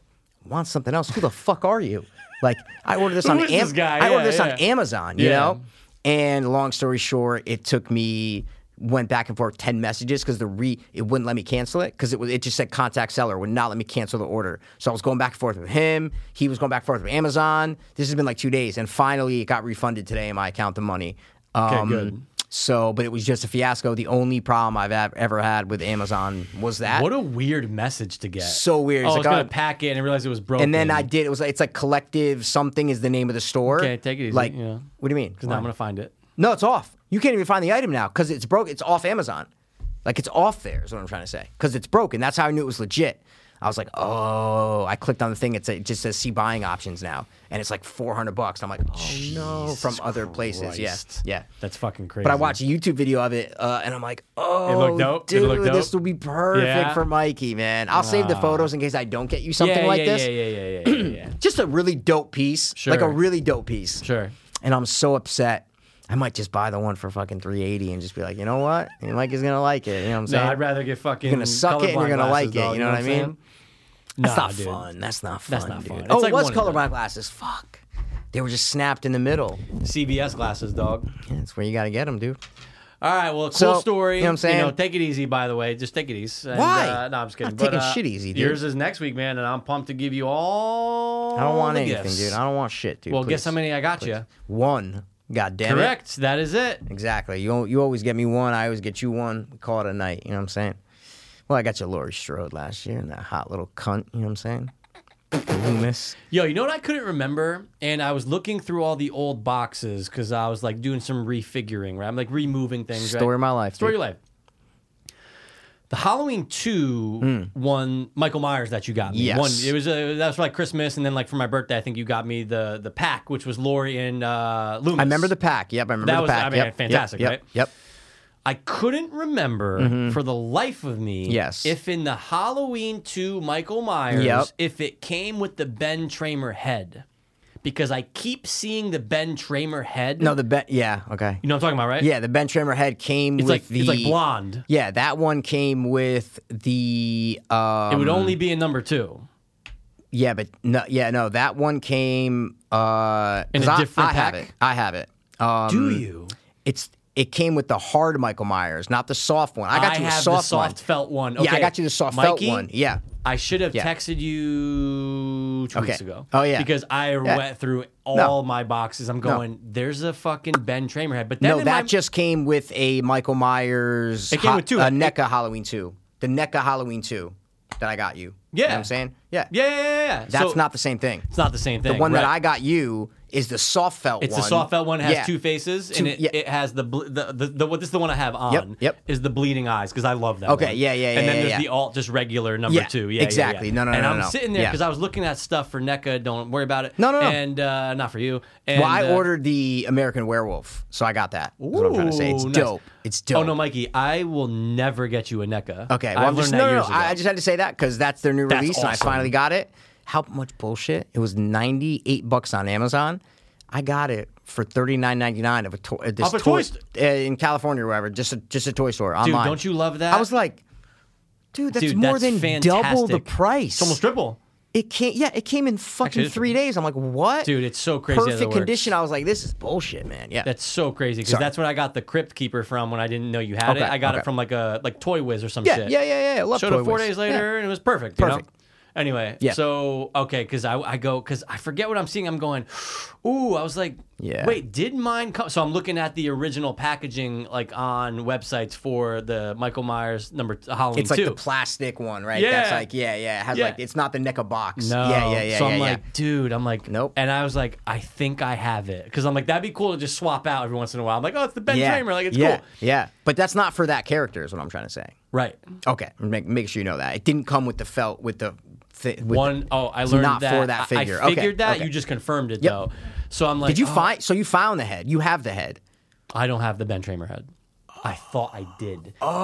want something else? Who the fuck are you? Like I ordered
(laughs)
this on
is this
Amazon.
guy?
I
Yeah,
ordered this on
yeah.
Amazon, you
Yeah.
know? And long story short, it took me went back and forth ten messages because the re it wouldn't let me cancel it because it was it just said contact seller would not let me cancel the order. So I was going back and forth with him. He was going back and forth with Amazon. This has been like two days, and finally it got refunded today in my account. The money. Um,
good.
So, but it was just a fiasco. The only problem I've ev- ever had with Amazon was that.
What a weird message to get.
So weird.
Oh,
It's
I was
like,
gonna
oh.
pack it and I realized it was broken.
and then I did. It was like, it's like collective something is the name of the store.
Okay, take it easy,
Like,
yeah.
what do you mean?
Now I'm gonna find it.
No, it's off. You can't even find the item now because it's broke. It's off Amazon. Like it's off there is what I'm trying to say because it's broken. That's how I knew it was legit. I was like, oh, I clicked on the thing. It's, it just says see buying options now, and it's like 400 bucks. I'm like, oh no, from other places. Yeah,
Christ.
yeah.
That's fucking crazy.
But I watched a YouTube video of it, uh, and I'm like, oh,
dope. It
dude,
looked dope.
this will be perfect
Yeah. Ah.
for Mikey, man. I'll save the photos in case I don't get you something
yeah,
like
yeah,
this.
Yeah, yeah, yeah, yeah, yeah,
(clears throat)
yeah.
Just a really dope piece, like a
Sure.
really dope piece.
Sure.
And I'm so upset. I might just buy the one for fucking 380 and just be like, you know what? And Mikey's gonna like it. You know what I'm
No,
saying?
I'd rather get fucking.
You're gonna suck it and you're
colorblind
gonna like
glasses,
it,
dog,
you know what I
I'm
mean?
saying?
That's
Nah,
not
dude.
fun. That's not fun.
That's not
dude.
fun. It's
Oh,
like
it was
one and done.
colorblind glasses. Fuck. They were just snapped in the middle.
CVS glasses, dog.
Yeah, that's where you gotta get them, dude.
All right, well, cool
So,
story.
you know what I'm saying?
know, take it easy, by the way. Just take it easy. And,
Why?
Uh, no, I'm just kidding.
Not
But,
taking
uh,
shit easy, dude.
Yours is next week, man, and I'm pumped to give you all.
I don't want
the
anything,
gifts.
dude. I don't want shit, dude.
well,
please.
guess how many I got you.
One. God damn it.
Correct. That is it.
Exactly. You al- you always get me one. I always get you one. We call it a night. You know what I'm saying? Well, I got you Laurie Strode last year and that hot little cunt. You know what I'm saying? Loomis.
Yo, you know what I couldn't remember? And I was looking through all the old boxes because I was like doing some refiguring, right? I'm like removing things. right?
Story of my life,
Story
dude.
of your life. The Halloween two one Michael Myers that you got me.
Hmm. Yes.
One it was a, that was for like Christmas and then like for my birthday I think you got me the the pack which was Lori and uh, Loomis.
I remember the pack. Yep, I remember
That
the
was-
pack.
I mean,
yep. yep,
fantastic,
yep,
right?
Yep.
I couldn't remember for the life of me
Mm-hmm. Yes.
if in the Halloween 2 Michael Myers,
Yep.
if it came with the Ben Tramer head. Because I keep seeing the Ben Tramer head.
No, the Ben. Yeah. Okay.
you know what I'm talking about, right?
Yeah, the Ben Trimmer head came
It's
with
like
the
it's like blonde.
Yeah, that one came with the. Um,
it would only be in number two.
yeah, but no, yeah, no, that one came. Uh,
In a
'cause I,
different
I have
pack?
it. I have it. Um,
Do you?
It's it came with the hard Michael Myers, not the soft one. I got you a
have
soft,
the soft
one.
felt one.
Yeah, I
Okay.
got you the soft felt
Mikey,
one. Yeah.
I should have
Yeah.
texted you two
Okay.
weeks ago.
Oh, yeah.
because I went through all
No.
my boxes. I'm going. There's a fucking Ben Tramer head, but then
No,
in
that
my,
just came with a Michael Myers.
It came with two.
A
It-
NECA Halloween two. The NECA Halloween two that I got you. You know what
Yeah.
I'm saying? Yeah.
yeah, yeah, yeah, yeah.
That's
So-
not the same thing.
It's not the same thing.
The one that
right.
I got you is the soft felt
It's
one.
the soft felt one. It has
Yeah.
two faces,
Two-
and it,
yeah.
it has the, ble- the the the what this is the one I have on.
yep.
Is the bleeding eyes because I love that.
Okay,
one.
yeah, yeah, yeah,
And then
yeah,
there's
yeah.
the alt just regular number
Yeah,
two. Yeah, yeah,
exactly.
yeah.
No, no,
And
no,
I'm
no, no.
sitting there
Yeah.
because I was looking at stuff for NECA. Don't worry about it.
No, no, no.
And uh, not for you. And,
Well, I
uh,
ordered the American Werewolf, so I got that. That's what I'm trying to say. It's
Ooh, nice.
dope. It's dope.
Oh no, Mikey, I will never get you a NECA.
Okay,
I
well, I'm
learned
just,
that
no, no,
years
no.
ago.
I I just had to say that because that's their new
That's
release, and I
awesome.
finally got it. How much bullshit? It was 98 bucks on Amazon. I got it for 39.99 of a toy. This
Of a toy
toy
st-
uh, in California, or wherever. Just a, just a toy store
Dude,
online.
don't you love that?
I was like, dude, that's
Dude,
more
that's
than double the
fantastic.
price.
it's almost triple.
It came, yeah, it came in fucking
it is
three days. I'm like, what,
Dude, it's so crazy how that
Perfect
works.
condition. I was like, this is bullshit, man. Yeah,
That's so crazy because
Sorry.
that's when I got the Crypt Keeper from when I didn't know you had
Okay,
it. I got it
okay.
from like a like Toy Wiz or some
yeah,
shit.
yeah, yeah, yeah. I Love
Showed
Toy
up four
Wiz.
days
Yeah.
later and it was perfect. you know?
Perfect.
Anyway,
Yeah.
so okay, because I, I go because I forget what I'm seeing. I'm going, ooh, I was like,
Yeah.
wait, did mine come? So I'm looking at the original packaging like on websites for the Michael Myers number t- Halloween
It's like
two.
the plastic one, right? That's
Yeah.
like, yeah, yeah. It has
Yeah.
like, it's not the NECA box.
no,
Yeah, yeah, yeah.
So
yeah,
I'm
yeah.
like, dude, I'm like,
Nope.
And I was like, I think I have it because I'm like, that'd be cool to just swap out every once in a while. I'm like, oh, it's the Ben
yeah,
Tramer, like it's
yeah,
cool,
Yeah, but that's not for that character, is what I'm trying to say.
right?
Okay, make, make sure you know that it didn't come with the felt with the thi- with
One, oh, I
it's
learned
not
that.
for
I-
that figure.
I
Okay,
figured that.
okay.
You just confirmed it
Yep.
though. So I'm
The,
like,
did you
oh,
find? So you found the head. You have the head.
I don't have the Ben Tramer head. I thought I did.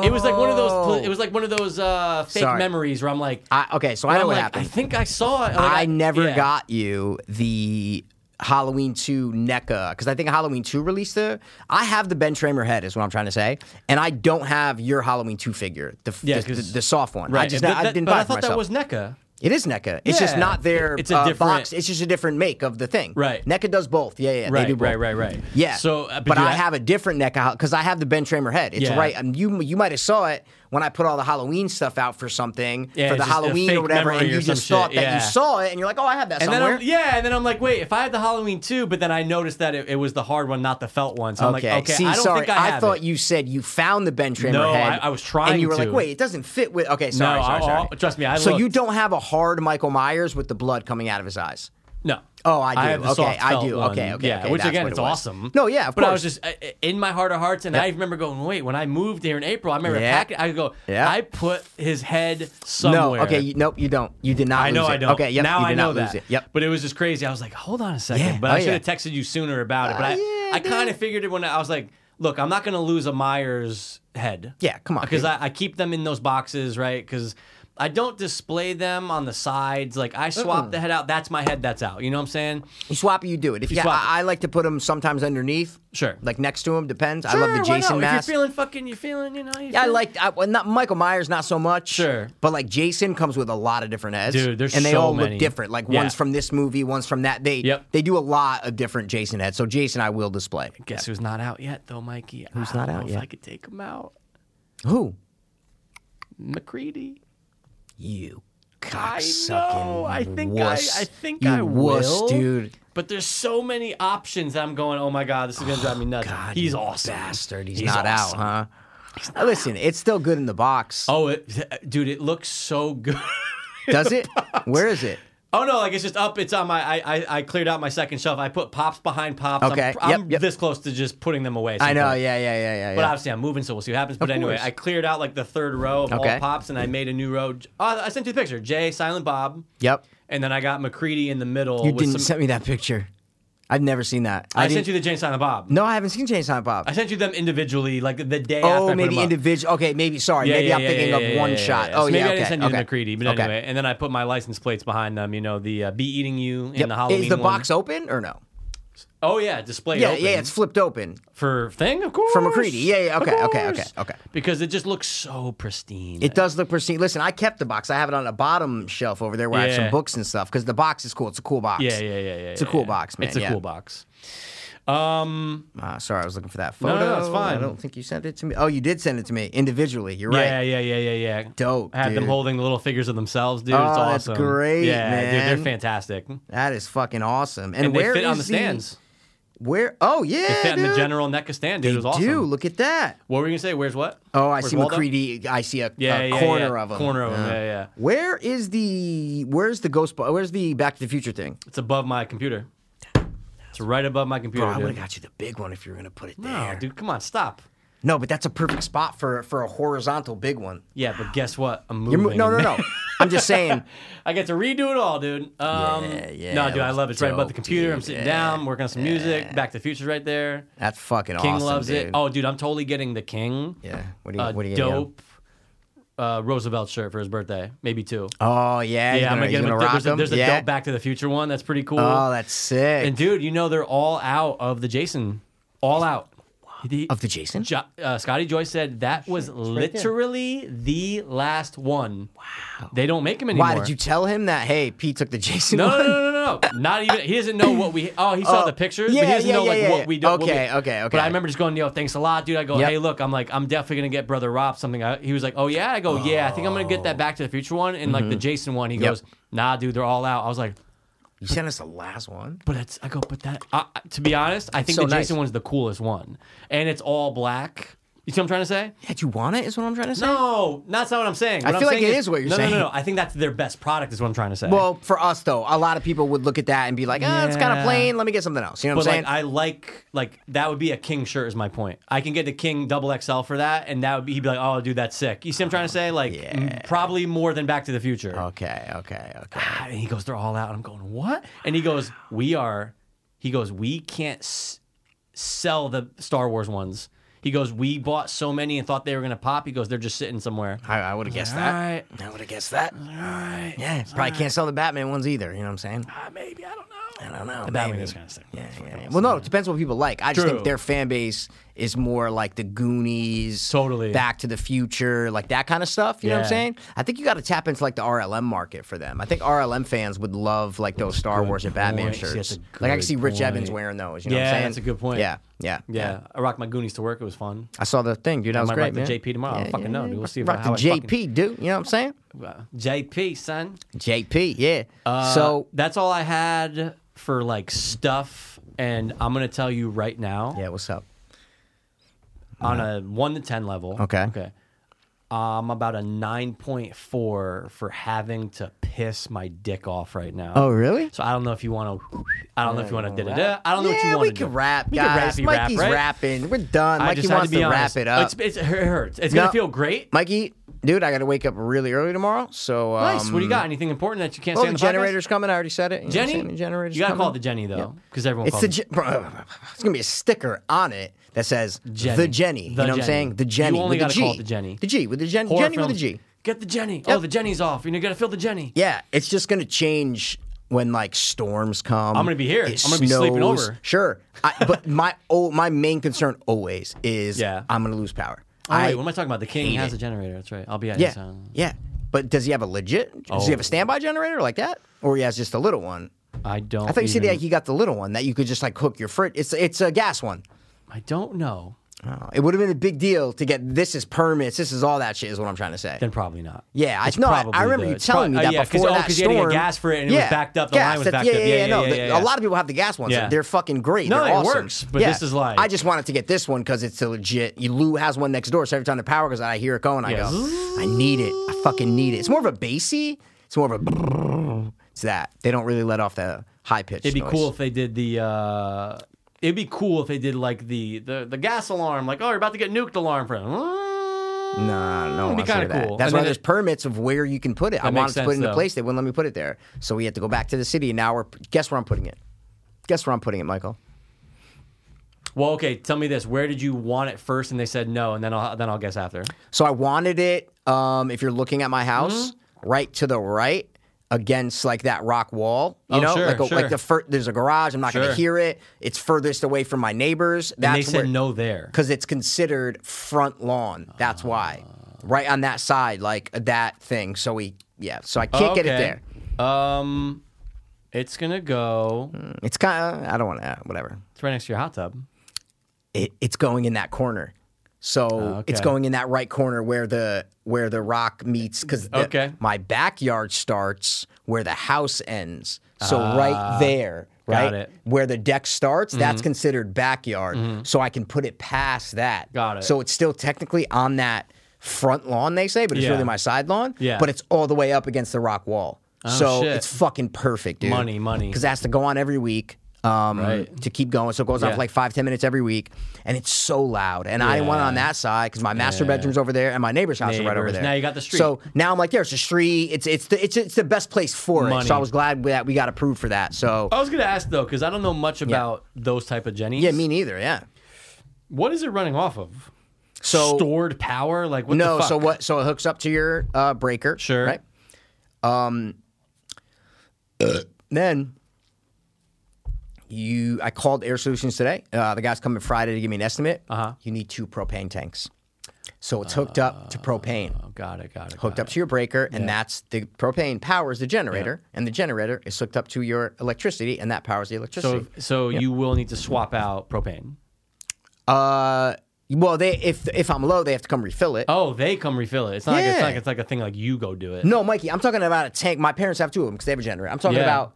It was like one of those. pl- It was like one of those uh, fake
Oh. Sorry.
memories where I'm like,
I, okay, so I
I'm
know what
like,
happened.
I think Oh, I saw it. Like,
I never
yeah.
got you the Halloween 2 NECA because I think Halloween 2 released the. I have the Ben Tramer head, is what I'm trying to say. And I don't have your Halloween 2 figure, the,
Yeah,
the,
'cause-
the, the soft one. I
Right,
just
but
I
that-
didn't
but
buy
I
it for
thought
myself.
that was E NECA.
It is NECA. It's just
Yeah.
not their
It's a
uh,
different-
box. It's just a different make of the thing.
Right.
NECA does both. Yeah, yeah.
Right,
they do both.
right, right, right.
Yeah.
So, uh,
but,
but do
I
I-
have a different NECA because I have the Ben Tramer head. It's
Yeah.
right. And you you might have saw it when I put all the Halloween stuff out for something
Yeah,
for the
it's just a
Halloween
fake
or whatever,
memory
and
or
you
some
just thought
shit,
that
yeah.
you saw it, and you're like, oh, I have that
And then
somewhere.
I'm, yeah, and then I'm like, wait, if I had the Halloween too, but then I noticed that it, it was the hard one, not the felt one. So I'm
okay.
like, okay,
See,
I don't
sorry.
think I, have
thought
it.
you said you found the Ben Tramer
No,
head.
I- I was
And
trying
you were like,
to.
wait, it doesn't fit with. Okay, sorry,
No,
sorry,
I-
sorry.
I- trust me, I
So you
looked.
don't have a hard Michael Myers with the blood coming out of his eyes.
No.
Oh, I do.
have the
Okay,
soft
I
felt
do.
one.
Okay, okay,
Yeah,
okay,
which
that's
again,
what
it's
it was.
awesome.
No, yeah, of
But I was
course.
just uh, uh, in my heart of hearts, and I remember going, wait, when I moved here in April, I remember
Yeah.
packing. I go,
Yeah.
I put his head
No,
somewhere.
okay, you, nope, you don't. You did not.
I know
lose
I
it.
don't.
Okay, yep,
now
you did
I know
not
that.
lose it. Yep.
But it was just crazy. I was like, hold on a second.
Yeah.
But I
Oh,
should have
yeah.
texted you sooner about it. But I,
Uh, yeah,
I
dude.
kind of figured it when I was like, look, I'm not going to lose a Myers head.
Yeah, come on,
Because
dude.
I, I keep them in those boxes, right? Because I don't display them on the sides. Like I swap the head out. That's my head. That's out. You know what I'm saying?
You swap it, you do it. If you,
swap
I, I like to put them sometimes underneath.
Sure.
Like next to him, depends. I love the
Sure, why
Jason
not?
mask.
If you're feeling fucking, you're feeling, you know. You're
Yeah, I
feeling-
like I, well, not Michael Myers, not so much.
Sure.
but like Jason comes with a lot of different heads,
Dude, there's
and they
so
all
many.
look different. Like
Yeah.
one's from this movie, one's from that. They
Yep.
they do a lot of different Jason heads. So Jason, I will display.
Guess who's not out yet, though, Mikey? Who's
not out
know If
yet?
I could take him out,
Who
McCready.
you?
I know.
Cocksucking
I think
wuss.
I, I think
you
I
wuss,
will,
dude.
But there's so many options. that I'm going. Oh my god, this is gonna drive me nuts.
God,
he's
you
awesome,
bastard. He's, not
awesome.
out, huh? Listen, it's still good in the box.
Oh, (laughs) it, dude, it looks so good. (laughs)
Does it? Where is it?
oh no, like it's just up. It's on my. I, I I cleared out my second shelf. I put pops behind pops. I'm-
Okay,
I'm,
yep, yep.
this close to just putting them away. at
I
some
know.
point.
Yeah, yeah, yeah, yeah.
But
yeah.
obviously, I'm moving, so we'll see what happens. But
Of
anyway,
course.
I cleared out like the third row of all
Okay.
pops, and I made a new row. J- Oh, I sent you the picture: Jay, Silent Bob,
Yep.
and then I got McCready in the middle.
You
with
didn't
some,
send me that picture. I've never seen that.
I,
didn't-
sent you the Jay, and Silent Bob.
No, I haven't seen James Silent Bob.
I sent you them individually, like the day after. I
Oh,
put
maybe
them up.
individual. Okay, maybe sorry.
Yeah,
maybe
yeah,
I'm
yeah,
thinking
yeah,
of
yeah,
one
yeah,
shot.
yeah.
Oh,
So
yeah.
maybe I
okay,
didn't send you
okay.
the McCready, but
Okay.
anyway, and then I put my license plates behind them. You know, the uh, be eating you in
Yep.
the Halloween.
Is the
one.
box open or no?
Oh yeah, displayed.
Yeah,
open.
yeah, it's flipped open.
for thing of course.
For McCready. Yeah, yeah,
Of
okay, okay,
course.
okay, okay.
Because it just looks so pristine.
It does look pristine. Listen, I kept the box. I have it on the bottom shelf over there where I have
Yeah.
some books and stuff because the box is cool. It's a cool box.
Yeah, yeah, yeah, yeah.
It's a cool box, man,
It's a
yeah.
cool box. Um.
Uh, sorry, I was looking for that
no,
photo.
it's fine.
I don't think you sent it to me. Oh, you did send it to me individually. You're right.
Yeah, yeah, yeah, yeah, yeah.
Dope,
I had them
dude.
holding the little figures of themselves, dude. it's
Oh, that's
awesome.
great,
yeah, dude,
man.
they're fantastic. And,
That is fucking awesome. And,
they
where
fit on the
is
stands.
Where? Oh yeah,
They fit
dude.
in the general neck of stand, dude.
They
it was awesome.
do. Look at that.
What were you gonna say? Where's what?
Oh, I
Where's
see
Waldo?
McCready. I see a,
Yeah,
a
yeah,
corner
yeah.
of him.
Corner of him. Yeah, yeah.
Where is the where's the ghost? Where's the Back to the Future thing?
It's above my computer. It's right above my computer.
Bro, I would have
Oh, dude.
got you the big one if you were gonna put it
No,
there.
dude, come on, stop.
No, but that's a perfect spot for for a horizontal big one.
Yeah, but guess what? I'm
You're
moving.
mo- no, no, no. I'm just saying.
(laughs) I get to redo it all, dude. Um,
Yeah, yeah,
No, dude, I
that's
love it. It's right above the
dope,
computer. I'm
dude.
sitting
Yeah,
down, working on some music. Back to the Future's right there.
That's fucking
King
awesome.
loves
dude.
it. Oh, dude, I'm totally getting the King.
yeah. What do you?
A
what do you? get him?
dope uh, Roosevelt shirt for his birthday. Maybe two.
Oh yeah. he's
yeah, I'm
gonna,
gonna
he's
get him.
gonna
a-
rock
there's a,
him?
there's a
yeah.
dope Back to the Future one. That's pretty cool.
Oh, that's sick.
and dude, you know they're all out of the Jason. All out. The-
of the Jason.
Jo- uh, Scotty Joyce said that was literally the last one. Wow. They don't make them anymore.
Why did you tell him that? Hey, Pete took the Jason
No,
one.
no, no, no, no, no. Not even. He doesn't know what we. Oh, he saw
Oh,
the pictures,
yeah,
but he doesn't
yeah,
know
yeah,
like
yeah,
what
yeah.
we do. what we-
Okay, okay, okay.
But I remember just going, yo, thanks a lot, dude. I go,
Yep.
hey, look, I'm like, I'm definitely gonna get Brother Rob something. I, he was like, oh yeah. I go, yeah, I think I'm gonna get that Back to the Future one and like the Jason one. He
Oh. Mm-hmm. Yep.
goes, nah, dude, they're all out. I was like,
You sent us the last one.
but it's. I go, but that. I I- to be honest, I think
So
the
nice.
Jason one's the coolest one, and it's all black. You see what I'm trying to say?
Yeah, do you want it? Is what I'm trying to say.
No, that's not what I'm saying. What
I
I'm
feel like
saying
it is what you're
no, No, no,
saying.
no. I think that's their best product. Is what I'm trying to say.
Well, for us though, a lot of people would look at that and be like, "Ah, it's kind
Yeah.
of plain. Let me get something else." You know what
But
I'm saying?
like I like like that would be a king shirt is my point. I can get the king double XL for that, and that would be he'd be like, oh dude, that's sick. You see what I'm trying to say? Like m- probably more than Back to the Future. Ah,
okay, okay, okay.
And he goes, they're all out. And I'm going, what? And he goes, we are. He goes, we can't s- sell the Star Wars ones. He goes, we bought so many and thought they were gonna pop. He goes, they're just sitting somewhere.
I, I would have guessed
All
that.
right,
I would have guessed that.
all right.
Yeah, probably can't sell the Batman ones either. You know what I'm saying?
Ah, maybe I don't know.
I don't know.
The Batman
maybe.
is kind of sick.
Yeah, yeah. Well, no, it depends what people like. I just
True.
think their fan base is more like the Goonies,
Totally.
Back to the Future, like that kind of stuff. You know what
Yeah.
I'm saying? I think you got to tap into like the RLM market for them. I think RLM fans would love like those Star Wars and Batman
point. See, that's
shirts.
a
Like I can see
good
Rich Evans
point.
wearing those. You know what
Yeah,
I'm saying?
that's a good point.
Yeah, yeah,
Yeah, I rocked my Goonies to work. It was fun.
I saw the thing, dude. That was
might
great,
rock
man.
the JP tomorrow. I don't fucking know, dude. We'll see if
Rock
I-
the
how I
JP,
fucking-
dude. You know what I'm saying?
Wow. JP, son.
JP, yeah.
Uh,
so
that's all I had for like stuff, and I'm gonna tell you right now
yeah, what's up?
on a one to ten level.
Okay.
Okay. I'm about a nine point four for having to piss my dick off right now.
Oh, really?
So I don't know if you want to. I don't know if you want to da da da. I don't know what
yeah,
you want
we
to do.
can rap,
We can
guys.
rappy rap,
Mikey's
right?
rapping. We're done. Mikey
had
wants to, wrap
honest.
it up.
It's, it's, it hurts. It's
No.
gonna feel great.
Mikey, dude, I got to wake up really early tomorrow. So um,
Nice. What do you got? Anything important that you can't
Oh,
say
the,
on the podcast?
generator's coming. I already said it. You know what I'm
Jenny.
saying? The generator's
you gotta
coming.
call it the Jenny though, because everyone
It's
calls
the
it.
Je- bro, it's gonna be a sticker on it that says
Jenny.
the Jenny. you know
The
what I'm
Jenny.
saying? The
You
Jenny.
only
with the
gotta
G.
call it the Jenny.
The G with the Jenny.
Horror
Jenny with
films.
the G.
Get the Jenny. Oh,
Yep.
the Jenny's off. You know, gotta fill the Jenny.
Yeah, it's just gonna change when like storms come.
I'm gonna be here.
It
I'm gonna be sleeping
snows.
over.
Sure, I, but (laughs) my oh, my main concern always is
Yeah.
I'm gonna lose power.
Oh,
I
wait, what am I talking about? The king
hate
has
it.
a generator. That's right. I'll be at
yeah
his. Um,
yeah. But does he have a legit? Does he have
Oh.
a standby generator like that, or he has just a little one?
I don't.
I thought you said
even-
like he got the little one that you could just like hook your fridge. It's it's a gas one.
I don't know.
Oh, it would have been a big deal to get this is permits, this is all that shit, is what I'm trying to say.
Then probably not.
yeah, I
It's
know. I,
probably
I remember
the-
you
it's
telling
prob-
me
oh,
that
yeah, 'cause-
before
oh,
that
'cause you had to get
storm.
gas for it and it was backed up, the
gas,
line was
that-
backed
yeah,
up.
Yeah,
Yeah, yeah,
no,
yeah,
the-
yeah, yeah.
A lot of people have the gas ones.
Yeah.
They're fucking great.
No,
They're
it
awesome.
works, but
Yeah.
this is like-
I just wanted to get this one because it's a legit. You Lou has one next door, so every time the power goes out, I hear it going. I
Yeah.
go, I need it. I fucking need it. It's more of a bassy. It's more of a. It's that they don't really let off the high pitch.
It'd be cool if they did the. Uh, it'd be cool if they did like the, the the gas alarm, like oh you're about to get nuked alarm for.
Nah, no,
It'd be
one wants to hear
kinda
that.
cool.
That's
And
why
then
there's
it-
permits of where you can put it. I
makes
wanted to put it
sense,
in a
though.
place. They wouldn't let me put it there, so we had to go back to the city. And now we're guess where I'm putting it. Guess where I'm putting it, Michael.
Well, okay, tell me this. Where did you want it first? And they said no, and then I'll then I'll guess after.
So I wanted it. Um, if you're looking at my house,
Mm-hmm.
right to the right against like that rock wall. You
Oh,
know,
sure,
like, a,
sure.
like the fir- there's a garage. I'm not
Sure.
going to hear it. It's furthest away from my neighbors.
And
That's
they said
where,
no there.
because it's considered front lawn. That's why,
Ah.
right on that side, like that thing. So we, yeah. So I can't get it there.
there. Um, it's gonna go.
It's kind of I don't want to whatever.
It's right next to your hot tub.
It, it's going in that corner, so it's
okay.
going in that right corner where the where the rock meets because
Okay.
my backyard starts where the house ends. So right there, right
Ah, got it. Mm-hmm.
where the deck starts, that's considered backyard. So I can put it past that.
Got it.
So it's still technically on that front lawn they say, but it's
Yeah.
really my side lawn.
Yeah. Oh,
But it's all the way up against the rock wall. so
shit.
it's fucking perfect, dude.
Money, money.
Because it has to go on every week um,
Right.
to keep going. So it goes on
Yeah.
for like five, ten minutes every week. And it's so loud. And I went
Yeah.
on that side because my master
Yeah.
bedroom's over there and my neighbor's house is right over
Neighbors.
there.
Now you got the street.
So now I'm like, there's a street. It's it's the it's, it's the best place for it.
Money. Oh.
So I was glad that we got approved for that. So
I was gonna ask though, because I don't know much about those type of Jennies.
yeah, me neither. Yeah.
What is it running off of?
So
Stored power? Like what?
no.
The fuck?
So what? So it hooks up to your uh, breaker.
Sure.
Right. Um. then you, I called Air Solutions today. Uh, the guy's coming Friday to give me an estimate.
Uh-huh.
You need two propane tanks. So it's hooked up to propane.
Oh, got it. Got it.
hooked
got
up to your breaker, and that's the propane powers the generator, and the generator is hooked up to your electricity, and that powers the
it. So
electricity.
so you will need to swap out propane.
uh, well, they if if I'm low, they have to come refill it.
Oh, they come refill it. It's not, like, it's
Yeah.
not like it's like a thing like you go do it.
No, Mikey, I'm talking about a tank. My parents have two of them because they have a generator. I'm talking
Yeah.
about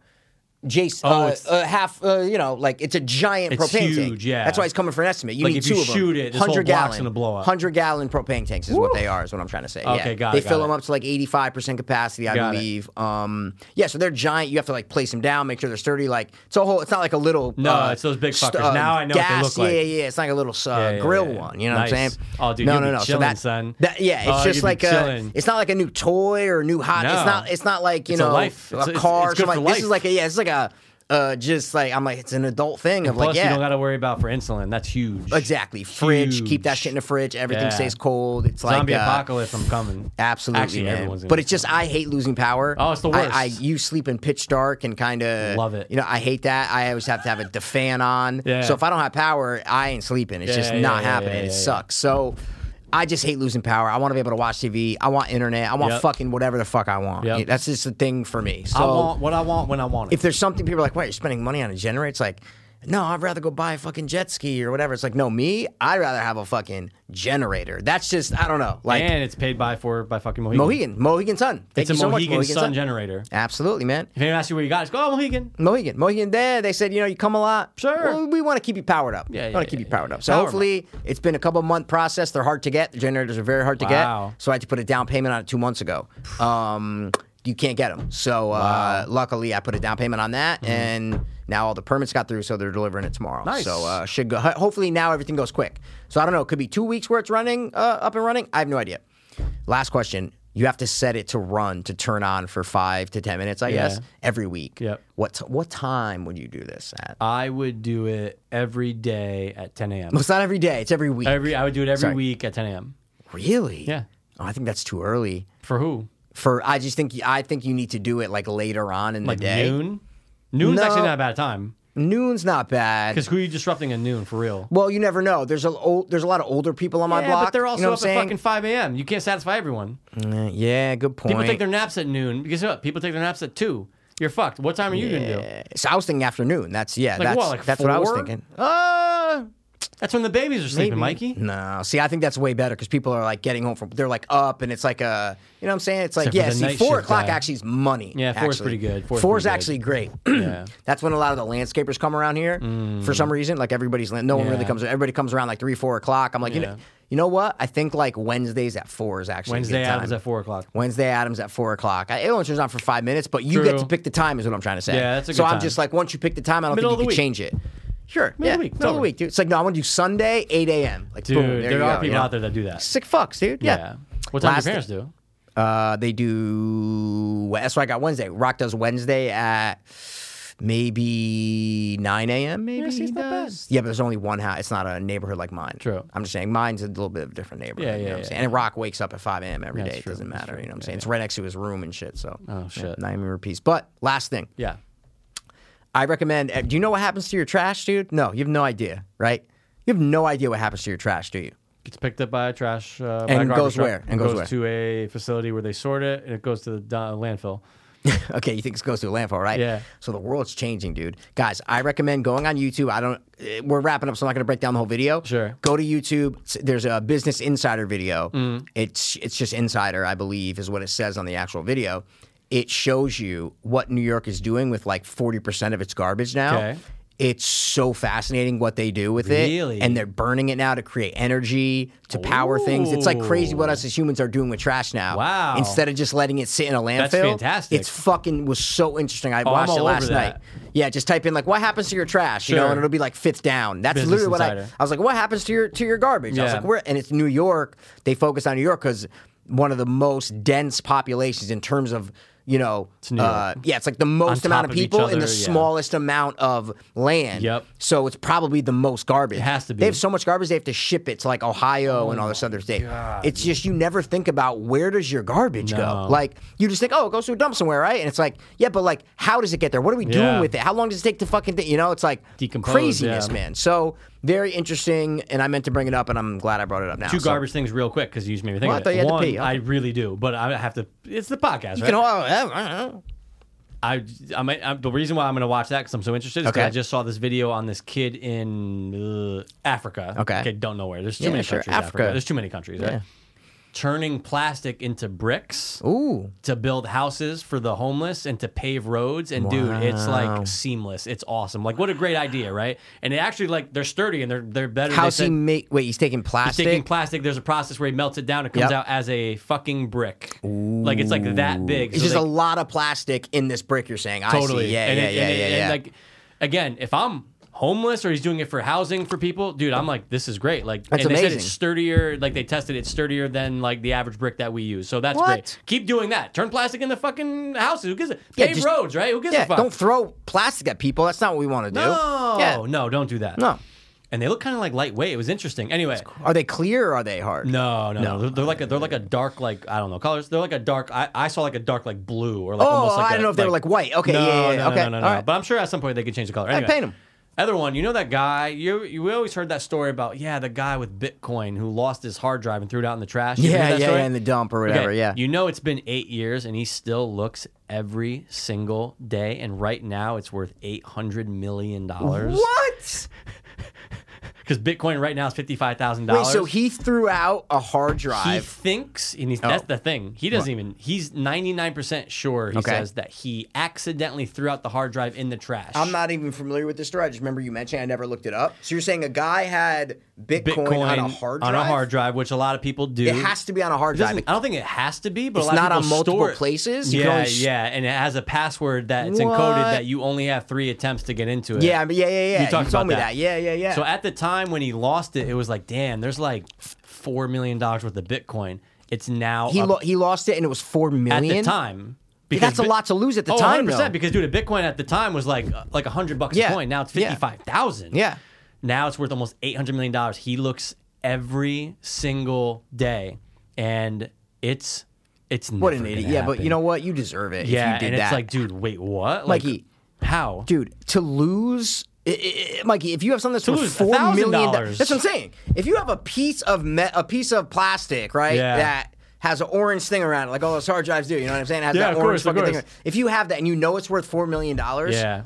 Jace.
Oh,
uh,
it's-
uh, half. Uh, you know, like it's a giant
It's
propane tank.
huge, yeah.
that's why he's coming for an estimate. You
Like,
need
if
two
you
of them.
shoot it, this whole
hundred
block's
gallon,
gonna blow up.
Hundred gallon propane tanks is what they are. Is what I'm trying to say.
Okay,
yeah.
got
They
it,
fill
got
them
it.
up to like 85 percent capacity, I
Got it.
believe. Um, yeah, so they're giant. You have to like place them down, make sure they're sturdy. Like it's a whole. It's not like a little.
No,
uh,
it's those big
st-
fuckers.
uh,
Now I know what they
gas,
look like.
Yeah, yeah. It's like a little uh,
yeah,
grill
yeah, yeah.
one. You know what I'm
Nice.
saying?
Oh, dude,
no,
you'll
no,
be
no. so
chilling,
that,
son.
that- yeah, it's
Oh,
just
you'll be
like uh, a.
chilling.
It's not like a new toy or a new hot. It's
No.
not. It's not like you
It's a
know
life. It's a- it's-
car.
it's good
or something
for
like- This is
life.
like a yeah. It's like a uh, just like I'm like it's an adult thing of
Plus,
like
you
yeah.
don't got to worry about for insulin. That's huge.
Exactly, fridge. Keep that
Huge.
shit in the fridge. Everything
Yeah.
stays cold. It's
Zombie
like uh,
apocalypse, I'm coming.
Absolutely,
Actually,
man.
everyone's gonna
but
be
it's just I hate losing power.
Oh, it's the
I-
worst.
I, you sleep in pitch dark and kind of
Love it.
You know, I hate that. I always have to have a the fan on.
Yeah.
So if I don't have power, I ain't sleeping. It's
Yeah,
just
yeah,
not
yeah,
happening.
yeah,
it
yeah, yeah.
sucks. So. I just hate losing power. I want to be able to watch TV. I want internet. I want
Yep.
fucking whatever the fuck I want.
Yep.
That's just the thing for me. (laughs) So
I want what I want when I want it.
if there's something people are like, wait, you're spending money on a generator? It's like, no, I'd rather go buy a fucking jet ski or whatever. It's like, no, me, I'd rather have a fucking generator. That's just, I don't know. Like,
and it's paid by for by fucking Mohegan.
Mohegan, Mohegan Sun. Thank
It's a
you so
Mohegan,
much, Mohegan
sun, generator.
Absolutely, man.
If anyone asks you where you got it, just go, oh, Mohegan.
Mohegan, Mohegan, there. They said, you know, you come a lot.
Sure.
Well, we want to keep you powered up.
Yeah,
We
yeah,
want to keep
yeah,
you powered
yeah.
up. So
Power
hopefully, it's been a couple month process. They're hard to get. The generators are very hard to
Wow.
get. So I had to put a down payment on it two months ago. Um, you can't get them. So uh, luckily, I put a down payment on that, and now all the permits got through, so they're delivering it tomorrow.
Mm-hmm. Nice.
So uh, should go. ho- Hopefully now everything goes quick. So I don't know. It could be two weeks where it's running uh, up and running. I have no idea. Last question. You have to set it to run to turn on for five to ten minutes, I guess, every week.
Yep.
What t- what time would you do this at? Uh,
I would do it every day at 10 a.m.
Well, it's not every day. It's every week.
Every I would do it every
Sorry.
week at 10 a.m.
really?
Yeah.
Oh, I think that's too early.
For who?
For I just think I think you need to do it like later on in
Like
the day.
noon? Noon's
No.
actually not a bad time.
Noon's not bad.
Because who are you disrupting at noon for real?
Well, you never know. There's a old, there's a lot of older people on my
yeah,
block.
but they're also
you know
up
what I'm
at fucking 5 a.m. You can't satisfy everyone.
saying? Mm, Yeah, good point.
People take their naps at noon because what? People take their naps at two. You're fucked. What time are you gonna do?
Yeah. So I was thinking afternoon. That's yeah. that's
what, like
that's what I was
four?
thinking. Uh,
That's when the babies are sleeping, Mikey.
no. See, I think that's way better because people are like getting home from. They're like up, and it's like a. You know what I'm saying? It's like
Except
yeah.
for the
See,
night
four
shift
o'clock
guy.
actually is money.
Yeah, four's
actually.
pretty good. Four's
Four's
pretty
actually
good.
great.
(clears throat)
(clears throat)
yeah. Mm.
That's when a lot of the landscapers come around here for some reason. Like everybody's, land- no one really
Yeah.
comes. Everybody comes around like three, four o'clock. I'm like, you know,
Yeah.
you know what? I think like Wednesdays at four is actually a good
Wednesday
time.
out was at four o'clock.
Wednesday Adams at four o'clock. I- It only turns on for five minutes, but you get
True.
to pick the time, is what I'm trying to say.
Yeah, that's a
so
good
I'm
time.
just like, once you pick the time, I don't
Middle
think
of
you
the
can
week.
change it. Sure,
Middle
yeah,
of the week, it's
middle of the
over.
week, dude. It's like, no, I want to do Sunday, eight a.m. Like,
Dude,
boom, there,
there,
you
are
go,
people
you know?
out there that do that.
Sick fucks, dude. Yeah.
What time
Last-
do your parents do?
Uh, they do. That's why I got Wednesday. Rock does Wednesday at maybe 9 a.m. Maybe
see,
he
it's not bad.
does. Yeah, but there's only one house. It's not a neighborhood like mine.
True.
I'm just saying mine's a little bit of a different neighborhood.
Yeah,
you know
yeah,
what I'm
yeah,
saying? And Rock wakes up at 5 a.m. every day.
That's
It
true,
doesn't
that's
matter.
true.
You know what I'm
Yeah, Oh,
saying? It's right next to his room and shit. So yeah,
shit.
nine even piece. But last thing,
Yeah.
I recommend. uh, Do you know what happens to your trash, dude? No, you have no idea, right? You have no idea what happens to your trash, do you?
Gets picked up by a trash uh, by
And
a garbage
goes
truck.
where? And
It
goes
goes,
where?
to a facility where they sort it and it goes to the uh, landfill.
(laughs) okay, you think this goes to a landfill, right?
Yeah.
So the world's changing, dude. Guys, I recommend going on YouTube. I don't. eh, We're wrapping up, so I'm not going to break down the whole video.
Sure.
Go to YouTube. S- There's a business insider video.
Mm.
It's it's just insider, I believe, is what it says on the actual video. It shows you what New York is doing with like 40% of its garbage now.
Okay.
It's so fascinating what they do with
Really?
it. And they're burning it now to create energy, to power things. It's like crazy what
Ooh.
us as humans are doing with trash now.
Wow.
Instead of just letting it sit in a landfill.
fantastic.
It's fucking was so interesting. I watched
Oh, all
it
over
last
that.
night. Yeah, just type in like what happens to your trash, you know,
Sure.
and it'll be like fifth down. That's
Business
literally what
Insider.
I I was like, what happens to your to your garbage? I was
Yeah.
like, where and it's New York. They focus on New York because one of the most dense populations in terms of you know,
New York.
uh, yeah, it's like the most
On
amount
top
of
of each
people in the
other, yeah.
smallest amount of land.
Yep.
So it's probably the most garbage. It
has to be.
They have so much garbage they have to ship it to like Ohio and all
Oh,
this other state. It's just you never think about where does your garbage go.
No.
Like you just think, oh, it goes to a dump somewhere, right? And it's like, yeah, but like, how does it get there? What are we doing
Yeah.
with it? How long does it take to fucking thing? You know, it's like
Decompose,
craziness,
yeah.
man. So very interesting, and I meant to bring it up, and I'm glad I brought it up now.
Two
So-
garbage things real quick because you just made me think
Well, I
of
thought
it.
you had to
One,
pee, huh?
I really do, but I have to. It's the podcast,
You
right?
can all- uh,
I, I, might, I the reason why I'm going to watch that because I'm so interested is 'cause
Okay.
I just saw this video on this kid in uh, Africa.
Okay.
Okay, don't know where. There's too
Yeah,
many
sure,
countries. in Africa.
Africa.
There's too many countries,
Yeah.
right? Turning plastic into bricks
uh, uh. ooh,
to build houses for the homeless and to pave roads. And dude, it's like seamless. It's awesome. Like, what a great idea, right? And it actually, like, they're sturdy and they're, they're better. They
how's he
said-
make? Wait, he's taking
He's
plastic.
taking plastic. There's a process where he melts it down. It comes
Yep.
out as a fucking brick. Like it's like that big.
it's
So
just
they-
a lot of plastic in this brick. You're saying, I see.
totally.
yeah,
and
yeah,
it-
yeah,
and it-
yeah,
and,
yeah.
Like again, if I'm homeless or he's doing it for housing for people, dude, I'm like, this is great. Like
That's
and they said
amazing.
it's sturdier. Like they tested it's sturdier than like the average brick that we use. So that's
What?
great. Keep doing that. Turn plastic into fucking houses. Who gives a
Yeah,
paved
just-
roads, right? Who gives
yeah,
a fuck?
don't throw plastic at people. That's not what we want to do.
no,
Yeah.
no, don't do that.
No.
And they look kind of like lightweight. It was interesting. Anyway,
Are they clear or are they hard?
No, no, no. They're, they're like a, they're like a dark like I don't know colors. They're like a dark. I, I saw like a dark like blue or like
Oh,
almost like
I
a-
don't know if they were like white. Okay,
no,
yeah, yeah, yeah.
no, no,
Okay,
no, no, no.
all right.
But I'm sure at some point they could change the color. Anyway,
paint 'em.
Other one, you know that guy. You you always heard that story about yeah the guy with Bitcoin who lost his hard drive and threw it out in the trash. You
Yeah,
heard
yeah,
that story?
yeah, in the dump or
Okay,
whatever. Yeah.
You know it's been eight years and he still looks every single day. And right now it's worth eight hundred million dollars.
what?
because Bitcoin right now is fifty five thousand
Wait,
dollars.
so he threw out a hard
He
drive.
thinks, and he's,
Oh.
that's the thing. He doesn't even. He's ninety nine percent sure. He
Okay.
says that he accidentally threw out the hard drive in the trash.
I'm not even familiar with this story. I just remember you mentioned I never looked it up. So you're saying a guy had Bitcoin, on a hard drive?
on a hard drive, which a lot of people do.
It has to be on a hard
It
drive.
doesn't- I don't think it has to be, but
It's
a lot
not
of
on
people
multiple
store it.
places? You can
Yeah,
only s-
yeah, and it has a password that it's encoded
What?
that you only have three attempts to get into it.
Yeah, I mean, yeah, yeah, yeah.
You talked
told
about
me
that.
that. Yeah, yeah, yeah.
So uh, at the time when he lost it, it was like, damn, there's like four million dollars worth of Bitcoin. It's now
he
up
lo- he lost it, and it was four
at
million
the time.
that's a
Bi-
lot to lose at the
oh,
time,
100%,
though.
because dude, a Bitcoin at the time was like uh, like hundred bucks
Yeah.
a coin. Now it's
Yeah.
fifty five thousand.
Yeah.
Now it's worth almost eight hundred million dollars. He looks every single day, and it's it's
What an idiot. Yeah, but you know what? You deserve it.
yeah,
if you did
and
that.
it's like, dude, wait, what?
Mikey.
how?
dude, to lose, i- i- i- Mikey, if you have something that's worth
lose
four million,
$1,000.
dollars, that's what I'm saying. If you have a piece of me- a piece of plastic, right,
Yeah.
that has an orange thing around it, like all those hard drives do. You know what I'm saying? It has
Yeah,
that
of
orange
course, of
fucking thing.
course.
around- If you have that and you know it's worth four million dollars,
yeah,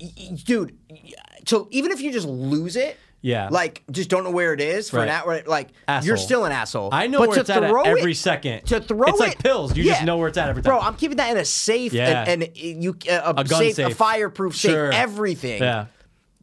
y- y- dude. y- So even if you just lose it.
Yeah.
Like, just don't know where it is for an
Right.
hour. Like,
Asshole.
you're still an asshole.
I know
But
where
to
it's at, at
throw
every
it-
second.
To throw
it's
it,
like pills. You just
yeah.
know where it's at every time.
Bro, I'm keeping that in a safe
Yeah.
and, and you uh, a,
a gun
safe,
safe,
a fireproof safe,
Sure.
everything.
Yeah.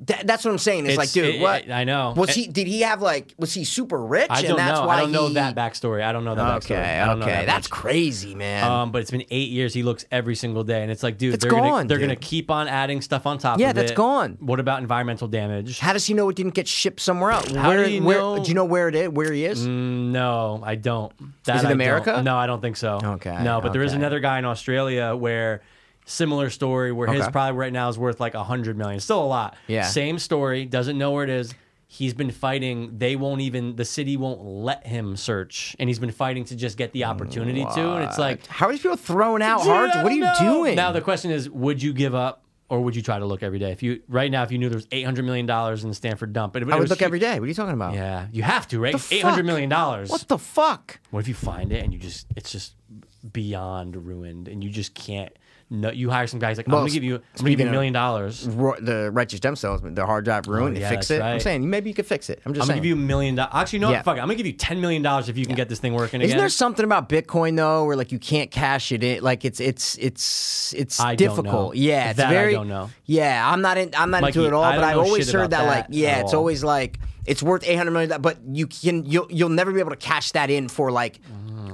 That, that's what I'm saying. It's,
It's-
like, dude,
it-
what?
it- I know.
Was
It-
he? Did he have like? Was he super rich?
I
and
don't
that's
know.
Why
I don't know
he-
that backstory. I don't know that
Okay,
backstory. I don't know
okay,
that
that's
much.
crazy, man.
Um, but it's been eight years. He looks every single day, and it's like, dude,
It's
they're gonna
gone,
they're
dude.
gonna keep on adding stuff on top.
Yeah,
of
that's
it.
gone.
What about environmental damage?
How does he know it didn't get shipped somewhere else?
How
where,
do you
where-
know-
Do you know where it is? Where he is?
Mm, No, I don't. That
Is it
I don't.
America?
No, I don't think so.
Okay,
No, but there is
okay.
another guy in Australia where similar story where his
Okay.
probably right now is worth like a hundred million. Still a lot.
Yeah.
Same story. Doesn't know where it is. He's been fighting. They won't even. The city won't let him search, and he's been fighting to just get the opportunity to. And it's like,
How are these people throwing out
Dude,
hard?
I
What are
don't
you
know.
doing?
Now the question is, would you give up or would you try to look every day? If you right now, if you knew there was eight hundred million dollars in the Stanford dump, it, it
I would
was
look
hu-
every day. What are you talking about?
Yeah, you have to, right?
The
Eight hundred
fuck?
million dollars.
What the fuck?
What if you find it and you just it's just beyond ruined and you just can't. No, you hire some guys like I'm
Well,
gonna give you I'm gonna
speaking of-
give you a
Mm-hmm.
million dollars. I'm
Ro- the righteous stem cells, the hard drive ruined.
Oh,
it,
yeah,
fix
that's
it. I'm
right.
saying maybe you could fix it. I'm just
gonna
saying.
give you a million dollars. Actually, no,
Yeah.
fuck. it. I'm gonna give you ten million dollars if you can get this thing working
Isn't
again.
there something about Bitcoin though, where like you can't cash it in? Like it's it's it's it's
I don't know.
difficult. Yeah, it's
That I
very.
don't know.
Yeah, I'm not in. I'm not
Mikey,
into it at all.
I
But
don't
I've
know
always
shit
heard
about
that, like
that
yeah,
at
it's
all.
always like it's worth 800 million. But you can you'll you'll never be able to cash that in for like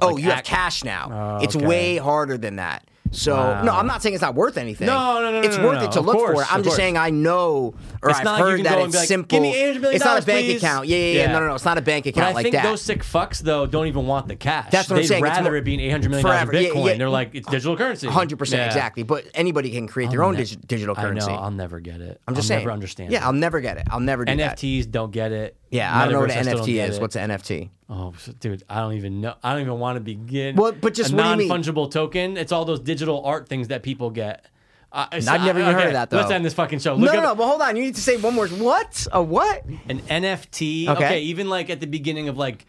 oh you have
act-
cash now.
Mm, Oh,
it's
okay.
way harder than that. So no, I'm not saying it's not worth anything.
No, no, no, no,
It's
no,
worth
no.
it to
Of
look
course,
for it. I'm
of
just
course.
saying I know or
It's
I've
not like you
heard
can
that
go and
it's
be like,
simple.
"Give me $800
it's not a bank
please."
account. Yeah, yeah, yeah.
Yeah.
No, no, no. It's not a bank
But
account
I
like
think
that.
those sick fucks though don't even want the cash.
That's what I'm
They'd
saying. It's
rather
more-
it being eight hundred million dollars
Forever.
in
Yeah,
Bitcoin.
yeah.
They're like it's digital currency.
Hundred percent
Yeah.
exactly. But anybody can create their
I'll
own
ne-
dig- digital currency.
I know. I'll never get it.
I'm just
I'll
saying.
Never understand.
Yeah,
it.
I'll never get it. I'll never do that.
NFTs don't get it.
Yeah, I don't know what
Metaverse,
an
still don't
NFT
get
is.
it.
What's an NFT?
Oh, so- dude, I don't even know. I don't even want to begin.
Well, but just
a
what do you mean?
non-fungible token. It's all those digital art things that people get. I so-
I've never
I-
even heard
okay,
of that, though.
Let's end this fucking show.
No,
Look
no, no.
up
But hold on. You need to say one more. What? A what?
an NFT. Okay.
Okay.
even like at the beginning of like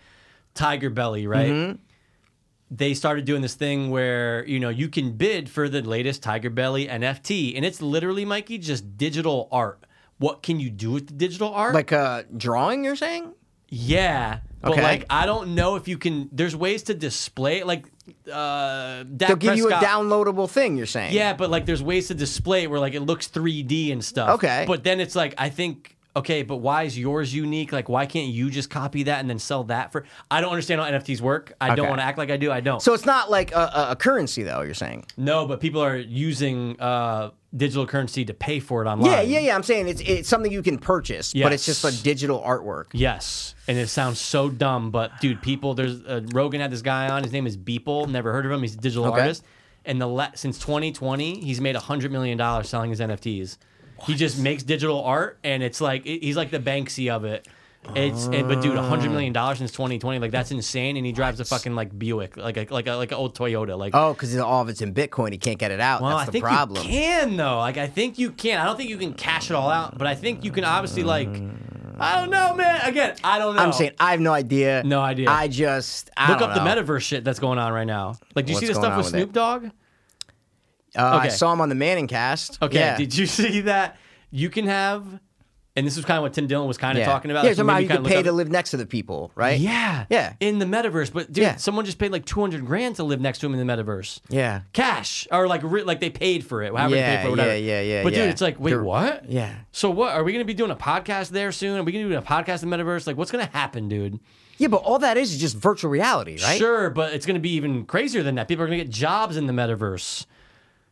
Tiger Belly, right?
Mm-hmm.
They started doing this thing where you know you can bid for the latest Tiger Belly NFT, and it's literally Mikey just digital art. What can you do with the digital art?
Like a drawing? You're saying?
Yeah. But
Okay.
like I don't know if you can there's ways to display it, like uh Dak
They'll give you a
Prescott-
downloadable thing. You're saying?
Yeah, but like there's ways to display it where like it looks 3D and stuff.
Okay.
But then it's like I think okay, but why is yours unique? Like why can't you just copy that and then sell that for I don't understand how NFTs work. I don't
Okay.
want to act like I do. I don't.
So it's not like a, a, a currency, though. You're saying?
no, but people are using uh digital currency to pay for it online.
Yeah, yeah, yeah. I'm saying it's it's something you can purchase, but it's just
Yes.
a digital artwork.
Yes, and it sounds so dumb, but dude, people, there's uh, Rogan had this guy on. His name is Beeple. Never heard of him. He's a digital
Okay.
artist. And the la- since 2020, he's made hundred million dollars selling his NFTs. He just makes digital art, and it's like it- he's like the Banksy of it. It's and, but dude, hundred million dollars since 2020, like that's insane. And he drives a fucking like Buick, like a, like a, like an old Toyota. Like
Oh, because all of it's in Bitcoin. You can't get it out.
well,
That's
I
the
think
problem.
you can though. Like I think you can. I don't think you can cash it all out, but I think you can obviously like. I don't know, man. Again, I don't know.
I'm saying I have no idea.
No idea.
I just I
Look
don't
up the
know.
metaverse shit that's going on right now. Like, do you see
What's
the
going
stuff
on
with
with it?
Snoop Dogg?
Uh, I
Okay.
saw him on the Manning cast.
Okay, (laughs)
Yeah.
did you see that? You can have and this is kind of what Tim Dillon was kind of
yeah.
talking about.
Yeah,
like,
somebody
maybe
you
kinda
could
look
pay
up-
to live next to the people, right?
Yeah.
Yeah.
In the metaverse, but dude,
Yeah.
someone just paid like 200 grand to live next to him in the metaverse.
Yeah.
Cash or like re- like they paid for it. However they
Yeah,
paid for it, whatever.
yeah, yeah, yeah,
But
yeah.
dude, it's like, wait,
They're-
what?
Yeah.
So what are we going to be doing a podcast there soon? Are we going to do a podcast in the metaverse? Like what's going to happen, dude?
Yeah, but all that is is just virtual reality, right?
Sure, but it's going to be even crazier than that. People are going to get jobs in the metaverse.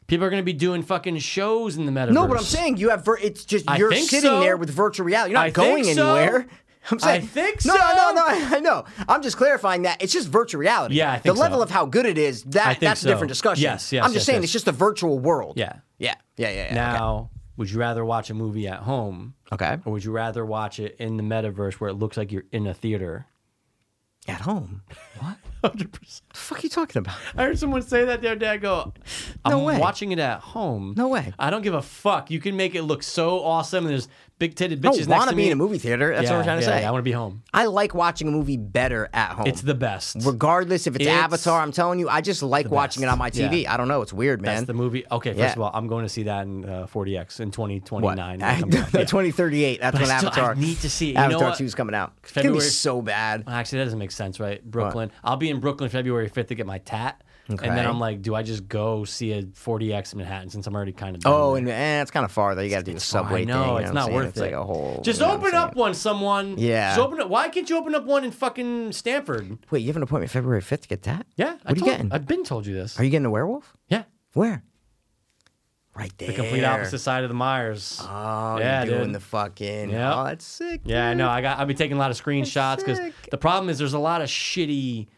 People are going to be doing fucking shows in the metaverse.
No, but I'm saying you have. Vir- it's just
I
you're
think
sitting
so.
there with virtual reality. You're not
I
going
think so.
anywhere. (laughs) I'm saying.
I think
no, No,
so.
no, (laughs) no. I, I know. I'm just clarifying that it's just virtual reality.
Yeah, I
the
think
level
so.
of how good it is that
think
that's
so.
a different discussion.
Yes, yes,
I'm just
yes,
saying
yes.
it's just a virtual world.
Yeah.
Yeah. Yeah. Yeah. yeah.
Now, would you rather watch a movie at home
Okay. Okay.
or would you rather watch it in the metaverse where it looks like you're in
(laughs)
a theater?
At home. What
100%.
the fuck are you talking about?
I heard someone say that the other day. I go, I'm
No way.
watching it at home.
No way.
I don't give a fuck. You can make it look so awesome. And there's big titted
I
bitches
don't
next
want
to
to
me.
be in a movie theater. That's
yeah,
what I'm trying to
yeah,
say.
yeah, I want to be home.
I like watching a movie better at home.
It's the best.
regardless if it's,
It's
Avatar. I'm telling you, I just like watching it
best.
on my TV. I don't know. It's weird, man.
That's the movie. Okay, first
Yeah.
of all, I'm going to see that in uh, 40x
(laughs)
in 2029.
I-
I'm- yeah.
2038. That's
But I
when
still- I
Avatar.
need to see it. You know
Avatar
what?
2 is coming out. It's gonna
February-
be so bad.
Actually, that doesn't make sense, right? Brooklyn. I'll be in Brooklyn February 5th to get my tat. And
Okay.
then I'm like, do I just go see a 40x in Manhattan since I'm already kind of
Oh, and eh, it's kind of far though. You got to do the subway
I know,
thing. you
it's
what I'm
not
saying?
worth
it's
it.
Like a whole.
Just
you know what I'm
open
saying?
up one, someone.
Yeah.
Just open up. Why can't you open up one in fucking Stanford?
Wait, you have an appointment February 5th to get that?
Yeah.
What
I
are you
told-
getting?
I've been told you this.
Are you getting a werewolf?
yeah.
Where? Right there.
The complete opposite side of the Myers.
Oh,
Yeah,
you're doing
dude.
the fucking.
Yep.
Oh, that's sick.
Yeah, I
dude.
know. I got. I've been taking a lot of screenshots because
sick.
the problem is there's a lot of shitty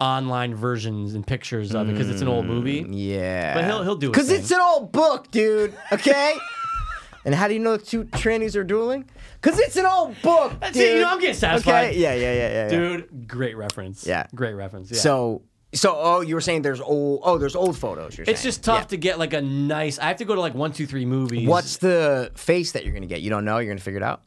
online versions and pictures of it because it's an old
Mm,
movie.
Yeah.
But he'll- he'll do his
Because
thing.
it's an old book, dude. Okay? (laughs) and how do you know the two trannies are dueling? Because it's an old book.
That's
dude.
it, you know, I'm getting satisfied.
Okay? Yeah, yeah, yeah, yeah. yeah.
Dude, great reference.
Yeah.
great reference. Yeah.
So, so, oh, you were saying there's old, oh, there's old photos. You're
it's
saying.
just tough to get like a nice. I have to go to like one, two, three movies.
What's the face that you're going to get? You don't know? You're going to figure it out?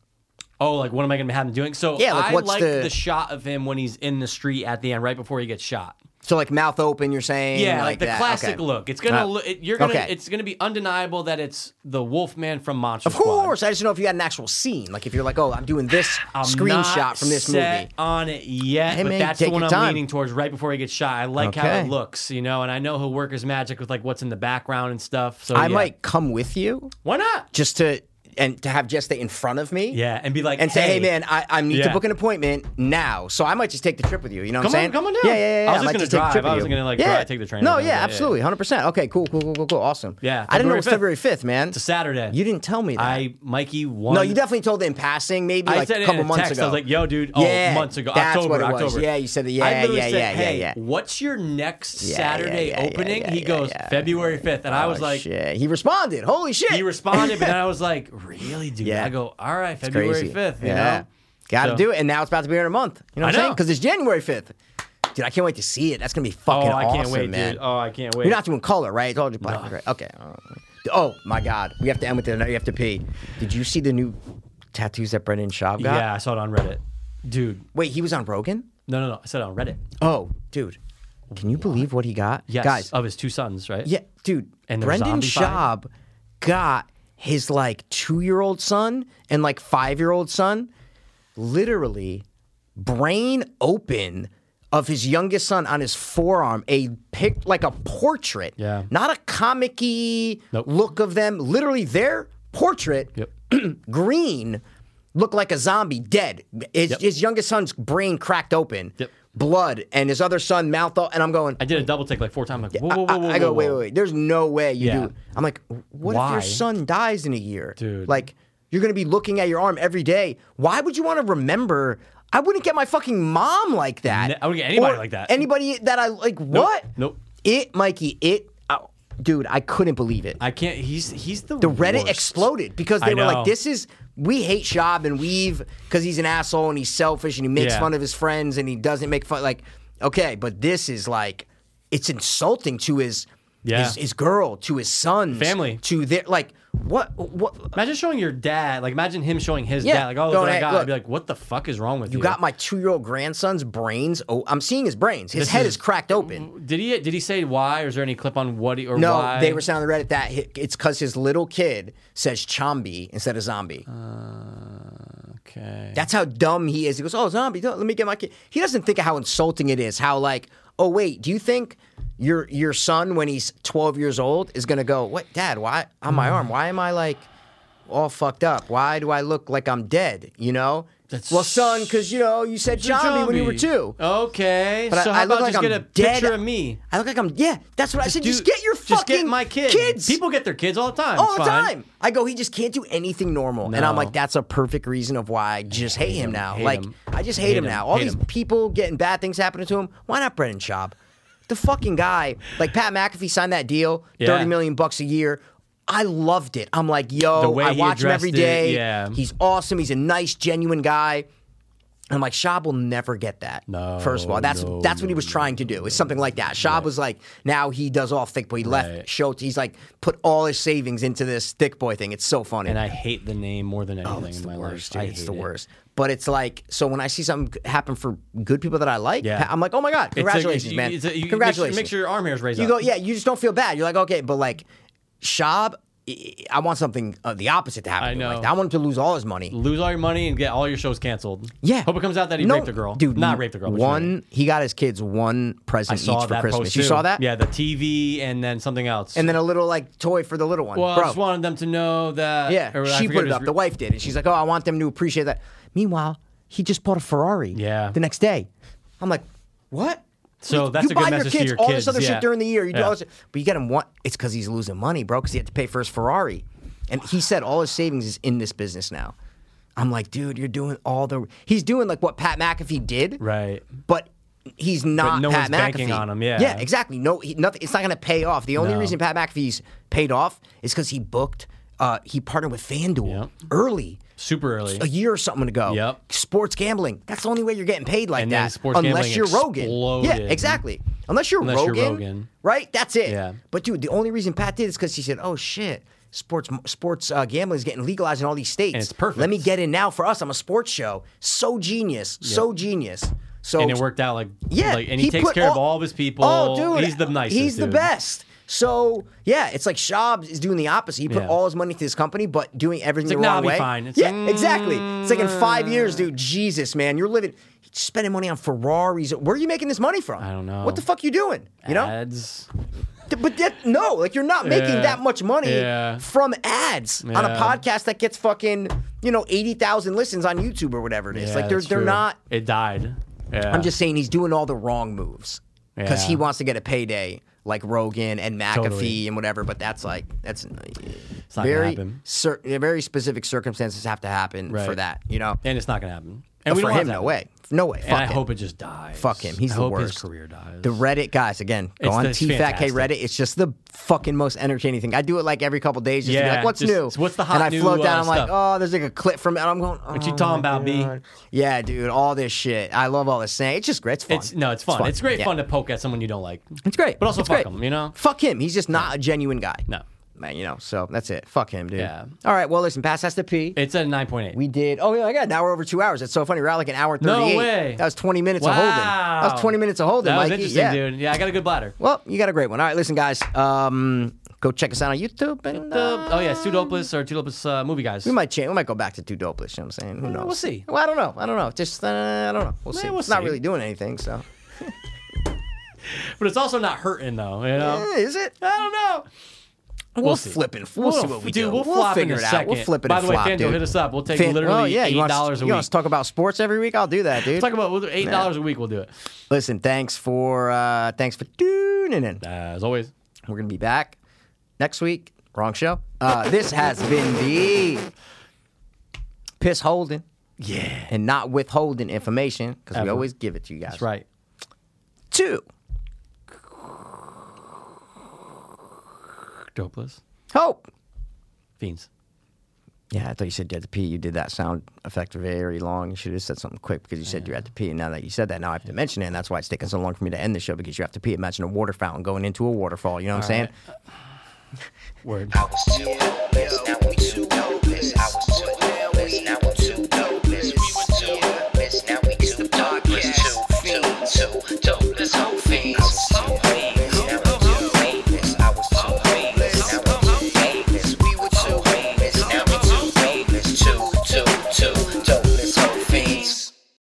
Oh, like what am I going to have him doing? So
Yeah, like,
I
what's
like
the-
the... shot of him when he's in the street at the end, right before he gets shot.
So, like, mouth open, you're saying?
Yeah, like, the
that.
classic
Okay.
look. It's gonna
Uh,
look. It, you're gonna.
okay.
It's gonna be undeniable that it's the Wolfman from Monster
Of course. I just know if you had an actual scene. Like, if you're like, oh, I'm doing this
I'm
screenshot
not
from this
set
movie.
on it yet,
Hey,
but
man,
that's the
take
one
your
I'm
time.
leaning towards right before he gets shot. I like how
Okay.
it looks, you know, and I know he'll work his magic with like what's in the background and stuff. So
I
Oh, yeah.
might come with you
Why not?
just to, and to have Jess stay in front of me.
Yeah, and be like
and say, hey, man, I, I need to
Yeah.
book an appointment now. So I might just take the trip with you. You know what
Come
I'm
on-
saying?
come on down.
Yeah, yeah, yeah.
I
might
was just
take
gonna
the trip
drive. I
with
was
you.
gonna, like,
yeah.
drive- take the train
No,
or
yeah,
something. Yeah, yeah,
absolutely, hundred percent. Okay, cool, cool, cool, cool, cool, awesome.
Yeah,
I didn't know it
February
was
5th.
February fifth, man.
It's a Saturday.
You didn't tell me that.
I Mikey won.
no, you definitely told it in passing, maybe
I
like
said
a
it
couple
in a
months
text.
ago.
I was like, yo, dude, oh,
Yeah,
months ago.
that's
October,
what it was.
October.
Yeah, you said that.
I
Yeah,
literally
yeah,
said,
yeah, yeah,
hey,
yeah.
What's your next
Yeah, yeah,
Saturday
yeah, yeah,
opening?
yeah,
he
yeah,
goes,
yeah.
February 5th. And I was
Oh,
like,
shit. he responded. Holy shit.
he responded, but
(laughs)
then I was like, really, dude?
Yeah.
I go, all right, February
Crazy.
5th, you
yeah.
know?
Got to
So-
do it, and now it's about to be here in a month. You know what
I
I'm saying?
know.
Because it's January fifth. Dude, I can't wait to see it. That's gonna be
Oh,
fucking
I
awesome,
can't wait,
man.
dude. Oh, I can't wait.
You're not doing color, right? It's all just black and gray. Okay. Oh my God, we have to end with it. Now you have to pee. Did you see the new tattoos that Brendan Schaub got?
yeah, I saw it on Reddit. Dude.
Wait, he was on Rogan.
No, no, no. I said it on Reddit.
Oh, dude, can you believe what he got?
Yes.
guys.
Of his two sons, right?
yeah, dude.
And they're
Brendan
zombified?
Schaub got his like two-year-old son and like five-year-old son, literally brain open of his youngest son on his forearm, a pic like a portrait.
Yeah.
Not a comic-y
Nope.
look of them. Literally their portrait,
Yep.
(clears throat) green, looked like a zombie, dead. His, his youngest son's brain cracked open.
Yep.
Blood and his other son mouth open, and I'm going.
I did a double take like four times. Like, whoa, whoa, whoa, whoa.
I go,
whoa,
wait,
whoa."
wait, wait. There's no way you
Yeah.
do. I'm like, what if
Why?
your son dies in a year,
Dude.
Like, you're gonna be looking at your arm every day. Why would you want to remember? I wouldn't get my fucking mom like that.
Ne- I wouldn't get anybody
Or
like that.
Anybody that I like? What?
Nope.
It, Mikey. It, oh, dude. I couldn't believe it.
I can't. He's he's the
the Reddit
worst.
exploded because they
I
were
know.
like, "This is we hate Shab and Weave because he's an asshole and he's selfish and he makes
Yeah.
fun of his friends and he doesn't make fun." Like, okay, but this is like, it's insulting to his
Yeah.
his, his girl, to his sons,
Family.
to their like what what
Imagine showing your dad, like imagine him showing his
Yeah.
dad, like, oh, look
Going,
what I
"Hey,
got.
look.
I'd be like, what the fuck is wrong with you?
you got my two year old grandson's brains. Oh, I'm seeing his brains. His
This
head
is-
is cracked open.
Did he did he say why? Or is there any clip on what he or
No,
why?
they were saying on the Reddit that hi- it's because his little kid says Chombi instead of zombie.
Okay.
That's how dumb he is. He goes, "Oh, zombie, don't- let me get my kid." He doesn't think of how insulting it is. How like, "Oh, wait, do you think your your son when he's 12 years old is going to go, "What, dad, why on my arm? Why am I like all fucked up? Why do I look like I'm dead?" You know?
That's-
well, son, cuz you know, you said zombie, when you were 2.
Okay.
But
Oh, so
I,
how
I look
about
like
just
I'm
get a
dead.
picture of me?
I look like I'm yeah. That's what I said. just
Dude,
get your fucking
just get my kid.
kids.
People get their kids all the time.
all
It's
the
fine.
time. I go, he just can't do anything normal, and I'm
No.
like, that's a perfect reason of why I just hate, him now.
hate
like
him.
I just hate,
Hate
him
him,
now. All
hate
these
him.
people getting bad things happening to him. Why not Brendan Schaub? The fucking guy, like Pat McAfee signed that deal,
Yeah.
thirty million bucks a year. I loved it. I'm like, yo,
The way
I
he
watch him every
addressed it,
day.
yeah.
He's awesome. He's a nice, genuine guy. And I'm like, Shab will never get that.
No,
First of all, that's
no,
that's what he was trying to do. It's something like that. Shab was like, now he does all thick boy. He left
Right.
Schultz. He's like, put all his savings into this thick boy thing. It's so funny.
And I hate the name more than
Oh,
anything
it's
in
the
my
worst. dude.
life. I
it's
hate
the
it.
worst. But it's like, so when I see something happen for good people that I like,
Yeah.
I'm like, oh my god,
It's like-
congratulations,
it's-
man.
it's a- you- it makes-
congratulations.
It makes your arm hairs raise
You
up.
go, yeah, you just don't feel bad. You're like, okay, but like, Shab, I want something uh, the opposite to happen.
I
to him. Like,
know.
that. I want him to lose all his money.
Lose all your money and get all your shows canceled.
Yeah.
Hope it comes out that he
No,
raped a girl.
Dude,
Not raped a girl. but she raped-
One, he got his kids one
I
present
saw
each for
that
Christmas.
post
you
too.
saw that?
Yeah, the TV and then something else.
And then a little like toy for the little one.
well,
Bro.
I just wanted them to know that.
yeah,
or I
she
forget
put it
his
up.
re-
The wife did. And she's like, oh, I want them to appreciate that. Meanwhile, he just bought a Ferrari
Yeah.
the next day. I'm like, what?
So
you,
that's
you
a good
buy
message to
your kids
your
all
kids,
this other
yeah.
shit during the year. You do
Yeah.
all this, but you get him one. It's because he's losing money, bro. Because he had to pay for his Ferrari, and he said all his savings is in this business now. I'm like, dude, you're doing all the. He's doing like what Pat McAfee did,
Right.
but he's not
no
Pat
one's
McAfee.
banking on him, yeah.
yeah, exactly. No, he, nothing. It's not going to pay off. The only
No.
reason Pat McAfee's paid off is because he booked. Uh, he partnered with FanDuel
Yep.
early,
Super early.
a year or something ago.
Yep.
Sports gambling. That's the only way you're getting paid like
And then
that.
sports
unless
gambling
you're Rogan. Yeah,
exploded.
exactly. Unless you're
Unless you're
Rogan.
Rogan.
Right. That's it.
Yeah.
But dude, the only reason Pat did is because he said, "Oh shit." Sports sports uh, gambling is getting legalized in all these states.
it's perfect.
Let me get in now for us. I'm a sports show. So genius. So genius. So
and it worked out like
yeah,
like, and he, takes
put
care of all of his people.
Oh, dude,
he's the nicest.
He's the
dude.
best. So yeah, it's like Schaub is doing the opposite. He put
Yeah.
all his money into his company, but doing everything
It's
the
like, nah,
wrong
I'll be
way.
fine. It's
yeah,
like, mm.
exactly. It's like in five years, dude. Jesus, man, you're living, spending money on Ferraris. Where are you making this money from? I
don't know.
What the fuck you doing? You know,
Ads.
Th- but that, no, like you're not making
Yeah.
that much money
Yeah.
from ads on a
Yeah.
podcast that gets fucking you know eighty thousand listens on YouTube or whatever it is.
Yeah,
like they're
that's
they're
true.
not
It died. Yeah.
I'm just saying he's doing all the wrong moves because
Yeah.
he wants to get a payday like Rogan and McAfee
Totally.
and whatever. But that's like that's
not gonna
very
happen.
cer- very specific circumstances have to happen for
Right.
that. You know,
and it's not gonna happen.
But
And we
for
don't want
him,
that.
no way, no way. Fuck
And I
him.
hope it just dies.
Fuck him. He's
I
the
hope
worst.
His career dies.
The Reddit guys again. Go
It's-
on
it's
TFATK
fantastic.
Reddit. It's just the fucking most entertaining thing. I do it like every couple days. Just to be
Yeah,
like, what's
just-
new?
so what's the
And
hot
I
new,
float down.
uh,
I'm like,
stuff?
oh, there's like a clip from, and I'm going. Oh,
What you talking
my
about, B?
God. Yeah, dude. All this shit. I love all this saying. It's just great. It's fun.
It's no, it's fun. It's, great
Yeah.
fun to poke at someone you
(laughs)
don't like.
It's great.
But also
It's
fuck
great.
him, you know?
Fuck him. He's just not a genuine guy.
No.
Man, you know, so that's it. Fuck him, dude.
Yeah.
All right, well, listen, pass has to pee.
It's a nine point eight.
we did. Oh, yeah, I got an hour over two hours. That's so funny. We're at like an hour and
No
38.
way.
That was 20 minutes of
Wow.
holding. That was 20 minutes of holding,
That was
Mikey.
interesting,
yeah.
dude. Yeah, I got a good bladder.
Well, you got a great one. All right, listen, guys, um, go check us out on YouTube. And, uh,
The- oh yeah, Stu Dopeless or Stu Dopeless uh, movie guys.
we might change. We might go back to two dopeless. You know what I'm saying? Who knows?
we'll see.
Well, I don't know. I don't know. Just, uh, I don't know. We'll see.
we'll
it's not
see.
really doing anything, so.
But it's also not hurting though, you know.
Eh, is it?
I don't know.
We'll,
We'll see.
flip it. We'll, see what we do.
dude, We'll, flop
figure
in
it
a
out.
Second.
We'll flip it
By
and
the way,
flop,
FanDuel,
dude.
hit us up. We'll take
Fan-
literally
oh, yeah. you
eight
want us-
dollars a
You
week.
want us to talk about sports every week? I'll do that, dude.
Talk about eight dollars a week. We'll do it.
Listen, thanks for uh, thanks for tuning in.
As always.
We're gonna be back next week. Wrong show. Uh, this has been the piss holding
Yeah.
and not withholding information because we
Ever.
always give it to you guys.
That's right.
Two
Dopeless
hope.
fiends.
Yeah, I thought you said you had to pee. You did that sound effect very long. You should have said something quick because you said you had to pee. And now that you said that, now I have to mention it. And that's why it's taking so long for me to end the show because you have to pee. Imagine a water fountain going into a waterfall. You know what I'm saying?
Word.
I was too dopeless, now I'm too dopeless. I was too dopeless, now I'm too dopeless. We were too dopeless, now we too dopeless. Two fiends, two dopeless.